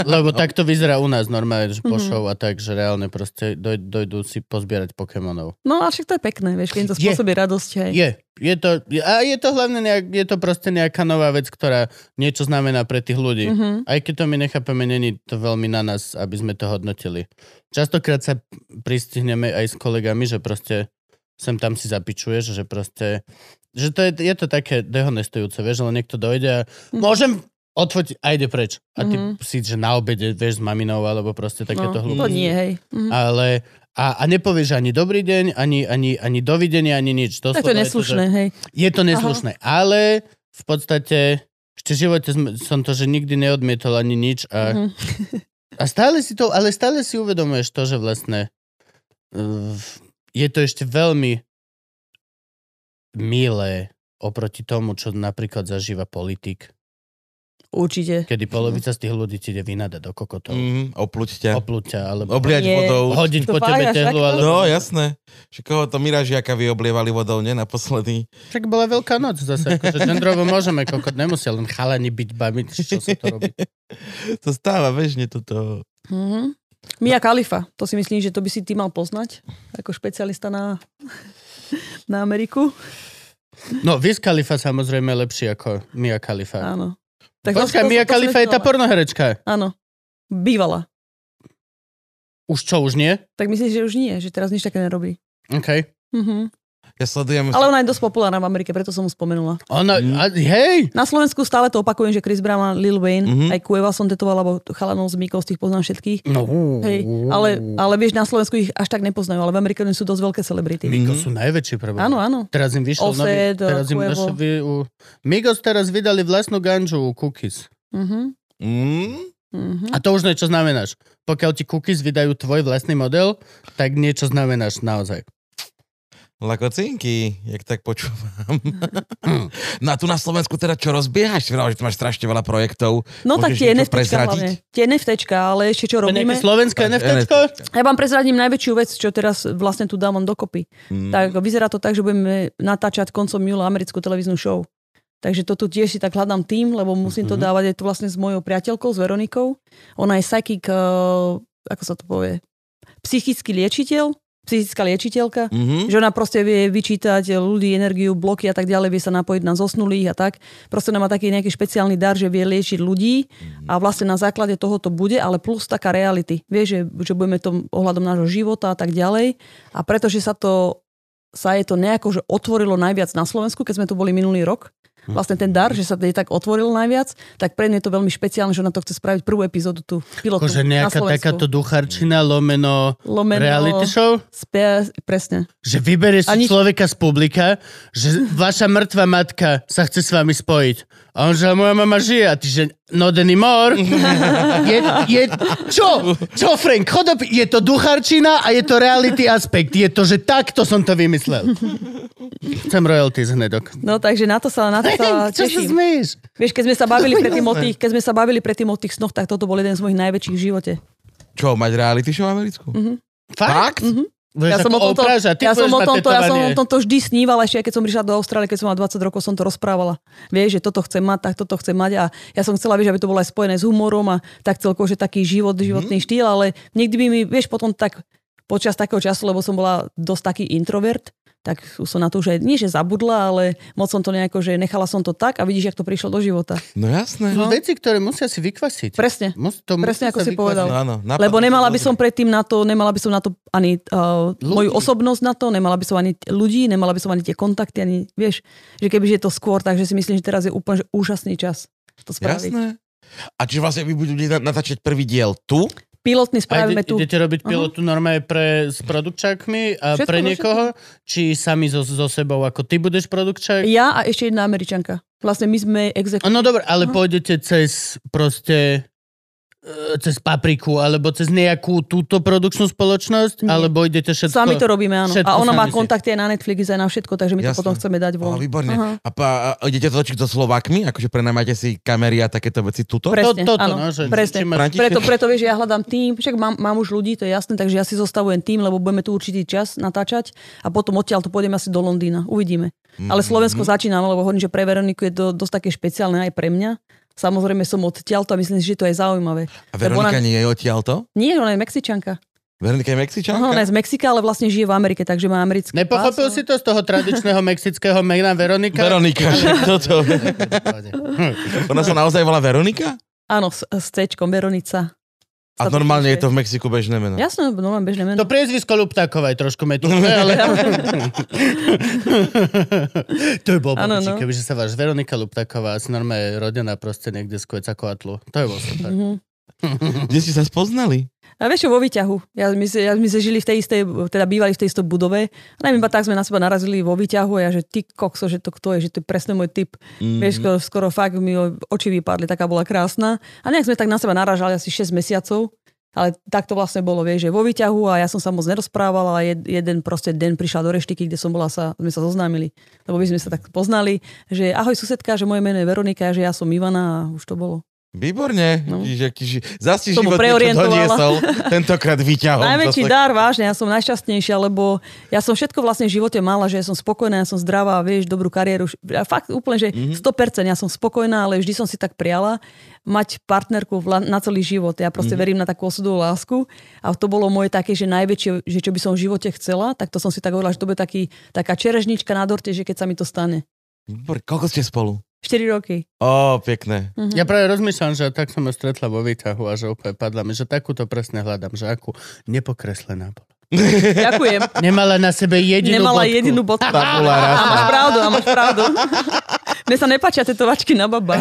S2: Lebo tak to vyzerá u nás normálne, že
S3: Mhm.
S2: pošov a tak, že reálne proste doj, dojdú si pozbierať Pokémonov.
S3: No a však to je pekné, vieš, keď im to
S2: Je.
S3: spôsobí radosť. Hej.
S2: Je, je to, je- a je to hlavne nejak, je to proste nejaká nová vec, ktorá niečo znamená pre tých ľudí.
S3: Mhm.
S2: Aj keď to my nechápeme, není to veľmi na nás, aby sme to hodnotili. Častokrát sa pristihneme aj s kolegami, že proste sem tam si zapičuješ, že proste, že to je, je to také dehonestujúce, vieš, ale niekto dojde a
S3: No,
S2: môžem odfotiť a ide preč. A ty
S3: Mhm.
S2: si, že na obede, vieš, s maminou, alebo proste
S3: No,
S2: takéto
S3: to
S2: hlúposti.
S3: nie, hej. Mhm.
S2: Ale, a, a nepovieš ani dobrý deň, ani, ani, ani dovidenia, ani nič.
S3: Tak to je
S2: Doslova
S3: neslušné, hej.
S2: je to neslušné, Aha. ale v podstate ešte v živote sme- som to, že nikdy neodmietol ani nič a,
S3: Mhm.
S2: a stále si to, ale stále si uvedomuješ to, že vlastne uh, je to ešte veľmi milé oproti tomu, čo napríklad zažíva politik,
S3: Určite.
S2: kedy polovica z tých ľudí ti ide vynadať do kokotov, mm.
S1: Mhm. Opluť ťa.
S2: opľúť ťa, alebo
S1: Obliať
S3: Nie.
S1: vodou.
S2: hodiť
S3: To
S2: po
S3: fakt
S2: tebe
S3: až
S2: tehlu,
S3: takto?
S2: ale...
S1: No, jasné. Že koho to Miražiaka vyoblievali vodou, nie? Naposledy.
S2: Tak bola veľká noc zase, akože gendrovo môžeme kokot, nemusia len chalani byť bami, čo sa to robí.
S1: To stáva bežne toto.
S3: Mhm. Mia Kalifa, to si myslím, že to by si ty mal poznať, ako špecialista na, na Ameriku.
S2: No, Wiz Khalifa samozrejme lepší ako Mia Khalifa.
S3: Áno.
S2: Počkaj,
S3: vlastne
S2: Mia Khalifa je tá
S3: por...
S2: pornoherečka.
S3: Áno, bývala.
S2: Už čo, už nie?
S3: Tak myslím, že už nie, že teraz nič také nerobí.
S2: OK.
S3: Mhm.
S1: Ja sledujem...
S3: Ale ona je dosť populárna v Amerike, preto som ho spomenula.
S2: Ona,
S1: Mm.
S2: a, hej!
S3: Na Slovensku stále to opakujem, že Chris Brown a Lil Wayne,
S1: Mhm.
S3: mm-hmm. aj Kueva som tetovala, alebo chalanov z Mykov, z tých poznám všetkých.
S2: No,
S3: Hej, ale, ale vieš, na Slovensku ich až tak nepoznajú, ale v Amerike oni sú dosť veľké celebrity.
S2: Migos sú najväčší problém.
S3: Áno, eh, áno.
S2: Teraz im vyšiel nový...
S3: Offset,
S2: Teraz im
S3: Quavo.
S2: došlo vy, u... Migos teraz vydali vlastnú ganžu u Cookies.
S3: Mhm.
S1: Mm?
S3: Mhm.
S2: A to už niečo znamenáš. Pokiaľ ti Cookies vydajú tvoj vlastný model, tak niečo znamenáš naozaj.
S1: Lakocinky, jak tak počúvam.
S2: Hm.
S1: No a tu na Slovensku teda čo rozbiehaš? Si Vrala, že tu máš strašne veľa projektov.
S3: No tak
S1: Môžeš
S3: tie
S1: niečo
S3: NFTčka
S1: prezradiť?
S3: hlavne. Tie NFTčka, ale ešte čo
S2: To je nejaké
S3: robíme.
S2: slovenské
S1: Tak,
S2: NFT?
S3: Ja vám prezradím najväčšiu vec, čo teraz vlastne tu dávam dokopy.
S1: Mm.
S3: Tak vyzerá to tak, že budeme natáčať koncom júla americkú televíznu show. Takže to tu tiež si tak hľadám tým, lebo musím to
S1: Mhm.
S3: dávať, je to vlastne s mojou priateľkou, s Veronikou. Ona je psychic, eh, ako sa to povie, psychický liečiteľ, psychická liečiteľka,
S1: Mhm.
S3: že ona proste vie vyčítať ľudí, energiu, bloky a tak ďalej, vie sa napojiť na zosnulých a tak. Proste ona má taký nejaký špeciálny dar, že vie liečiť
S2: Mhm.
S3: ľudí a vlastne na základe toho to bude, ale plus taká reality. Vie, že, že budeme tom ohľadom nášho života a tak ďalej. A pretože sa to sa je to nejako, že otvorilo najviac na Slovensku, keď sme tu boli minulý rok,
S2: Mhm.
S3: vlastne ten dar, že sa jej tak otvoril najviac, tak pre mňa je to veľmi špeciálne, že ona to chce spraviť prvú epizódu tu, pilotnú
S2: Akože
S3: na
S2: nejaká
S3: Slovensku.
S2: takáto ducharčina lomeno,
S3: Lomeno-
S2: reality show?
S3: Spe- presne.
S2: Že vyberieš si
S3: Ani-
S2: človeka z publika, že vaša mŕtva matka sa chce s vami spojiť. A on, že moja mama žije. A ty, že not anymore. je, je, čo? Čo, Frank? Chod op- je to ducharčina a je to reality aspekt. Je to, že takto som to vymyslel. Chcem royalties hnedok.
S3: No takže na to sa, na to sa
S2: Čo sa
S3: teším.
S2: smeješ?
S3: Vieš, keď sme sa bavili predtým o tých, keď sme sa bavili predtým o tých snoch, tak toto bol jeden z mojich najväčších v živote.
S1: Čo, mať reality show v Americku?
S3: Mhm.
S1: Mm-hmm.
S2: Fakt?
S1: Fakt?
S2: Budeš
S3: Ja som, o
S2: ako
S3: tomto,
S2: Oprah, že ty
S3: ja, som
S2: budeš
S3: o
S2: mať
S3: tomto, ja som o
S2: tetovanie.
S3: tomto vždy snívala, ešte aj keď som prišla do Austrálie, keď som mala 20 rokov, som to rozprávala. Vieš, že toto chcem mať, tak toto chcem mať a ja som chcela, vieš, aby to bolo aj spojené s humorom a tak celkovo, že taký život,
S2: Mhm.
S3: životný štýl, ale niekdy by mi, vieš, potom tak počas takého času, lebo som bola dosť taký introvert, tak už som na to už aj, nie že zabudla, ale moc som to nejako, že nechala som to tak a vidíš, jak to prišlo do života.
S1: No jasné.
S2: Sú veci, ktoré musia si vykvasiť.
S3: Presne.
S2: Mus, to
S3: Presne
S2: musí
S3: ako
S2: sa
S3: si
S2: vykvasiť.
S3: povedal.
S1: No áno, napadlo
S3: Lebo
S1: to
S3: nemala by
S1: ľudí.
S3: som predtým na to, nemala by som na to ani uh, moju osobnosť na to, nemala by som ani t- ľudí, nemala by som ani tie kontakty, ani vieš, že kebyže je to skôr, takže si myslím, že teraz je úplne že úžasný čas to spraviť.
S1: Jasné. A čiže vlastne vy budete na- natáčať prvý diel tu?
S3: Pilotný
S2: A ide,
S3: spravíme tu.
S2: idete robiť
S3: Aha.
S2: pilotu normálne pre, s produkčákmi a
S3: Všetko,
S2: pre
S3: no
S2: niekoho? Či sami so, so sebou, ako ty budeš produkčák?
S3: Ja a ešte jedna američanka. Vlastne my sme exek...
S2: No dobre, ale
S3: Aha.
S2: pôjdete cez proste e, cez papriku, alebo cez nejakú túto produkčnú spoločnosť,
S3: Nie.
S2: alebo idete všetko...
S3: Sami to robíme, áno.
S2: všetko
S3: A ona má
S2: sami si.
S3: kontakty aj na Netflix, aj na všetko, takže my to
S1: Jasné.
S3: potom chceme dať
S1: Oh,
S3: von. Aha.
S1: výborne. A, pa, a idete to točiť so Slovákmi? Akože prenamáte si kamery a takéto veci tuto?
S3: Pre- presne,
S2: to, toto,
S3: áno,
S2: no, že, či
S3: presne.
S2: máš-
S1: František?
S3: Preto, preto vieš, ja hľadám tým, však mám, mám už ľudí, to je jasné, takže ja si zostavujem tým, lebo budeme tu určitý čas natáčať a potom odtiaľ to pôjdem asi do Londýna. Uvidíme. Ale
S2: Mhm.
S3: Slovensko začíname, lebo hovorím, že pre Veroniku je to dosť také špeciálne aj pre mňa. Samozrejme som odtiaľ to a myslím si, že to je zaujímavé.
S1: A Veronika nie je odtiaľto?
S3: Nie, ona je Mexičanka.
S1: Veronika je
S3: Aha, ona
S1: Mexičanka?
S3: je z Mexika, ale vlastne žije v Amerike, takže má americký
S2: Nepochopil
S3: pás,
S2: si to z toho tradičného mexického mena Veronika?
S1: Veronika, že toto. Ona sa naozaj volá Veronika?
S3: Áno, s, s C-čkom, Veronica.
S2: No.
S1: A
S3: Sa to
S1: normálne je
S3: píše.
S1: to v Mexiku bežné meno.
S3: Jasné, no, normálne bežné meno.
S2: To priezvisko Luptáková je trošku metúce, ale... to by bolo
S3: Áno,
S2: ano, no.
S3: no.
S2: kebyže sa váš Veronika Luptáková asi normálne je rodená proste niekde z Kvecakóatlu. To je bol super.
S3: Mhm.
S1: Kde ste sa spoznali?
S3: A vieš čo, vo výťahu. Ja, my, sme- ja, my sme žili v tej istej, teda bývali v tej istej budove. A neviem, iba tak sme na seba narazili vo výťahu a ja, že ty kokso, že to kto je, že to je presne môj typ. Mm-hmm. Vieš, skoro, skoro fakt mi o- oči vypadli, taká bola krásna. A nejak sme tak na seba naražali asi 6 mesiacov. Ale tak to vlastne bolo, vieš, že vo výťahu a ja som sa moc nerozprávala a jed, jeden proste den prišla do reštiky, kde som bola, sa, sme sa zoznámili, lebo my sme sa tak poznali, že ahoj susedka, že moje meno je Veronika, že ja som Ivana a už to bolo.
S1: Výborne.
S3: No.
S1: Čiže, čiže zas ti
S3: Som mu
S1: život niečo
S3: preorientovala.
S1: doniesol. Tentokrát vyťahol.
S3: Najväčší
S1: Zase-
S3: dar, vážne, ja som najšťastnejšia, lebo ja som všetko vlastne v živote mala, že ja som spokojná, ja som zdravá, vieš, dobrú kariéru. Ja fakt úplne, že 100% ja som spokojná, ale vždy som si tak priala mať partnerku vla- na celý život. Ja proste verím na takú osudovú lásku a to bolo moje také, že najväčšie, že čo by som v živote chcela, tak to som si tak hovorila, že to bude taký, taká čerežnička na dorte, že keď sa mi to stane.
S1: Výborne. Koľko ste spolu?
S3: 4 roky.
S1: Ó, pekné.
S3: mhm.
S2: Ja práve rozmýšľam, že tak som ju stretla vo výtahu a že úplne padla mi, že takúto presne hľadám, že akú nepokreslená bola.
S3: Ďakujem.
S2: Nemala na sebe jedinú
S3: Nemala
S2: bodku.
S3: jedinú bodku.
S1: Tabula
S3: A
S1: rasa.
S3: máš pravdu, a máš pravdu. Mne sa nepáčia tetovačky na baba.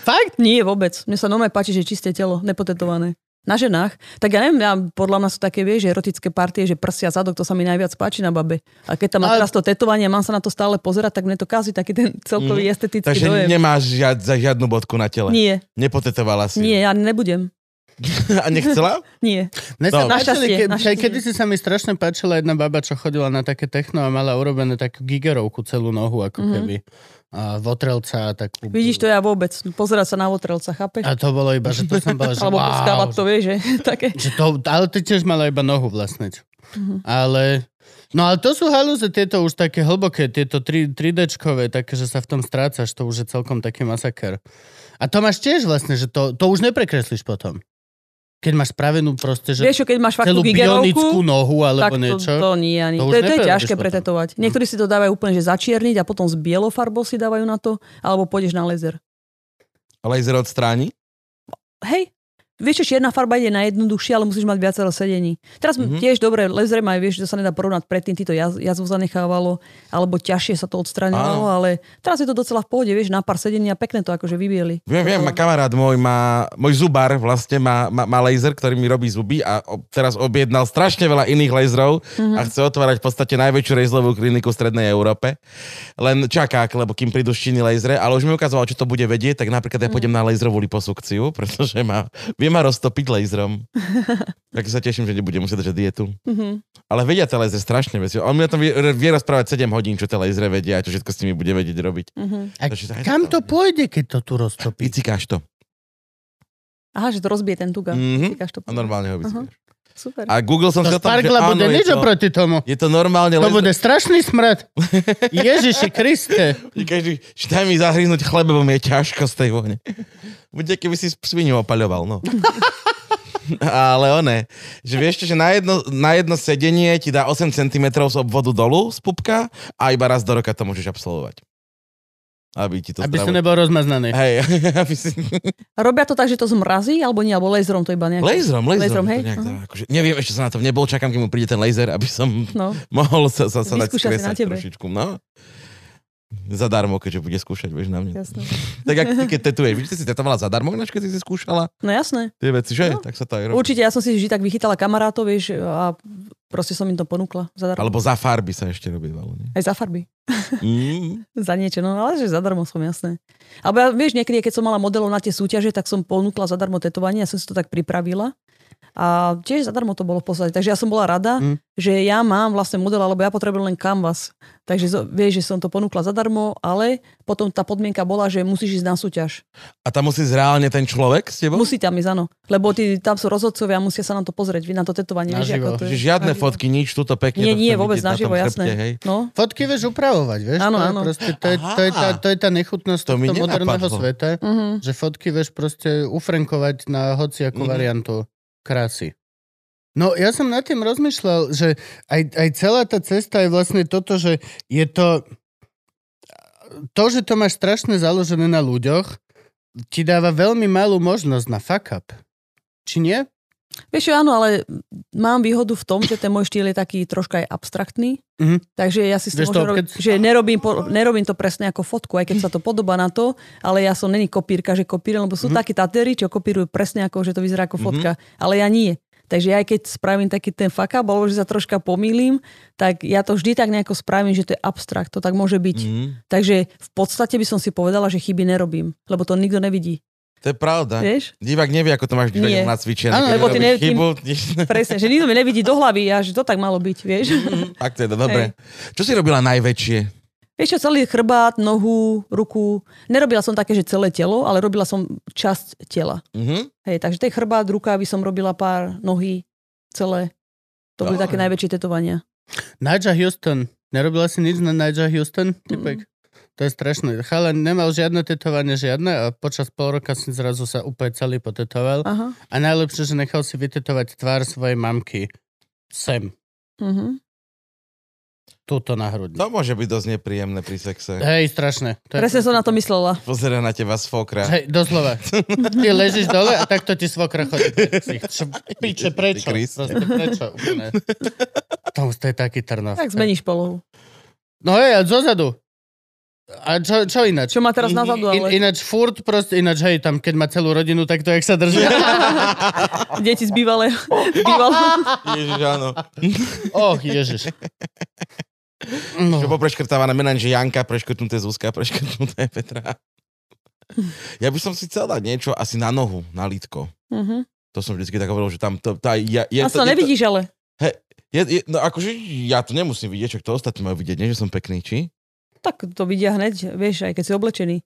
S3: Fakt? Nie, vôbec. Mne sa nome páči, že čisté telo, nepotetované. Na ženách. Tak ja neviem, ja, podľa mňa sú také, vieš, že erotické partie, že prsia, zadok, to sa mi najviac páči na babe. A keď tam má
S2: Ale-
S3: teraz to tetovanie, mám sa na to stále pozerať, tak mne to kazí taký ten
S2: Mhm.
S3: celkový estetický
S1: Takže
S3: dojem.
S1: nemáš žiad, za žiadnu bodku na tele.
S3: Nie,
S1: Nepotetovala si.
S3: nie, ja nebudem.
S1: A nechcela?
S3: Nie.
S2: Mne sa páčili,
S1: Dobre.
S3: Našťastie,
S2: ke,
S3: našťastie.
S2: kedy si sa mi strašne páčila jedna baba, čo chodila na také techno a mala urobenú takú gigerovku celú nohu, ako
S3: Mhm.
S2: keby. A votrelca a takú...
S3: Vidíš to ja vôbec. Pozerať sa na otrelca, chápeš?
S2: A to bolo iba, že to som bola, že
S3: Alebo
S2: wow,
S3: wow. to vieš, že také.
S2: Že to, ale ty tiež mala iba nohu vlastniť.
S3: Mhm.
S2: Ale... No ale to sú halúze tieto už také hlboké, tieto 3, 3Dčkové, také, že sa v tom strácaš, to už je celkom taký masaker. A to máš tiež vlastne, že to, to už neprekreslíš potom. Keď máš spravenú proste, že
S3: Vieš, čo, keď máš fakt
S2: celú
S3: tú
S2: bionickú
S3: gigerovku,
S2: nohu
S3: tak
S2: alebo
S3: to,
S2: niečo.
S3: to nie ani.
S2: To
S3: To,
S2: už
S3: to, je, to je
S2: neprevedeš
S3: ťažké
S2: potom.
S3: pretetovať.
S1: Hm.
S3: Niektorí si to dávajú úplne, že začierniť a potom s bielou farbou si dávajú na to, alebo pôjdeš na laser.
S1: Laser odstráni?
S3: hej, vieš čo, čierna farba ide na jednoduchšie, ale musíš mať viacero sedení. Teraz
S1: Mhm.
S3: mm-hmm. tiež dobre, lezre aj vieš, to sa nedá porovnať predtým, ty to jaz, jazvu zanechávalo, alebo ťažšie sa to odstraňovalo, ale teraz je to docela v pohode, vieš, na pár sedení a pekné to akože vybieli.
S1: Viem, viem,
S3: To-
S1: ma kamarát môj má, môj zubár vlastne má, má, má laser, ktorý mi robí zuby a ob, teraz objednal strašne veľa iných laserov mm-hmm. a chce otvárať v podstate najväčšiu laserovú kliniku v Strednej Európe. Len čaká, lebo kým prídu štiny lasery, ale už mi ukazoval, čo to bude vedieť, tak napríklad ja pôjdem na laserovú liposukciu, pretože ma, vie ma roztopiť laserom. tak sa teším, že nebudem musieť držať dietu.
S3: Mhm.
S1: Ale vedia tie lasery strašne veci. On mi o tom vie, vie rozprávať 7 hodín, čo tie lasery vedia a čo všetko s nimi bude vedieť robiť.
S3: mhm.
S2: A kam to pôjde, keď to tu roztopí?
S1: Picikáš to.
S3: Aha, že to rozbije ten tuga.
S1: Mhm.
S3: Cikáš to
S1: A normálne ho vycíkaš.
S3: Super.
S1: A Google som
S2: To
S1: sa tam, že
S2: Sparkla
S1: áno,
S2: bude
S1: je
S2: niečo
S1: to,
S2: proti tomu.
S1: je to normálne
S2: To
S1: laser.
S2: bude strašný smrad. Ježiši Kriste.
S1: Každý, že daj mi zahryznúť chleb, lebo mi je ťažko z tej vohne. Bude, keby si svinu opaľoval, no. Ale one, že vieš čo, že na jedno, na jedno sedenie ti dá 8 cm z obvodu dolu z pupka a iba raz do roka to môžeš absolvovať. Aby ti to
S2: Aby si
S1: zdravotne-
S2: nebol rozmaznaný.
S1: Hej, aby si...
S3: A robia to tak, že to zmrazí, alebo nie, alebo laserom to iba nejak.
S1: Laserom, laserom.
S3: Laserom,
S1: to
S3: hej.
S1: nejak
S3: Aha.
S1: dá, akože, neviem, ešte som na to nebol, čakám, kým mu príde ten laser, aby som
S3: No.
S1: mohol sa, sa, sa dať
S3: Vyskúša si na
S1: skresať
S3: tebe.
S1: trošičku, no. Zadarmo, keďže bude skúšať, vieš, na mne.
S3: Jasné.
S1: Tak ak ty, keď tetuješ, vidíte, si tetovala zadarmo, ináč, keď si si skúšala
S3: No jasné.
S1: tie veci, že? No.
S3: No.
S1: Tak sa to aj robí.
S3: Určite, ja som si vždy tak vychytala kamarátov, vieš, a proste som im to ponúkla. Zadarmo.
S1: Alebo za farby sa ešte robívalo, nie?
S3: Aj za farby.
S1: Mm.
S3: Za niečo, no ale že zadarmo som, jasné. Alebo ja, vieš, niekedy, keď som mala modelov na tie súťaže, tak som ponúkla zadarmo tetovanie, ja som si to tak pripravila. A tiež zadarmo to bolo v podstate. Takže ja som bola rada,
S2: Mm.
S3: mm. že ja mám vlastne model, alebo ja potrebujem len canvas. Takže zo- vieš, že som to ponúkla zadarmo, ale potom tá podmienka bola, že musíš ísť na súťaž.
S1: A tam musí ísť reálne ten človek s tebou?
S3: Musí tam ísť, áno. Lebo tí, tam sú rozhodcovia, musia sa na to pozrieť, vy na to tetovanie. Vieš,
S2: Naživo.
S3: ako to
S1: Že
S3: je.
S1: žiadne
S3: Naživo.
S1: fotky, nič, tuto pekne.
S3: Nie,
S1: to
S3: nie,
S1: chcem
S3: vôbec
S1: vidieť na
S3: naživo,
S1: tom
S3: jasné.
S1: hej.
S3: No,
S2: Fotky vieš upravovať, vieš?
S3: Áno,
S2: to, je
S3: áno.
S2: proste, to, je, to, je tá,
S1: Aha.
S2: to je tá nechutnosť
S1: To mi
S2: tohto moderného
S1: nenapadlo.
S2: sveta,
S3: mhm.
S2: že fotky vieš proste ufrenkovať na hociakú
S1: Mhm.
S2: variantu krásy. No ja som nad tým rozmýšľal, že aj, aj celá tá cesta je vlastne toto, že je to... To, že to máš strašne založené na ľuďoch, ti dáva veľmi malú možnosť na fuck up. Či nie?
S3: Vieš čo, áno, ale mám výhodu v tom, že ten môj štýl je taký troška aj abstraktný.
S2: Mhm.
S3: Takže ja si s tým
S2: Vieš to
S3: môžem robiť,
S2: obkec-
S3: že nerobím, po, nerobím to presne ako fotku, aj keď sa to podobá na to, ale ja som není kopírka, že kopírujem, lebo sú
S2: Mhm.
S3: takí tatéri, čo kopírujú presne ako, že to vyzerá ako fotka, ale ja nie. Takže aj keď spravím taký ten faka, alebo že sa troška pomýlim, tak ja to vždy tak nejako spravím, že to je abstrakt, to tak môže byť.
S2: Mhm.
S1: Mm.
S3: Takže v podstate by som si povedala, že chyby nerobím, lebo to nikto nevidí.
S1: To je pravda.
S3: Vieš?
S1: Divák nevie, ako to máš divák
S3: Nie.
S1: na cvičené.
S2: Áno,
S1: Keď
S3: lebo ty
S1: robíš
S3: ne- ty-
S1: chybu,
S3: Presne, že nikto mi nevidí do hlavy a že to tak malo byť, vieš?
S1: Tak teda, dobre. Čo si robila najväčšie?
S3: Vieš čo, celý chrbát, nohu, ruku. Nerobila som také, že celé telo, ale robila som časť tela.
S1: Mhm.
S3: Hej, takže tej chrbát, ruka by som robila pár, nohy, celé. To boli
S1: Dobre.
S3: také najväčšie tetovania.
S2: Nigel Houston. Nerobila si nič na Nigel Houston? Typek. To je strašné. Chalan nemal žiadne tetovanie, žiadne a počas pol roka si zrazu sa úplne celý potetoval.
S3: Aha.
S2: A najlepšie, že nechal si vytetovať tvár svojej mamky. Sem.
S3: Uh-huh.
S2: Tuto na hrudni.
S1: To môže byť dosť nepríjemné pri sexe.
S2: Hej, strašné. To je-
S3: Presne som na to myslela.
S1: Pozera na teba z fokra.
S2: Hej, doslova. Ty ležíš dole a takto ti svokra chodí. po ksicht. Čo, piče, prečo?
S1: Ty Kriste.
S2: Proste, prečo? Úplne. To už to je taký trnov.
S3: Tak zmeníš polohu.
S2: No hej, a zozadu. A čo, čo ináč?
S3: Čo má teraz nazadu,
S2: In,
S3: ale
S2: ináč furt proste, ináč hej, tam keď má celú rodinu, tak to jak sa drží.
S3: deti z bývalého. bývalého.
S1: Ježiš, áno.
S2: Och, ježiš. No.
S1: Čo popreškrtávané mená, že Janka, preškrtnuté Zuzka, preškrtnuté Petra. Ja by som si chcel dať niečo asi na nohu, na lítko.
S3: Uh-huh.
S1: To som vždycky tak hovoril, že tam to... Tá, ja, je,
S3: A
S1: to,
S3: sa
S1: je, to,
S3: nevidíš, ale.
S1: je, je, no akože ja to nemusím vidieť, čo to ostatní majú vidieť, nie, že som pekný, či?
S3: Tak to vidia hneď, vieš, aj keď si oblečený.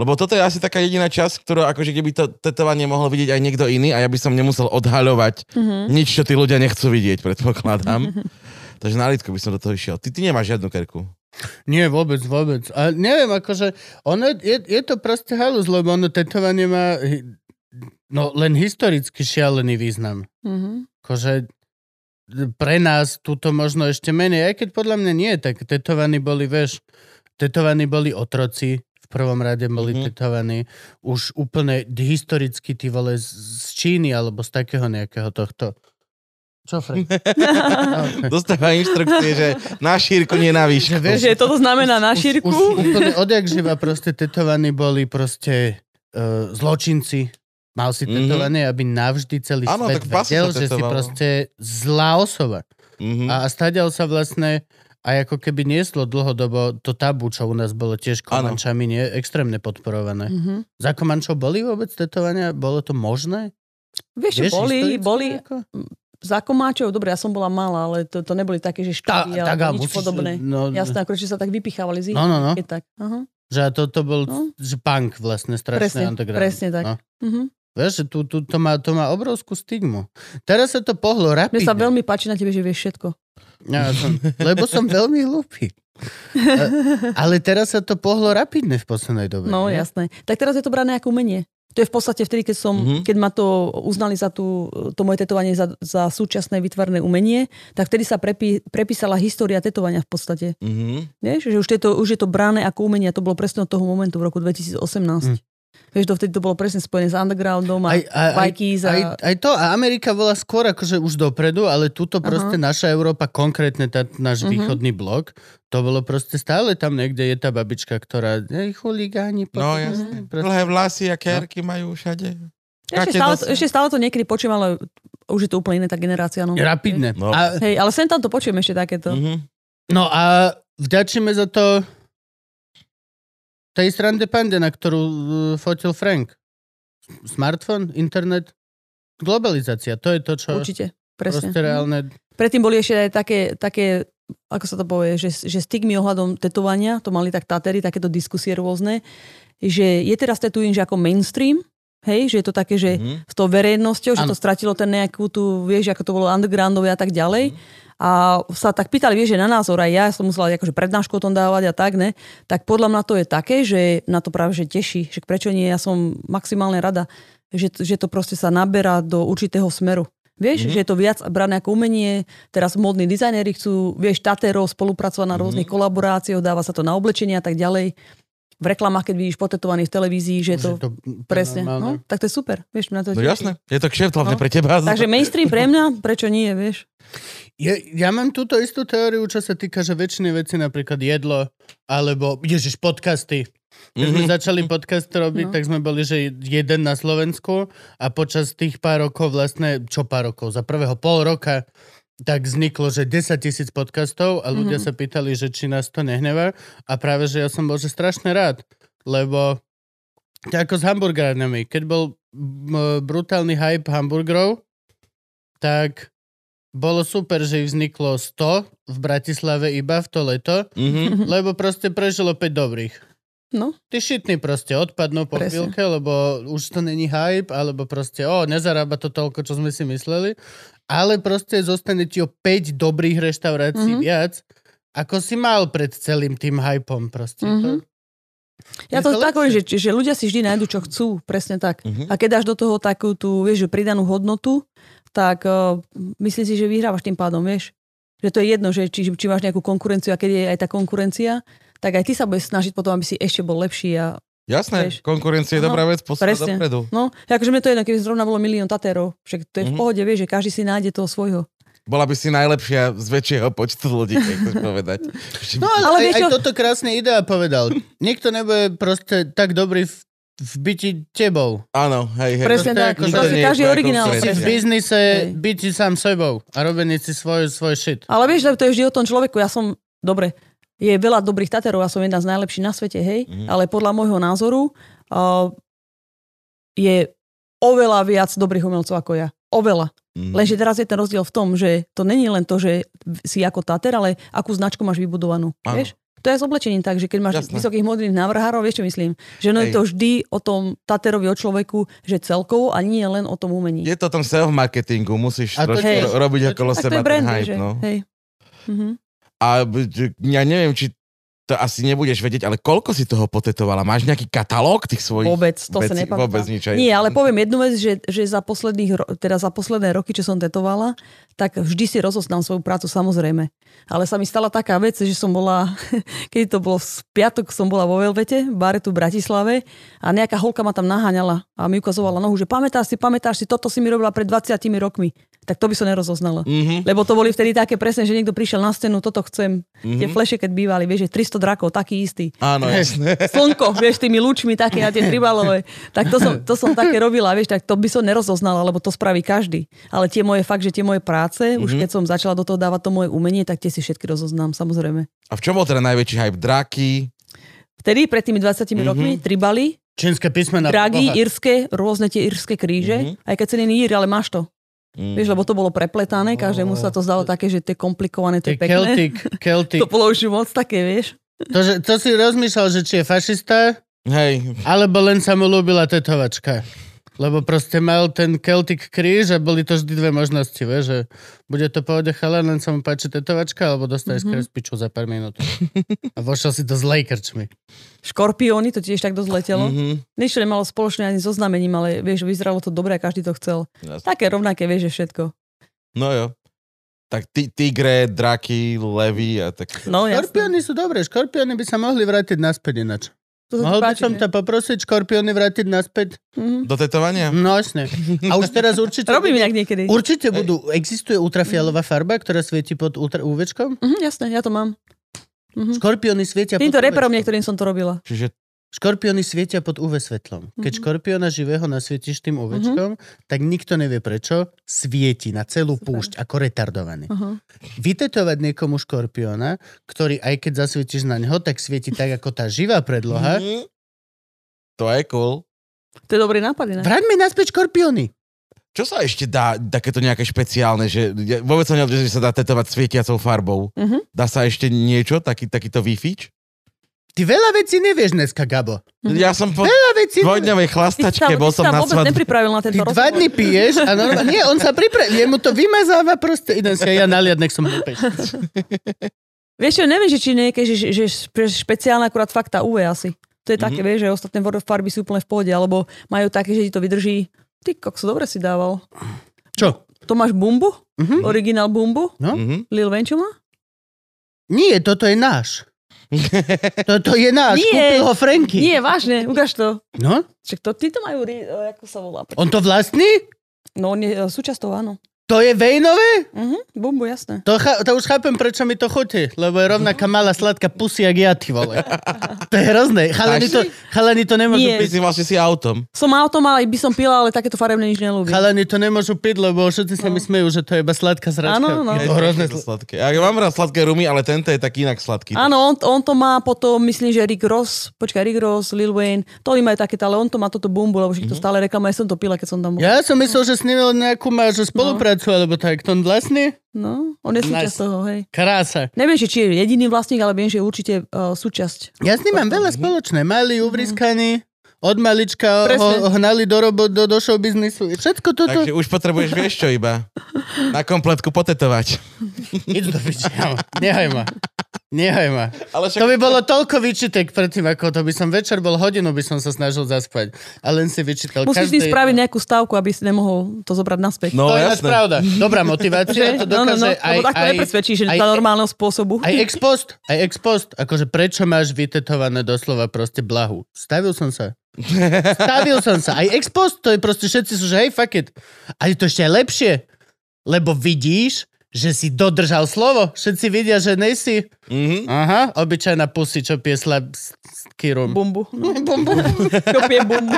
S1: Lebo toto je asi taká jediná časť, ktorú akože keby to tetovanie mohol vidieť aj niekto iný a ja by som nemusel odhaľovať
S3: Uh-huh.
S1: nič, čo tí ľudia nechcú vidieť, predpokladám. Takže na lítko by som do toho išiel. Ty, ty nemáš žiadnu kerku.
S2: Nie, vôbec, vôbec. A neviem, akože, ono, je, je to proste halus, lebo ono tetovanie má No len historicky šialený význam.
S3: Mm-hmm.
S2: Akože pre nás túto možno ešte menej, aj keď podľa mňa nie, tak tetovaní boli, vieš, tetovaní boli otroci, v prvom rade boli
S1: Mhm.
S2: mm-hmm. tetovaní, už úplne historicky tí vole z- z Číny alebo z takého nejakého tohto. Čo, Frank?
S1: Dostáva inštrukcie, že na šírku, nie na výšku.
S2: vieš,
S3: Že toto znamená na
S2: Už-
S3: šírku.
S2: Už, už úplne odjak živa proste tetovaní boli proste uh, zločinci. Mal si
S1: Mhm.
S2: tetovanie, aby navždy celý
S1: Áno,
S2: svet
S1: tak v pasu
S2: vedel,
S1: sa
S2: že si
S1: tetovalo.
S2: proste zlá osoba.
S1: Mhm.
S2: A stadial sa vlastne aj ako keby nieslo dlhodobo to tabu, čo u nás bolo tiež
S1: Áno.
S2: komančami, nie? Extrémne podporované.
S3: Mm-hmm.
S2: Za komančov boli vôbec tetovania? Bolo to možné?
S3: Vieš, čo, boli,
S2: historicky
S3: boli
S2: nejako?
S3: za komáčov, dobre, ja som bola malá, ale to, to neboli také, že
S2: Tá,
S3: škavy,
S2: tak, a
S3: ale nič
S2: musíš-
S3: podobné.
S2: No,
S3: Jasné, akurát, že sa tak vypichávali z ich.
S2: No, no, no.
S3: Je tak. Aha.
S2: Že a to, to bol
S3: No.
S2: že punk vlastne,
S3: Presne,
S2: strašne underground.
S3: presne tak.
S2: No.
S3: Mhm.
S2: Vieš, že tu, tu, to, má, to má obrovskú stigmu. Teraz sa to pohlo
S3: Mne
S2: rapidne.
S3: sa veľmi páči na tebe, že vieš všetko.
S2: Ja som, lebo som veľmi hlúpy. A- Ale teraz sa to pohlo rapidne v poslednej dobe.
S3: No,
S2: nie?
S3: jasné. Tak teraz je to brané ako umenie. To je v podstate vtedy, keď, som,
S1: Mhm.
S3: mm-hmm. keď ma to uznali za tú, to moje tetovanie za, za súčasné vytvarné umenie, tak vtedy sa prepí, prepísala história tetovania v podstate.
S1: Mhm.
S3: Vieš, že už, tieto, už je to brané ako umenie a to bolo presne od toho momentu v roku 2018.
S2: Mm.
S3: Vieš, to vtedy to bolo presne spojené s undergroundom a
S2: Aj, aj, aj,
S3: bajky za...
S2: aj, aj to, a Amerika bola skôr akože už dopredu, ale tuto proste naša Európa, konkrétne tá, náš
S3: Mhm.
S2: východný blok, to bolo proste stále tam niekde je tá babička, ktorá, ej, chuligáni,
S1: No,
S2: poď,
S3: Mhm.
S1: jasné.
S2: proste-
S1: Dlhé vlasy a kerky
S2: No.
S1: majú všade.
S3: ešte,
S1: Kate
S3: stále,
S2: vlastne-
S1: Dawson.
S3: ešte stále to niekedy počujem, ale už je to úplne iná tá generácia. No.
S2: Rapidne.
S1: No.
S2: A
S3: Hej, ale sem tam to počujem ešte takéto.
S1: Mhm.
S2: No a vďačíme za to tej strande pande, na ktorú e, fotil Frank. Smartfón, internet, globalizácia, to je to, čo
S3: Určite. Presne. Mhm.
S2: proste reálne...
S3: Predtým boli ešte aj také, také ako sa to povie, že, že stigmy ohľadom tetovania, to mali tak Tatery, takéto diskusie rôzne, že je teraz tetuín, že ako mainstream, hej, že je to také, že
S1: Mhm.
S3: s tou verejnosťou, že
S2: Áno.
S3: to stratilo ten nejakú tú, vieš, ako to bolo undergroundové a tak ďalej. A sa tak pýtali, vieš, že na názor aj ja, som musela akože prednášku o tom dávať a tak, ne? Tak podľa mňa to je také, že na to práve že teší, že prečo nie, ja som maximálne rada, že, že to proste sa naberá do určitého smeru. Vieš, mm-hmm. že je to viac brané ako umenie, teraz modní dizajnéri chcú, vieš, Tatero spolupracovať na rôznych mm-hmm. kolaboráciách, dáva sa to na oblečenie a tak ďalej. V reklamách, keď vidíš potetovaný v televízii, že je
S2: Už
S3: to,
S2: je to
S3: presne, no,
S2: normálne.
S3: tak to je super, vieš, mňa to
S1: No
S3: teší.
S1: jasné, je to kšeft hlavne
S3: No.
S1: pre teba.
S3: Takže mainstream pre mňa, prečo nie, vieš?
S2: Ja, ja mám túto istú teóriu, čo sa týka, že väčšiny veci, napríklad jedlo, alebo, ježiš, podcasty. Keď sme
S1: Mhm.
S2: začali podcast robiť, no.
S3: No.
S2: tak sme boli, že jeden na Slovensku a počas tých pár rokov, vlastne, čo pár rokov, za prvého pol roka, tak vzniklo, že 10 tisíc podcastov a ľudia
S3: Mhm.
S2: sa pýtali, že či nás to nehnevá a práve, že ja som bol, že strašne rád, lebo to je ako s hamburgernami, keď bol m, brutálny hype hamburgerov, tak bolo super, že ich vzniklo 100 v Bratislave iba v to leto,
S1: Mhm.
S2: lebo proste prežilo 5 dobrých.
S3: No.
S2: Ty šitný proste odpadnú po Presne.
S3: Presne.
S2: chvíľke, lebo už to není hype, alebo proste, o, nezarába to toľko, čo sme si mysleli, ale proste zostane ti o 5 dobrých reštaurácií mm-hmm.
S3: Mhm.
S2: viac, ako si mal pred celým tým hypom proste.
S3: Mhm.
S2: Mm-hmm.
S3: Ja
S2: Je
S3: to,
S2: to
S3: tak
S2: lepšie.
S3: hovorím, že, že ľudia si vždy nájdu, čo chcú, presne tak.
S1: Mhm.
S3: A keď dáš do toho takú tú, vieš, že pridanú hodnotu, tak uh, myslím si, že vyhrávaš tým pádom, vieš. Že to je jedno, že či, či máš nejakú konkurenciu a keď je aj tá konkurencia, tak aj ty sa budeš snažiť potom, aby si ešte bol lepší a
S1: Jasné,
S3: Vieš.
S1: konkurencia je
S3: Áno,
S1: dobrá vec, posúva
S3: presne.
S1: dopredu.
S3: no, akože mne to je jedno, keby zrovna bolo milión tatérov, však to je v
S1: Mhm.
S3: pohode, vieš, že každý si nájde toho svojho.
S1: Bola by si najlepšia z väčšieho počtu ľudí, keď chceš povedať.
S2: No ale,
S3: Ale
S2: ale aj,
S3: vieš
S2: aj
S3: čo?
S2: toto krásne idea povedal. Nikto nebude proste tak dobrý v, v byti tebou.
S1: Áno, hej, hej.
S3: Presne
S2: to je
S3: tak,
S2: ako-
S3: proste
S2: to nie
S1: je
S3: každý je
S1: tvoja
S3: originál.
S2: Si v
S1: konkurencia.
S3: presne.
S2: biznise
S3: Hej.
S2: byti sám sebou a robiť si svoj, svoj shit.
S3: Ale vieš, to je vždy o tom človeku. Ja som, dobre, je veľa dobrých taterov, ja som jedna z najlepších na svete, hej,
S1: Mhm.
S3: mm. ale podľa môjho názoru uh, je oveľa viac dobrých umelcov ako ja. Oveľa.
S1: Mhm.
S3: Lenže teraz je ten rozdiel v tom, že to není len to, že si ako tater, ale akú značku máš vybudovanú.
S1: Áno.
S3: Vieš? To je s oblečením tak, že keď máš
S1: Jasné.
S3: Jasne. vysokých modrých návrhárov, vieš čo myslím? Že no je
S1: Hej.
S3: to vždy o tom taterovi, o človeku, že celkovo a nie len o tom umení.
S1: Je to tam self-marketingu, musíš
S2: A to
S1: trošku
S3: tiež.
S1: ro- robiť okolo
S3: tak
S1: seba
S3: to
S1: no.
S3: je
S1: ten
S3: brand,
S1: hype,
S3: že?
S1: no.
S3: Hej. Mhm.
S1: A b- že- ja neviem, či to asi nebudeš vedieť, ale koľko si toho potetovala? Máš nejaký katalóg tých svojich?
S3: Vôbec, to sa
S1: vecí?
S3: nepamätá.
S1: Vôbec nič. aj-
S3: Nie, ale poviem jednu vec, že, že za, posledných, ro- teda za posledné roky, čo som tetovala, tak vždy si rozoznám svoju prácu, samozrejme. Ale sa mi stala taká vec, že som bola, keď to bolo v piatok, som bola vo Velvete, v bare tu v Bratislave a nejaká holka ma tam naháňala a mi ukazovala nohu, že pamätáš si, pamätáš si, toto si mi robila pred 20 rokmi. Tak to by som nerozoznala. Mm-hmm. Lebo to boli vtedy také presne, že niekto prišiel na scénu, toto chcem. Mm-hmm. Tie fleše, keď bývali, vieš, že 300 drakov, taký istý
S1: Áno, jasné.
S3: slnko, vieš, tými lúčmi také na tie tribalové. Tak to som, to som také robila, vieš, tak to by som nerozoznala, lebo to spraví každý. Ale tie moje, fakt, že tie moje práce, mm-hmm. už keď som začala do toho dávať to moje umenie, tak tie si všetky rozoznám, samozrejme.
S1: A v čom bol teda najväčší hype? Draky?
S3: Vtedy, pred tými 20 mm-hmm. rokmi, tribaly,
S2: Čínske písmena.
S3: dragy,
S2: Boha.
S3: írske, rôzne tie írske kríže, mm-hmm. aj keď ceny nie je ír, ale máš to. Mm. Vieš, lebo to bolo prepletané, každému sa to zdalo také, že to je komplikované,
S2: Ty
S3: to je pekné.
S2: Celtic, Celtic.
S3: To bolo už moc také, vieš.
S2: To, že, to si rozmýšľal, že či je fašista,
S1: Hej,
S2: Alebo len sa mu ľúbila tetovačka. Lebo proste mal ten Celtic kríž a boli to vždy dve možnosti, vieš, že bude to pohode chalán, len sa mu páči tetovačka, alebo dostaneš
S3: Mhm.
S2: mm-hmm. krespiču za pár minút. A vošiel si to s
S3: No,
S2: Lakersmi.
S3: Škorpióny, to tiež tak dosť letelo.
S1: Mhm.
S3: Mm-hmm. Nič to nemalo spoločné ani so znamením, ale vieš, vyzeralo to dobre a každý to chcel.
S1: Jasne.
S3: Také rovnaké, vieš, že všetko.
S1: no jo. Tak ti- tigre, draky, levy a tak.
S3: No jasné.
S2: Škorpióny sú dobré, škorpióny by sa mohli vrátiť naspäť inač.
S1: No,
S3: To sa ti
S2: Mohol by
S3: páči,
S2: som
S3: ne? Mhm.
S2: ťa poprosiť škorpióny vrátiť naspäť?
S1: Do tetovania?
S2: No jasne. A už teraz určite...
S3: Robím inak niekedy. Ur...
S2: Určite budú. Existuje ultrafialová farba, ktorá svieti pod ultra UV-čkom?
S3: Mhm, jasné, ja to mám.
S2: Škorpióny svietia
S3: Mhm. Týmto
S2: pod UV-čkom.
S3: reperom niektorým som to robila.
S1: Čiže
S2: Škorpióny svietia pod UV svetlom. Keď
S3: Mhm.
S2: mm-hmm. škorpióna živého nasvietíš tým UVčkom, mm-hmm. tak nikto nevie prečo, svieti na celú Super. púšť ako retardovaný.
S3: Aha.
S2: Vytetovať niekomu škorpióna, ktorý aj keď zasvietíš na neho, tak svieti tak ako tá živá predloha.
S1: Mhm. To je cool.
S3: To je dobrý nápad inak.
S2: Vráťme naspäť škorpióny.
S1: Čo sa ešte dá, takéto nejaké špeciálne, že ja vôbec som nevedel, že sa dá tetovať svietiacou farbou.
S3: Mhm.
S1: Dá sa ešte niečo, taký, takýto výfič?
S2: Ty veľa vecí nevieš dneska, Gabo.
S1: Ja som po
S2: Veľa vecí nevieš.
S1: dvojdňovej chlastačke, bol som
S3: Mhm. sa
S1: na
S3: vôbec
S1: svadbe.
S3: nepripravil na
S2: Ty
S3: tento
S2: dva
S3: rozhovor.
S2: dny piješ a normálne, nie, on sa pripraví, jemu to vymazáva proste, idem si aj ja naliad, nech som lúpež.
S3: Vieš čo, neviem, že či nejaké, že, že, že špe- špeciálne akurát fakt tá UV asi. To je
S1: Mhm.
S3: také, mm-hmm. vieš, že ostatné World of farby sú úplne v pohode, alebo majú také, že ti to vydrží. Ty kokso, dobre si dával.
S2: Čo?
S3: Tomáš Bumbu? Mm-hmm. Originál Bumbu?
S1: Mhm.
S3: Lil Wayne čo má?
S2: Nie, toto je náš. Toto je náš,
S3: Nie.
S2: kúpil ho Franky.
S3: Nie, vážne, ukáž to.
S2: No?
S3: Čak to, títo majú, ri- e, ako sa volá.
S2: On to vlastní?
S3: No, on je e, súčasť toho, áno.
S2: To je Vejnové?
S3: Mhm, bombu, jasné.
S2: To, cha- to už chápem, prečo mi to chutí, lebo je rovnaká malá sladká pusy, jak ja, ty vole. To je hrozné. Chalani to, chalani to nemôžu
S3: Nie.
S2: piť.
S1: Ty si vlastne si autom.
S3: Som autom, ale by som pila, ale takéto farebné nič nelúbim.
S2: Chalani to nemôžu piť, lebo všetci sa mi smejú, že to je iba sladká sračka.
S3: No. Áno, no.
S2: Je to hrozné.
S1: Je to sladké. Ja mám rád sladké rumy, ale tento je taký inak sladký.
S3: Áno, on, on, to má potom, myslím, že Rick Ross, počkaj, Rick Ross, Lil Wayne, to oni majú takéto, ale on to má toto bumbu, lebo všetko to stále reklamuje, som to pila, keď som tam bol.
S2: Mhm. Ja som myslel, že s nimi len nejakú má, že spoluprácu, alebo tak. To on vlastní?
S3: No, on je súčasť
S2: Nice.
S3: toho, hej.
S2: Krása.
S3: Neviem, že či je jediný vlastník, ale viem, že je určite uh, súčasť.
S2: Ja s ním mám veľa spoločné. Mali, uvriskaní, od malička ho,
S3: Presne.
S2: ho hnali do, robo, do, do show biznisu. Všetko toto.
S1: Takže už potrebuješ vieš čo iba. Na kompletku potetovať.
S2: Idú do piči, áno. Nehaj ma. Nehaj ma.
S1: Ale však-
S2: To by bolo toľko vyčitek predtým, ako to by som večer bol hodinu, by som sa snažil zaspať. A len si vyčítal
S3: Musíš
S2: každé
S3: tým spraviť nejakú stavku, aby si nemohol to zobrať naspäť.
S2: To
S1: No
S2: je ináč
S1: jasné.
S2: pravda. Dobrá motivácia, to
S3: no, no, no,
S2: dokáže aj...
S3: lebo takto
S2: aj-
S3: nepresvedčíš, že
S2: aj-
S3: za normálneho spôsobu.
S2: Aj ex post, aj ex post. Akože prečo máš vytetované doslova proste blahu? Stavil som sa. Stavil som sa. Aj ex post, to je proste všetci sú, že hej, fuck it. A je to ešte aj lepšie, lebo vidíš, že si dodržal slovo. Všetci vidia, že nejsi.
S1: Mhm.
S2: Aha, obyčajná pusy, čo pie slab s, s kýrom.
S3: Bumbu. No. Bumbu. Čo pije bumbu.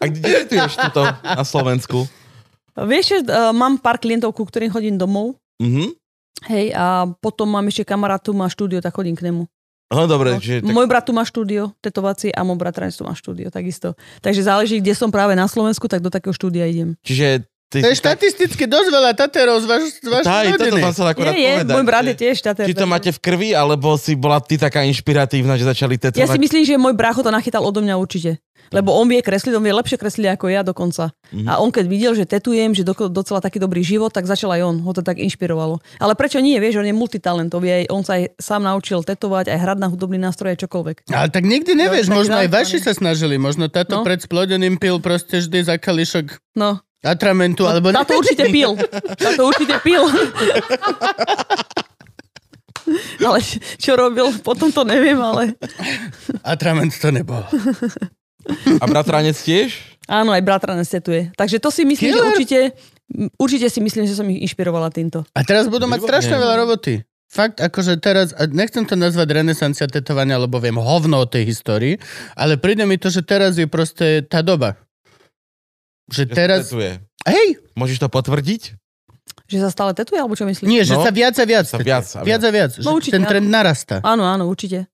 S1: A kde tu ješ tuto na Slovensku?
S3: Vieš, že uh, mám pár klientov, ku ktorým chodím domov.
S1: Mhm.
S3: Hej, a potom mám ešte kamarát, tu má štúdio, tak chodím k nemu.
S1: No dobre, že tak...
S3: Môj brat tu má štúdio, tetovacie a môj bratranec tu má štúdio, takisto. Takže záleží, kde som práve na Slovensku, tak do takého štúdia idem.
S1: Čiže t-
S2: To je štatisticky dosť veľa taterov z, vaš, z vašej
S1: Taj, toto
S2: rodiny.
S1: som chcel akurát
S3: Je, je,
S1: povedať.
S3: môj brat je
S1: že-
S3: tiež tater.
S1: Či to máte v krvi, alebo si bola ty taká inšpiratívna, že začali tetovať?
S3: Ja si myslím, že môj brácho to nachytal odo mňa určite. Lebo on vie kresliť, on vie lepšie kresliť ako ja dokonca.
S1: Mhm.
S3: Mm-hmm. A on keď videl, že tetujem, že doko- docela taký dobrý život, tak začal aj on. Ho to tak inšpirovalo. Ale prečo nie? Vieš, on je multitalent. On, vie, aj- on sa aj sám naučil tetovať, aj hrať na hudobný nástroj, aj čokoľvek.
S2: Ale tak nikdy nevieš,
S3: No, tak
S2: možno aj
S3: zaujímavé.
S2: vaši sa snažili, možno táto
S3: No.
S2: pred splodeným pil proste vždy za kališok
S3: No,
S2: atramentu, alebo...
S3: táto určite pil. Táto určite pil. ale č- čo robil, potom to neviem, ale...
S2: Atrament to nebol.
S1: A bratranec tiež?
S3: Áno, aj bratranec tetuje. Takže to si myslím, že
S2: Killer.
S3: určite... Určite si myslím, že som ich inšpirovala týmto.
S2: A teraz budú mať
S1: Výborné.
S2: strašne veľa roboty. Fakt, akože teraz, a nechcem to nazvať renesancia tetovania, lebo viem hovno o tej histórii, ale príde mi to, že teraz je proste tá doba. Že
S1: Že
S2: teraz...
S1: Tetuje.
S2: Hej!
S1: Môžeš to potvrdiť?
S3: Že sa stále tetuje, alebo čo myslíš?
S2: Nie, že
S1: No.
S2: sa viac a viac.
S1: Sa
S2: tetuje.
S1: viac a
S2: viac a viac. Že
S3: No, určite,
S2: ten
S3: áno.
S2: trend narastá.
S3: Áno, áno, určite.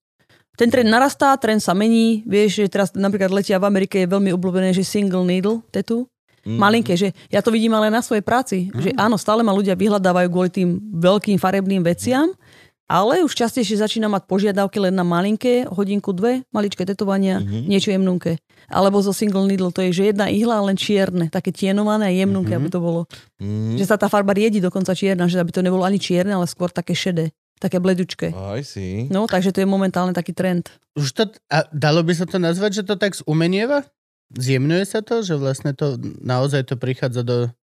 S3: Ten trend narastá, trend sa mení. Vieš, že teraz napríklad letia v Amerike je veľmi obľúbené, že single needle tetu. Mm. Malinké, že ja to vidím ale na svojej práci. Mm. Že áno, stále ma ľudia vyhľadávajú kvôli tým veľkým farebným veciam, ale už častejšie začína mať požiadavky len na malinké, hodinku, dve, maličké tetovania, mm-hmm. niečo jemnunké. Alebo zo single needle, to je, že jedna ihla, len čierne, také tienované a jemnunké, mm-hmm. aby to bolo.
S1: Mm.
S3: Že sa tá farba riedi dokonca čierna, že aby to nebolo ani čierne, ale skôr také šedé, také bledučké.
S1: Aj si.
S3: No, takže to je momentálne taký trend.
S2: Už to, a dalo by sa to nazvať, že to tak zumenieva? Zjemňuje sa to, že vlastne to naozaj to prichádza do...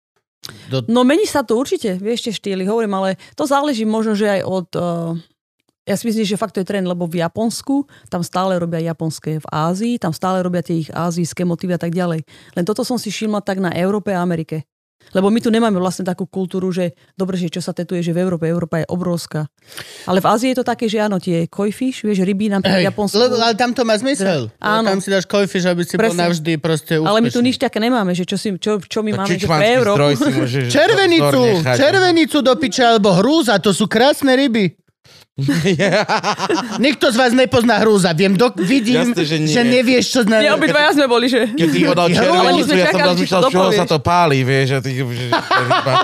S2: do...
S3: No mení sa to určite, vieš tie štýly, hovorím, ale to záleží možno, že aj od... Uh, ja si myslím, že fakt to je trend, lebo v Japonsku tam stále robia japonské v Ázii, tam stále robia tie ich azijské motívy a tak ďalej. Len toto som si všimla tak na Európe a Amerike. Lebo my tu nemáme vlastne takú kultúru, že dobre, že čo sa tetuje, že v Európe, Európa je obrovská. Ale v Ázii je to také, že áno, tie kojfiš, vieš, ryby napríklad v
S2: Hej,
S3: Japonsku.
S2: lebo, ale tam to má zmysel.
S3: Áno.
S2: Tam si dáš kojfiš, aby si bol
S3: Presne.
S2: navždy proste úspešný.
S3: Ale my tu nič také nemáme, že čo, si, čo, čo my máme, že pre
S1: čičmanský
S3: Európu.
S1: zdroj si môžeš
S2: Červenicu,
S1: vzorne chať.
S2: červenicu do piče, alebo hrúza, to sú krásne ryby. Nikto z vás nepozná hrúza, viem, dok- vidím,
S1: Jasné, že
S2: že,
S1: nie.
S2: nevieš, čo
S3: Nie,
S2: znamená.
S3: obidvaja sme boli, že...
S1: Keď ty podal
S2: Ja, oni
S1: červenicu,
S3: sme
S1: ja som
S3: čakali,
S1: rozmýšľal,
S3: či
S1: z
S3: to
S1: čoho sa
S3: povieš.
S1: to páli, vieš. A ty, že, ryba.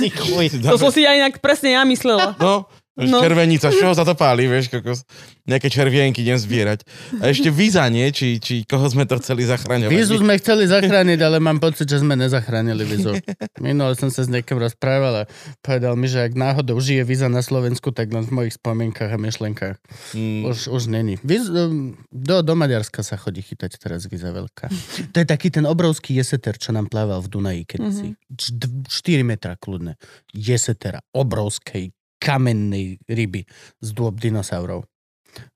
S1: Ty chuj,
S3: To
S1: dáme-
S3: som si ja inak presne ja myslela.
S1: No, no.
S3: No.
S1: červenica, z čoho sa to páli, vieš, kokos. Nejaké červienky idem zbierať. A ešte víza, nie? Či, či koho sme to chceli zachraňovať?
S2: Vizu sme chceli zachrániť, ale mám pocit, že sme nezachránili Vizu. Minule som sa s niekým rozprával a povedal mi, že ak náhodou žije Viza na Slovensku, tak len v mojich spomienkach a myšlenkách.
S1: Mm.
S2: Už, už není. Viz, um, do, do Maďarska sa chodí chytať teraz Viza veľká. To je taký ten obrovský jeseter, čo nám plával v Dunaji kedysi. Mm-hmm. 4 metra kľudne. Jesetera. Obrovskej kamennej ryby z dôb dinosaurov.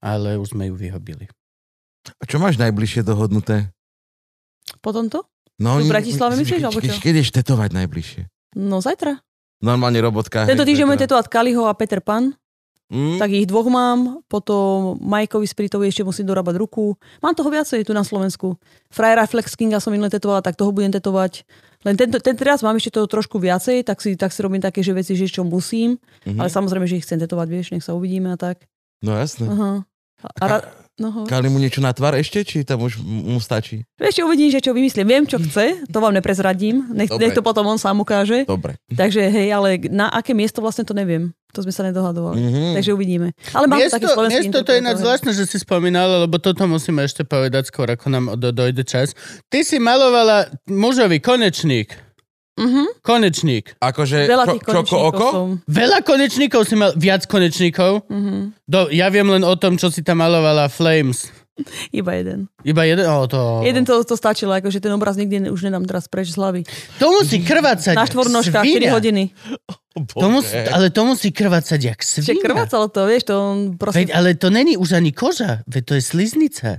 S2: Ale už sme ju vyhobili.
S1: A čo máš najbližšie dohodnuté?
S3: Potom to?
S1: No,
S3: Tu v
S1: nie-
S3: Bratislave
S1: nie-
S3: myslíš,
S1: keď-
S3: alebo
S1: keď-
S3: čo?
S1: Keď ideš tetovať najbližšie?
S3: No zajtra.
S1: Normálne robotka.
S3: Tento
S1: hej,
S3: týždeň
S1: zajtra.
S3: budem tetovať Kaliho a Peter Pan.
S1: Mm.
S3: Tak ich dvoch mám. Potom Majkovi Spritovi ešte musím dorábať ruku. Mám toho viacej tu na Slovensku. Frajera Flex Kinga som minule tetovala, tak toho budem tetovať. Len tento, ten teraz mám ešte toho trošku viacej, tak si, tak si robím také že veci, že čo musím.
S1: Mhm.
S3: Ale samozrejme, že ich chcem tetovať, vieš, nech sa uvidíme a tak.
S1: No jasné.
S3: Aha. A, a ra- no, hovor.
S1: Kali mu niečo na tvár ešte, či tam už mu stačí?
S3: Ešte uvidím, že čo vymyslím. Viem, čo chce, to vám neprezradím. Nech,
S1: Dobre.
S3: nech to potom on sám ukáže.
S1: Dobre.
S2: Mhm.
S3: Takže hej, ale na aké miesto vlastne to neviem. To sme sa nedohadovali.
S1: Mhm.
S3: Takže uvidííme. Ale mám
S2: Miesto,
S3: taký slovenský
S2: miesto to je ináč
S3: interpretovaný.
S2: zvláštne, že si spomínala, lebo toto musíme ešte povedať skôr, ako nám do, dojde čas. Ty si malovala mužovi konečník.
S3: Mhm.
S2: Konečník.
S1: Akože
S3: Veľa
S1: čo,
S3: tých
S1: čoko
S3: konečníkov
S1: oko?
S3: som.
S2: Veľa konečníkov si mal, viac konečníkov.
S3: Mhm.
S2: Do, ja viem len o tom, čo si tam malovala Flames.
S3: Iba jeden.
S2: Iba jeden, o to...
S3: Jeden to, to stačilo, akože ten obraz nikdy ne- už nedám teraz preč z hlavy.
S2: To musí krvácať.
S3: Na štvornožkách,
S2: svinia.
S3: 4 hodiny.
S2: To musí, ale to musí krvácať jak
S3: Čiže
S2: svina.
S3: krvácalo to, vieš, to
S2: Veď,
S3: on proste...
S2: ale to není už ani koža, veď to je sliznica.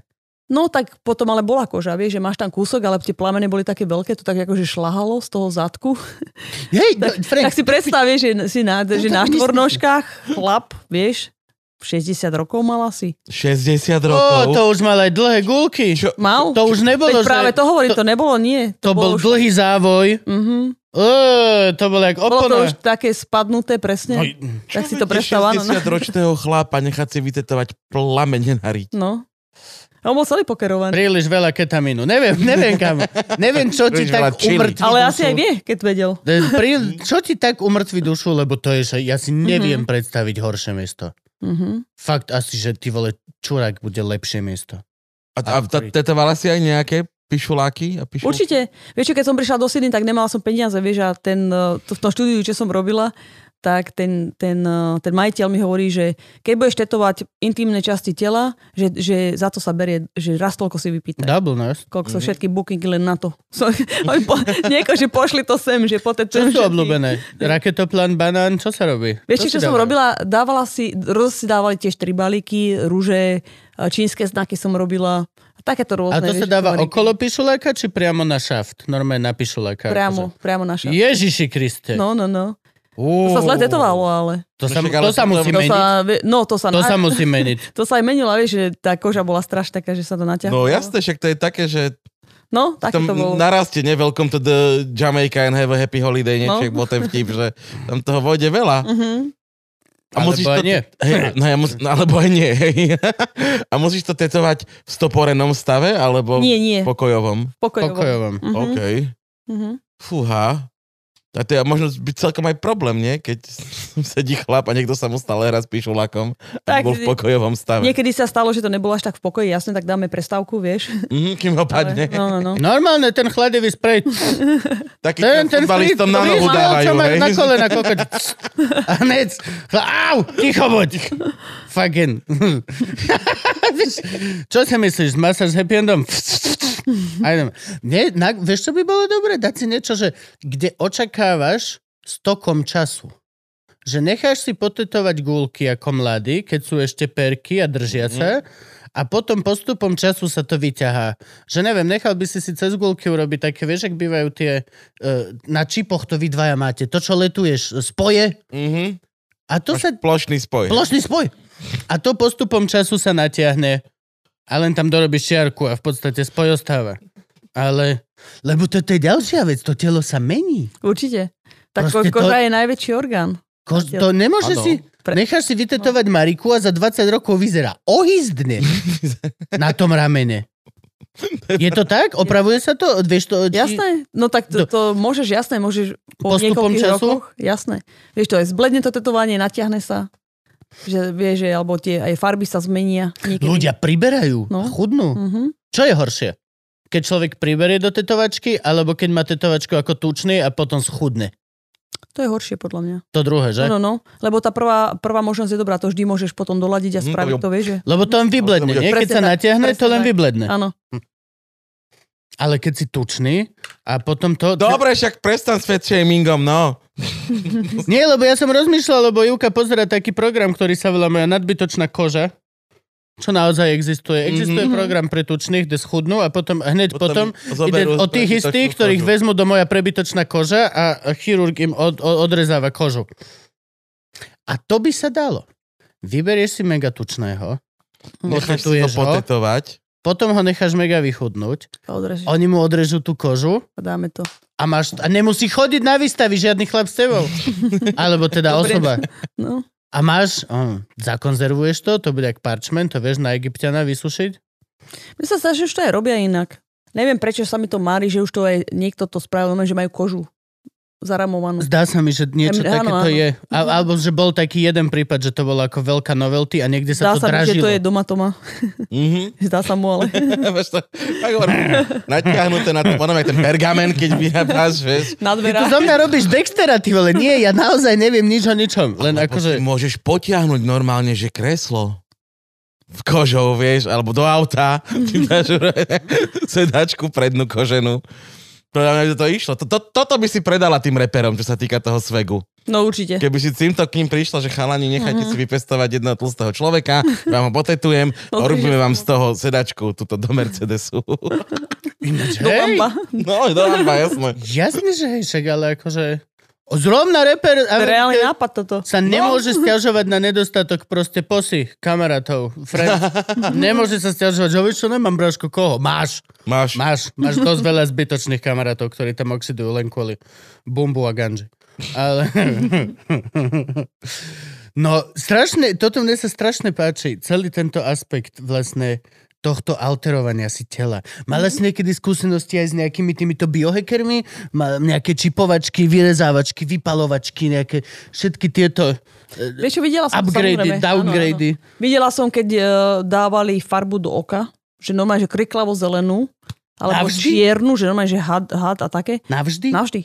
S3: No tak potom ale bola koža, vieš, že máš tam kúsok, ale tie plamene boli také veľké, to tak akože šlahalo z toho zadku.
S2: Hej, do,
S3: Tak,
S2: Frank,
S3: tak si predstavíš, že si na, že
S2: tak
S3: na
S2: No myslím.
S3: štvornožkách chlap, vieš, 60 rokov mal asi.
S1: 60 rokov.
S2: o, to už mal aj dlhé gulky.
S1: Čo?
S3: Mal?
S2: To už nebolo,
S3: Veď práve
S2: že...
S3: to hovorím, to, nebolo, nie.
S2: To bol
S3: už,
S2: dlhý závoj.
S3: uh-huh.
S2: Ö, to bolo jak
S3: Bolo to
S2: opona.
S3: už také spadnuté, presne.
S2: No,
S3: tak no. si to predstav, áno.
S1: 60 ročného chlapa nechať si vytetovať plamene na riť.
S3: No. On bol celý pokerovaný.
S2: Príliš veľa ketamínu. Neviem, neviem kam. Neviem, čo ti
S1: Príliš veľa
S2: tak
S1: chili.
S2: umrtví
S3: Ale
S2: dušu.
S3: asi aj vie, keď vedel.
S2: To je Pri, čo ti tak umrtví dušu, lebo to je, že ja si neviem predstaviť horšie miesto.
S3: Mhm.
S2: Fakt asi, že ty vole, čurák bude lepšie miesto.
S1: A, a t- tetovala si aj nejaké pišuláky? A pišu...
S3: Určite. Vieš čo, keď som prišla do Sydney, tak nemala som peniaze, vieš, a ten, eh, to, v tom štúdiu, čo som robila, tak ten, ten, eh, ten majiteľ mi hovorí, že keď budeš tetovať intimné časti tela, že, že za to sa berie, že raz toľko si vypýtaj.
S2: Double nurse.
S3: Koľko sú všetky bookingy len na to. So, oni po, nieko, že pošli to sem, že po
S2: Čo sú obľúbené? Raketoplán, banán, čo sa robí?
S3: Vieš, čo,
S2: si
S3: čo som
S2: dáva?
S3: robila? Dávala si, roz si dávali tiež tri balíky, rúže, e, čínske znaky som robila. Takéto
S2: A
S3: rôzne.
S2: to sa
S3: vieš,
S2: dáva
S3: balíky.
S2: okolo pišuláka, či priamo na šaft? Normálne na pišuláka. akože.
S3: Priamo, priamo na šaft.
S2: Ježiši Kriste.
S3: No, no, no. To
S2: Uú,
S3: sa zle tetovalo, ale.
S2: To sa,
S1: No však, ale
S2: to sa
S1: to-
S2: musí
S3: To
S2: meniť.
S3: sa, vie- no, to sa,
S2: To sa
S3: na,
S2: musí meniť.
S3: to sa aj menilo, vieš, že tá koža bola strašná, taká, že sa to natiahlo.
S1: No jasné, však to je také, že
S3: No, také
S1: tam
S3: to bolo.
S1: narastie, ne? Welcome to the Jamaica and have a happy holiday,
S3: No.
S1: niečo, no. bol ten vtip, že tam toho vojde veľa.
S3: Mhm.
S1: A musíš
S2: Alebo aj
S1: to,
S2: nie.
S1: Hej, no, ja mus, no, alebo aj nie. hej. A musíš to tetovať v stoporenom stave, alebo
S3: Nie, nie,
S1: v pokojovom?
S3: pokojovo.
S2: Pokojovom.
S3: Mhm,
S1: OK.
S3: mhm.
S1: Fúha. A to je možno byť celkom aj problém, nie? Keď sedí chlap a niekto sa mu stále raz píšu lakom a
S3: Tak,
S1: bol v pokojovom stave. Niek-
S3: Niekedy sa stalo, že to nebolo až tak v pokoji, jasne, tak dáme prestávku, vieš.
S1: mm, kým ho
S3: Ale,
S1: padne.
S3: no, no, no.
S2: Normálne ten chladivý sprej.
S1: Taký
S2: Ten,
S1: ten,
S2: ten
S1: futbalistom
S2: flip,
S1: na
S2: to
S1: nohu
S2: vidíš,
S1: dávajú.
S2: Čo máš
S1: hej.
S2: na kolena, kokot. A nec. Au, ticho buď. Fucking. čo si myslíš, masáž s happy endom? Aj neviem. Nie, na, vieš, čo by bolo dobre? Dať si niečo, že kde očakávaš stokom času. Že necháš si potetovať gulky ako mladí, keď sú ešte perky a držia
S1: Mhm.
S2: sa. A potom postupom času sa to vyťahá. Že neviem, nechal by si si cez gulky urobiť také, vieš, ak bývajú tie, e, na čipoch to vy dvaja máte, to, čo letuješ, spoje.
S1: Mhm.
S2: A to
S1: Máš
S2: sa...
S1: plošný spoj.
S2: Plošný spoj. A to postupom času sa natiahne. A len tam dorobíš čiarku a v podstate spoj ostáva. Ale... Lebo to, to je ďalšia vec, to telo sa mení.
S3: Určite. Tak
S2: Proste to-
S3: ko- koža je najväčší orgán.
S2: Ko, to nemôže
S1: Áno.
S2: si...
S3: Pre- No.
S2: Necháš si vytetovať Mariku a za 20 rokov vyzerá ohyzdne na tom ramene. Je to tak? Opravuje sa to? Vieš to? či-
S3: Jasné, no tak to, to môžeš, jasné, môžeš po
S2: Postupom
S3: niekoľkých
S2: času?
S3: rokoch, jasné. Vieš, to aj zbledne to tetovanie, natiahne sa, že vieš, že, alebo tie aj farby sa zmenia. Niekedy.
S2: Ľudia priberajú no.
S3: No.
S2: a chudnú.
S3: Mhm.
S2: Čo je horšie? Keď človek priberie do tetovačky, alebo keď má tetovačku ako tučný a potom schudne.
S3: To je horšie podľa mňa.
S2: To druhé, že? No,
S3: No,
S2: no.
S3: no, no. Lebo tá prvá, prvá možnosť je dobrá, to vždy môžeš potom doladiť a
S1: Mhm, to
S3: spraviť
S1: je-
S3: to, vieš, že...
S2: Lebo to len vybledne.
S1: Presne
S2: Nie? Keď sa
S3: tak,
S2: natiahne, to
S3: presne
S2: len
S3: tak.
S2: vybledne.
S3: Áno.
S2: Ale keď si tučný a potom to...
S1: Dobre, však prestan s fat shamingom, no.
S2: Nie, lebo ja som rozmýšľal, lebo Juka pozera taký program, ktorý sa volá Moja nadbytočná koža. Čo naozaj existuje. Existuje
S3: Mhm.
S2: program pre tučných, kde schudnú a potom hneď potom, ide
S1: zoberú
S2: o tých
S1: prebytočnú
S2: istých, ktorých
S1: kožu.
S2: vezmu do moja prebytočná koža a chirurg im od, od, odrezáva kožu. A to by sa dalo. Vyberieš si megatučného,
S1: Necháš si to
S2: otetuješ ho,
S1: potetovať.
S2: potom ho necháš mega vychudnúť,
S3: To odrežeš,
S2: oni mu odrežú tú kožu
S3: dáme to.
S2: a, máš, a nemusí chodiť na výstavy žiadny chlap s tebou. Alebo teda
S3: Dobre.
S2: osoba.
S3: No.
S2: A máš, um, zakonzervuješ to, to bude jak parchment, to vieš na Egyptiana vysušiť.
S3: My sa zdá, že už to aj robia inak. Neviem, prečo sa mi to mári, že už to aj niekto to spravil, no, že majú kožu zaramovanú.
S2: Zdá sa mi, že niečo
S3: Em, áno,
S2: takéto
S3: áno.
S2: je. A, alebo že bol taký jeden prípad, že to bolo ako veľká novelty a niekde sa
S3: Zdá
S2: to
S3: sa mi, že
S2: dražilo.
S3: to je doma Toma.
S1: Mhm.
S3: Zdá sa mu, ale...
S1: Vieš to, tak hovorím, natiahnuté na to, potom aj ten pergamen, keď vyhľadáš, vieš.
S2: Ty
S3: Na
S2: tu
S3: dverách.
S2: za mňa robíš Dextera, ty vole. Nie, ja naozaj neviem nič o ničom. Len
S1: Lebo si
S2: akože...
S1: Môžeš potiahnuť normálne, že kreslo v kožou, vieš, alebo do auta, ty dáš sedačku prednú koženú. Podľa mňa by to išlo. To- to- Toto by si predala tým reperom, čo sa týka toho svegu.
S3: No určite.
S1: Keby si týmto k ním prišla, že chalani, nechajte si vypestovať jedného tlstého človeka, vám ho potetujem,
S3: No,
S1: urobíme
S3: takže-
S1: vám z toho sedačku, túto do Mercedesu.
S2: Ináč,
S3: Do
S2: hej,
S3: bamba.
S1: No, do hamba, jasné.
S2: jasne, že hej, však, ale akože... O, Zrovna reper
S3: To je reálny
S2: Amerike
S3: nápad toto.
S2: sa nemôže stiažovať na nedostatok proste posy, kamarátov, friends. Nemôže sa stiažovať, že hovoríš, čo nemám brášku, koho? Máš,
S1: Máš.
S2: máš, máš dosť veľa zbytočných kamarátov, ktorí tam oxidujú len kvôli bumbu a ganži. Ale... No, strašne, toto mne sa strašne páči, celý tento aspekt vlastne tohto alterovania si tela.
S3: Mhm.
S2: Mala si niekedy skúsenosti aj s nejakými týmito biohackermi? Mal nejaké čipovačky, vyrezávačky, vypalovačky, nejaké všetky tieto... e,
S3: Vieš čo, videla som
S2: Upgrady,
S3: samozrejme,
S2: downgrady.
S3: Áno, áno. Videla som, keď e, dávali farbu do oka, že normálne, že kriklavo zelenú, alebo
S2: Navždy?
S3: čiernu, že normálne, že had, had a také.
S2: Navždy?
S3: Navždy.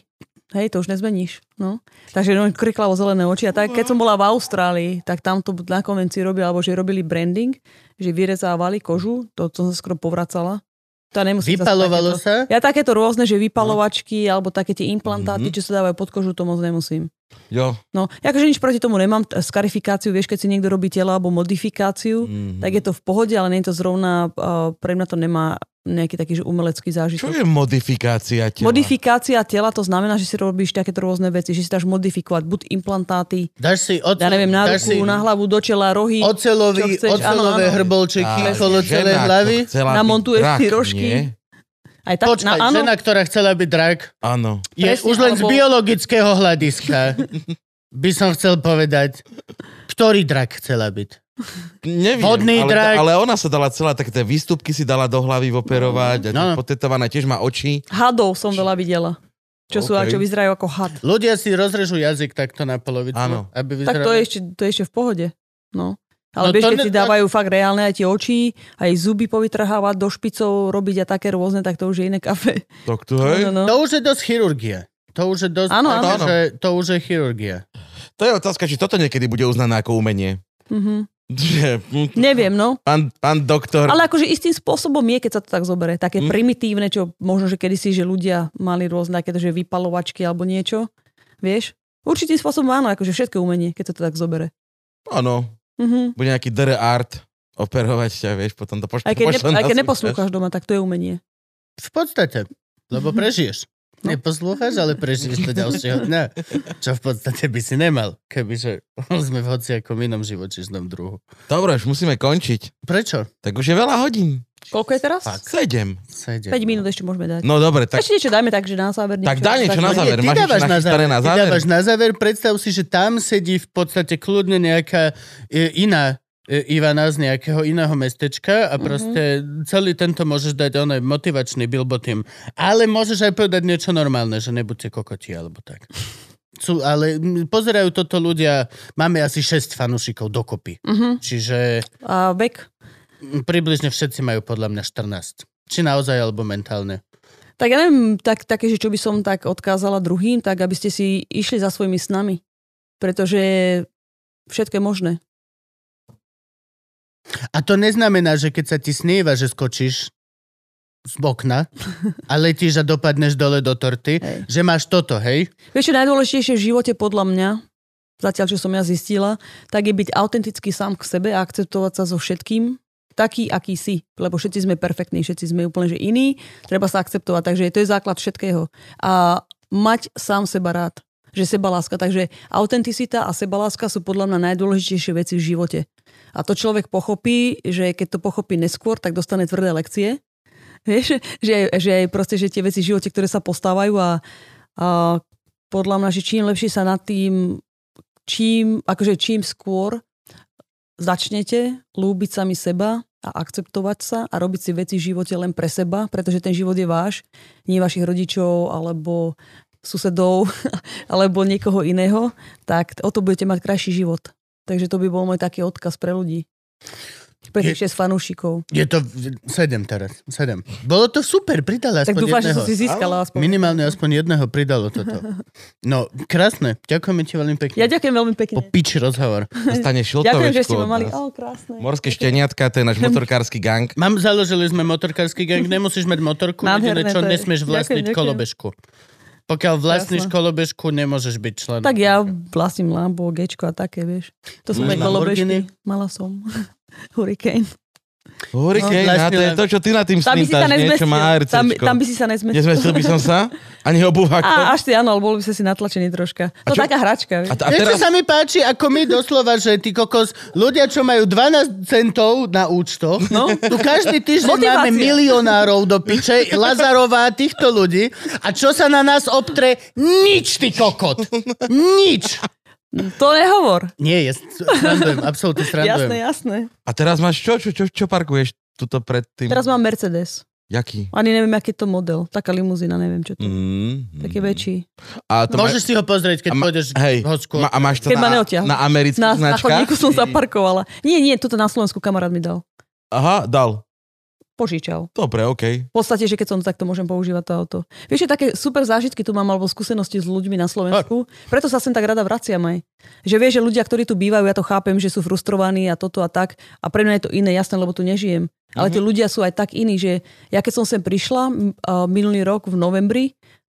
S3: Hej, to už nezmeníš. No. Takže no, kriklavo zelené oči. A tak, keď som bola v Austrálii, tak tam to na konvencii robili, alebo že robili branding, že vyrezávali kožu, to, to som sa skoro povracala. To ja nemusím zase
S2: Vypalovalo
S3: takéto-
S2: sa? No.
S3: Ja takéto rôzne, že vypalovačky, alebo také tie implantáty,
S2: Mhm.
S3: čo sa dávajú pod kožu, to moc nemusím.
S1: Jo.
S3: No, akože nič proti tomu nemám, t- skarifikáciu, vieš, keď si niekto robí telo alebo modifikáciu,
S1: Mhm.
S3: tak je to v pohode, ale nie je to zrovna, uh, pre mňa to nemá nejaký taký že umelecký
S1: Čo
S3: zážitok.
S1: je modifikácia tela?
S3: Modifikácia tela to znamená, že si robíš takéto rôzne veci, že si dáš modifikovať buď implantáty,
S2: Dáš si, oce-
S3: ja neviem, na
S2: dáš
S3: ruku,
S2: si
S3: na hlavu, do čela, rohy,
S2: ocelový,
S3: čo chceš, áno,
S2: ocelové
S3: áno.
S2: hrbolčeky
S1: Á,
S2: okolo
S1: žena,
S2: celej
S1: čo
S2: hlavy.
S1: chcela byť
S3: Namontuješ
S1: drak,
S3: si rožky.
S1: nie?
S3: aj tak,
S2: Počkaj,
S3: na, áno,
S2: žena, ktorá chcela byť drak,
S1: Áno.
S2: je
S3: Presne,
S2: už len z
S3: alebo-
S2: biologického hľadiska, by som chcel povedať, ktorý drak chcela byť.
S1: Neviem,
S2: Vodný
S1: ale,
S2: drak.
S1: ale ona sa dala celá, také tie výstupky si dala do hlavy operovať,
S2: No.
S1: no. potetovaná tiež má oči.
S3: hadov som veľa videla, čo sú a
S1: OK.
S3: čo vyzerajú ako had.
S2: Ľudia si rozrežú jazyk takto na polovicu,
S1: Áno.
S2: aby
S3: Tak
S2: vyzerali...
S3: to je ešte, to je ešte v pohode. No.
S2: No
S3: Ale vieš,
S2: to
S3: keď
S2: ne-
S3: si dávajú fakt reálne aj tie oči, aj zuby povytrhávať, do špicov robiť a také rôzne, tak to už je iné kafe.
S1: Tak to hej.
S3: No, no, no.
S2: To už je dosť chirurgia. To už je dosť...
S3: Áno, áno.
S2: akože- To už je chirurgia.
S1: To je otázka, či toto niekedy bude uznané ako umenie.
S3: Mhm.
S1: Že, hm,
S3: Neviem, no.
S1: pán, pán doktor,
S3: Ale akože istým spôsobom je, keď sa to tak zoberie. Také
S1: Mm.
S3: mm. primitívne, čo možno, že kedysi, že ľudia mali rôzne takéto, že vypalovačky alebo niečo. Vieš? Určitým spôsobom áno, akože všetko umenie, keď sa to tak zobere.
S1: áno,
S3: Mhm.
S1: bude nejaký DR art operovať ťa, vieš, potom to pošle.
S3: Aj keď, ne,
S1: pošle na
S3: aj keď
S1: súťaž.
S3: neposlúchaš doma, tak to je umenie.
S2: V podstate. Lebo prežiješ.
S3: No.
S2: Neposlúchaš, ale prežiješ to ďalšieho dňa. Čo v podstate by si nemal, kebyže sme v hociakom inom živočíšnom druhu.
S1: Dobre, už musíme končiť.
S2: Prečo?
S1: Tak už je veľa hodín.
S3: Koľko je teraz?
S2: Fakt.
S1: Sedem.
S2: Sedem.
S3: 5 minút ešte môžeme dať.
S1: No dobre, tak
S3: Ešte niečo dajme tak, že na záver.
S1: Tak daj niečo na
S3: Takže-
S1: záver.
S2: ty
S1: Máš
S2: dávaš
S1: niečo
S2: na záver,
S1: nachystané na
S2: ty
S1: záver?
S2: dávaš na záver, predstav si, že tam sedí v podstate kľudne nejaká e, iná e, Ivana z nejakého iného mestečka a proste mm-hmm. celý tento môžeš dať onaj motivačný billboard im. Ale môžeš aj povedať niečo normálne, že nebuďte kokoti alebo tak. Sú, ale mm, pozerajú toto ľudia, máme asi 6 fanúšikov dokopy.
S3: Mhm.
S2: Čiže
S3: A vek.
S2: mm, približne všetci majú podľa mňa 14. Či naozaj, alebo mentálne.
S3: Tak ja neviem, tak, také, že čo by som tak odkázala druhým, tak aby ste si išli za svojimi snami. Pretože všetko je možné.
S2: A to neznamená, že keď sa ti snieva, že skočíš z okna a letíš a dopadneš dole do torty,
S3: Hej.
S2: že máš toto, hej?
S3: Vieš, čo je najdôležitejšie v živote podľa mňa, zatiaľ čo som ja zistila, tak je byť autentický sám k sebe a akceptovať sa so všetkým taký, aký si. Lebo všetci sme perfektní, všetci sme úplne že iní, treba sa akceptovať. Takže to je základ všetkého. A mať sám seba rád že sebaláska. Takže autenticita a sebaláska sú podľa mňa najdôležitejšie veci v živote. A to človek pochopí, že keď to pochopí neskôr, tak dostane tvrdé lekcie. Vieš, že, že aj proste, že tie veci v živote, ktoré sa postávajú a, a podľa mňa, že čím lepšie sa nad tým, čím, akože čím skôr začnete lúbiť sami seba a akceptovať sa a robiť si veci v živote len pre seba, pretože ten život je váš, nie vašich rodičov alebo susedov alebo niekoho iného, tak o to budete mať krajší život. Takže to by bol môj taký odkaz pre ľudí. Pre tých 6 fanúšikov.
S2: Je to v- sedem teraz, sedem. Bolo to super, pridala
S3: Tak
S2: aspoň
S3: dúfam, že
S2: jedného.
S3: som si získala aspoň.
S2: Minimálne aspoň jedného pridalo toto. No, krásne. Ďakujeme ti veľmi pekne.
S3: Ja ďakujem veľmi
S2: Po
S3: pekne.
S2: piči rozhovor.
S1: dostane šiltovečku.
S3: Ďakujem, že ste
S1: od
S3: ma mali.
S1: nás.
S3: Ó, krásne.
S1: Morské šteniatka, to je náš motorkársky gang.
S2: Mám, založili sme motorkársky gang, nemusíš mať motorku,
S3: Nádherné
S2: jediné čo,
S3: to je.
S2: nesmieš
S3: Ďakujem,
S2: vlastniť
S3: ďakujem.
S2: kolobežku. Pokiaľ vlastníš
S3: Jasné.
S2: kolobežku, nemôžeš byť členom.
S3: Tak ja vlastním Lambo, Gečko a také, vieš. To som
S1: Máš
S3: aj kolobežky.
S2: Lamborghini?
S3: Mala som. Hurricane.
S1: Hurricane,
S2: No,
S1: a to je
S2: vlastne-
S1: to, čo ty na tým
S3: Tam by si
S1: snítaš, nie?
S3: sa
S1: Čo
S3: nezmestil.
S1: má ARCčko.
S3: Tam, tam by si sa nezmestil.
S1: Nezmestil by som sa? Ani
S3: Á,
S1: obuhako?
S3: až si áno, ale bol by si si natlačený troška. To
S1: čo-
S3: taká hračka, vieš.
S1: a, t- a
S2: Vieš,
S1: teraz...
S2: čo sa mi páči, ako my doslova, že ty kokos, ľudia, čo majú 12 centov na účtoch, no? tu každý týždeň
S3: Motivácia.
S2: máme milionárov do piče, Lazarová, týchto ľudí, a čo sa na nás obtre? Nič, ty kokot! Nič!
S3: Mm, To nehovor.
S2: Nie, ja s- srandujem, absolútne srandujem.
S3: Jasné, jasné.
S1: A teraz máš čo? Čo, čo, čo parkuješ? tuto predtým?
S3: Teraz mám Mercedes.
S1: Jaký?
S3: Ani neviem, aký je to model. Taká limuzína, neviem, čo to je.
S2: Mm-hmm.
S1: Mm, mm.
S3: Taký väčší.
S1: A to
S2: Môžeš si ho pozrieť, keď
S1: A ma-
S2: pôjdeš
S1: hej,
S2: ho skôr.
S1: ma, a máš to
S3: Keď ma
S1: na,
S3: neodtiahnu.
S1: na amerických
S3: Na, na
S1: značkách?
S3: chodníku som zaparkovala. Nie, nie, toto na Slovensku kamarát mi dal.
S1: Aha, dal.
S3: Požičal.
S1: Dobre, okej.
S3: V podstate, že keď som takto môžem používať to auto. Vieš, že také super zážitky tu mám alebo skúsenosti s ľuďmi na Slovensku. Preto sa sem tak rada vraciam aj. Že vieš, že ľudia, ktorí tu bývajú, ja to chápem, že sú frustrovaní a toto a tak. A pre mňa je to iné, jasné, lebo tu nežijem.
S1: Mhm.
S3: Ale tí ľudia sú aj tak iní, že ja keď som sem prišla m, a minulý rok v novembri,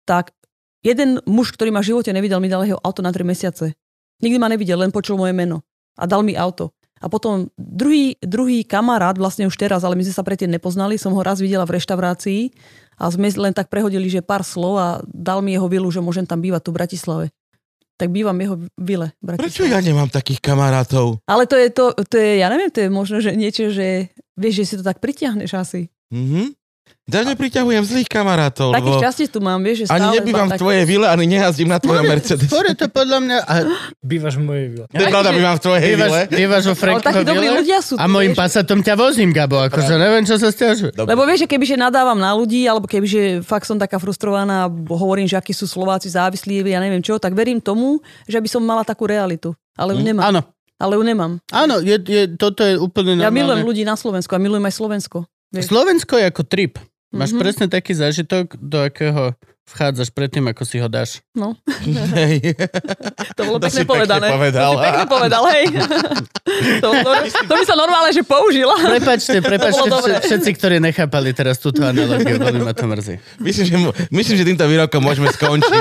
S3: tak jeden muž, ktorý ma v živote nevidel, mi dal jeho auto na 3 mesiace. Nikdy ma nevidel, len počul moje meno a dal mi auto. A potom druhý, druhý kamarát, vlastne už teraz, ale my sme sa predtým nepoznali, som ho raz videla v reštaurácii a sme len tak prehodili, že pár slov a dal mi jeho vilu, že môžem tam bývať tu v Bratislave. Tak bývam jeho vile v
S1: Prečo
S3: Bratislave.
S1: ja nemám takých kamarátov?
S3: Ale to je, to, to je, ja neviem, to je možno, že niečo, že vieš, že si to tak pritiahneš asi.
S1: Mhm. Ja nepriťahujem zlých kamarátov, lebo
S3: Takých častí tu mám, vieš, že stále...
S1: ani nebývam
S3: mám
S1: v
S3: tak-
S1: tvojej vile, ani nejazdím na
S2: No,
S1: tvojom Mercedes.
S2: Skôr je to podľa mňa... A,
S4: Bývaš v mojej vile.
S1: To je pravda, bývam v tvojej
S2: bývaš,
S1: vile.
S2: bývaš vo
S3: Ale takí
S2: Frankoville?
S3: dobrí ľudia sú.
S2: A
S3: tu,
S2: mojim
S3: vieš.
S2: pasatom ťa vozím, Gabo, akože neviem, čo sa stiažuje.
S1: Dobre.
S3: Lebo vieš, že kebyže nadávam na ľudí, alebo kebyže fakt som taká frustrovaná, bo- hovorím, že akí sú Slováci závislí, ja neviem čo, tak verím tomu, že by som mala takú realitu. Ale ju nemám.
S2: Áno,
S3: Ale ju nemám.
S2: áno, je, je, toto je úplne
S3: Ja
S2: normálne.
S3: milujem ľudí na Slovensku a milujem aj Slovensko. vieš.
S2: Slovensko je ako trip. Máš
S3: Mhm.
S2: presne taký zážitok, do akého vchádzaš predtým, ako si ho dáš.
S3: No,
S1: Hej.
S3: to bolo
S1: To si pekne
S3: pekne povedané.
S1: povedala.
S3: To si pekne povedal, hej. to, to, to by sa normálne, že použila.
S2: Prepačte, prepačte
S3: bolo
S2: vš-
S3: dobré.
S2: všetci, ktorí nechápali teraz túto analogiu, veľmi ma to mrzí.
S1: Myslím, že, myslím, že týmto výrokom môžeme skončiť.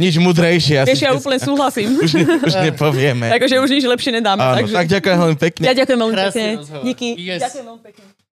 S1: Nič mudrejšie. Asi
S3: Vieš, ja úplne súhlasím.
S1: už, ne, už nepovieme.
S3: Takže už nič lepšie nedáme.
S1: Áno,
S3: takže...
S1: tak ďakujem veľmi pekne.
S3: Ja ďakujem veľmi
S2: Krásny
S3: pekne.
S2: rozhovor.
S3: Díky.
S2: Yes.
S3: Ďakujem veľmi pekne.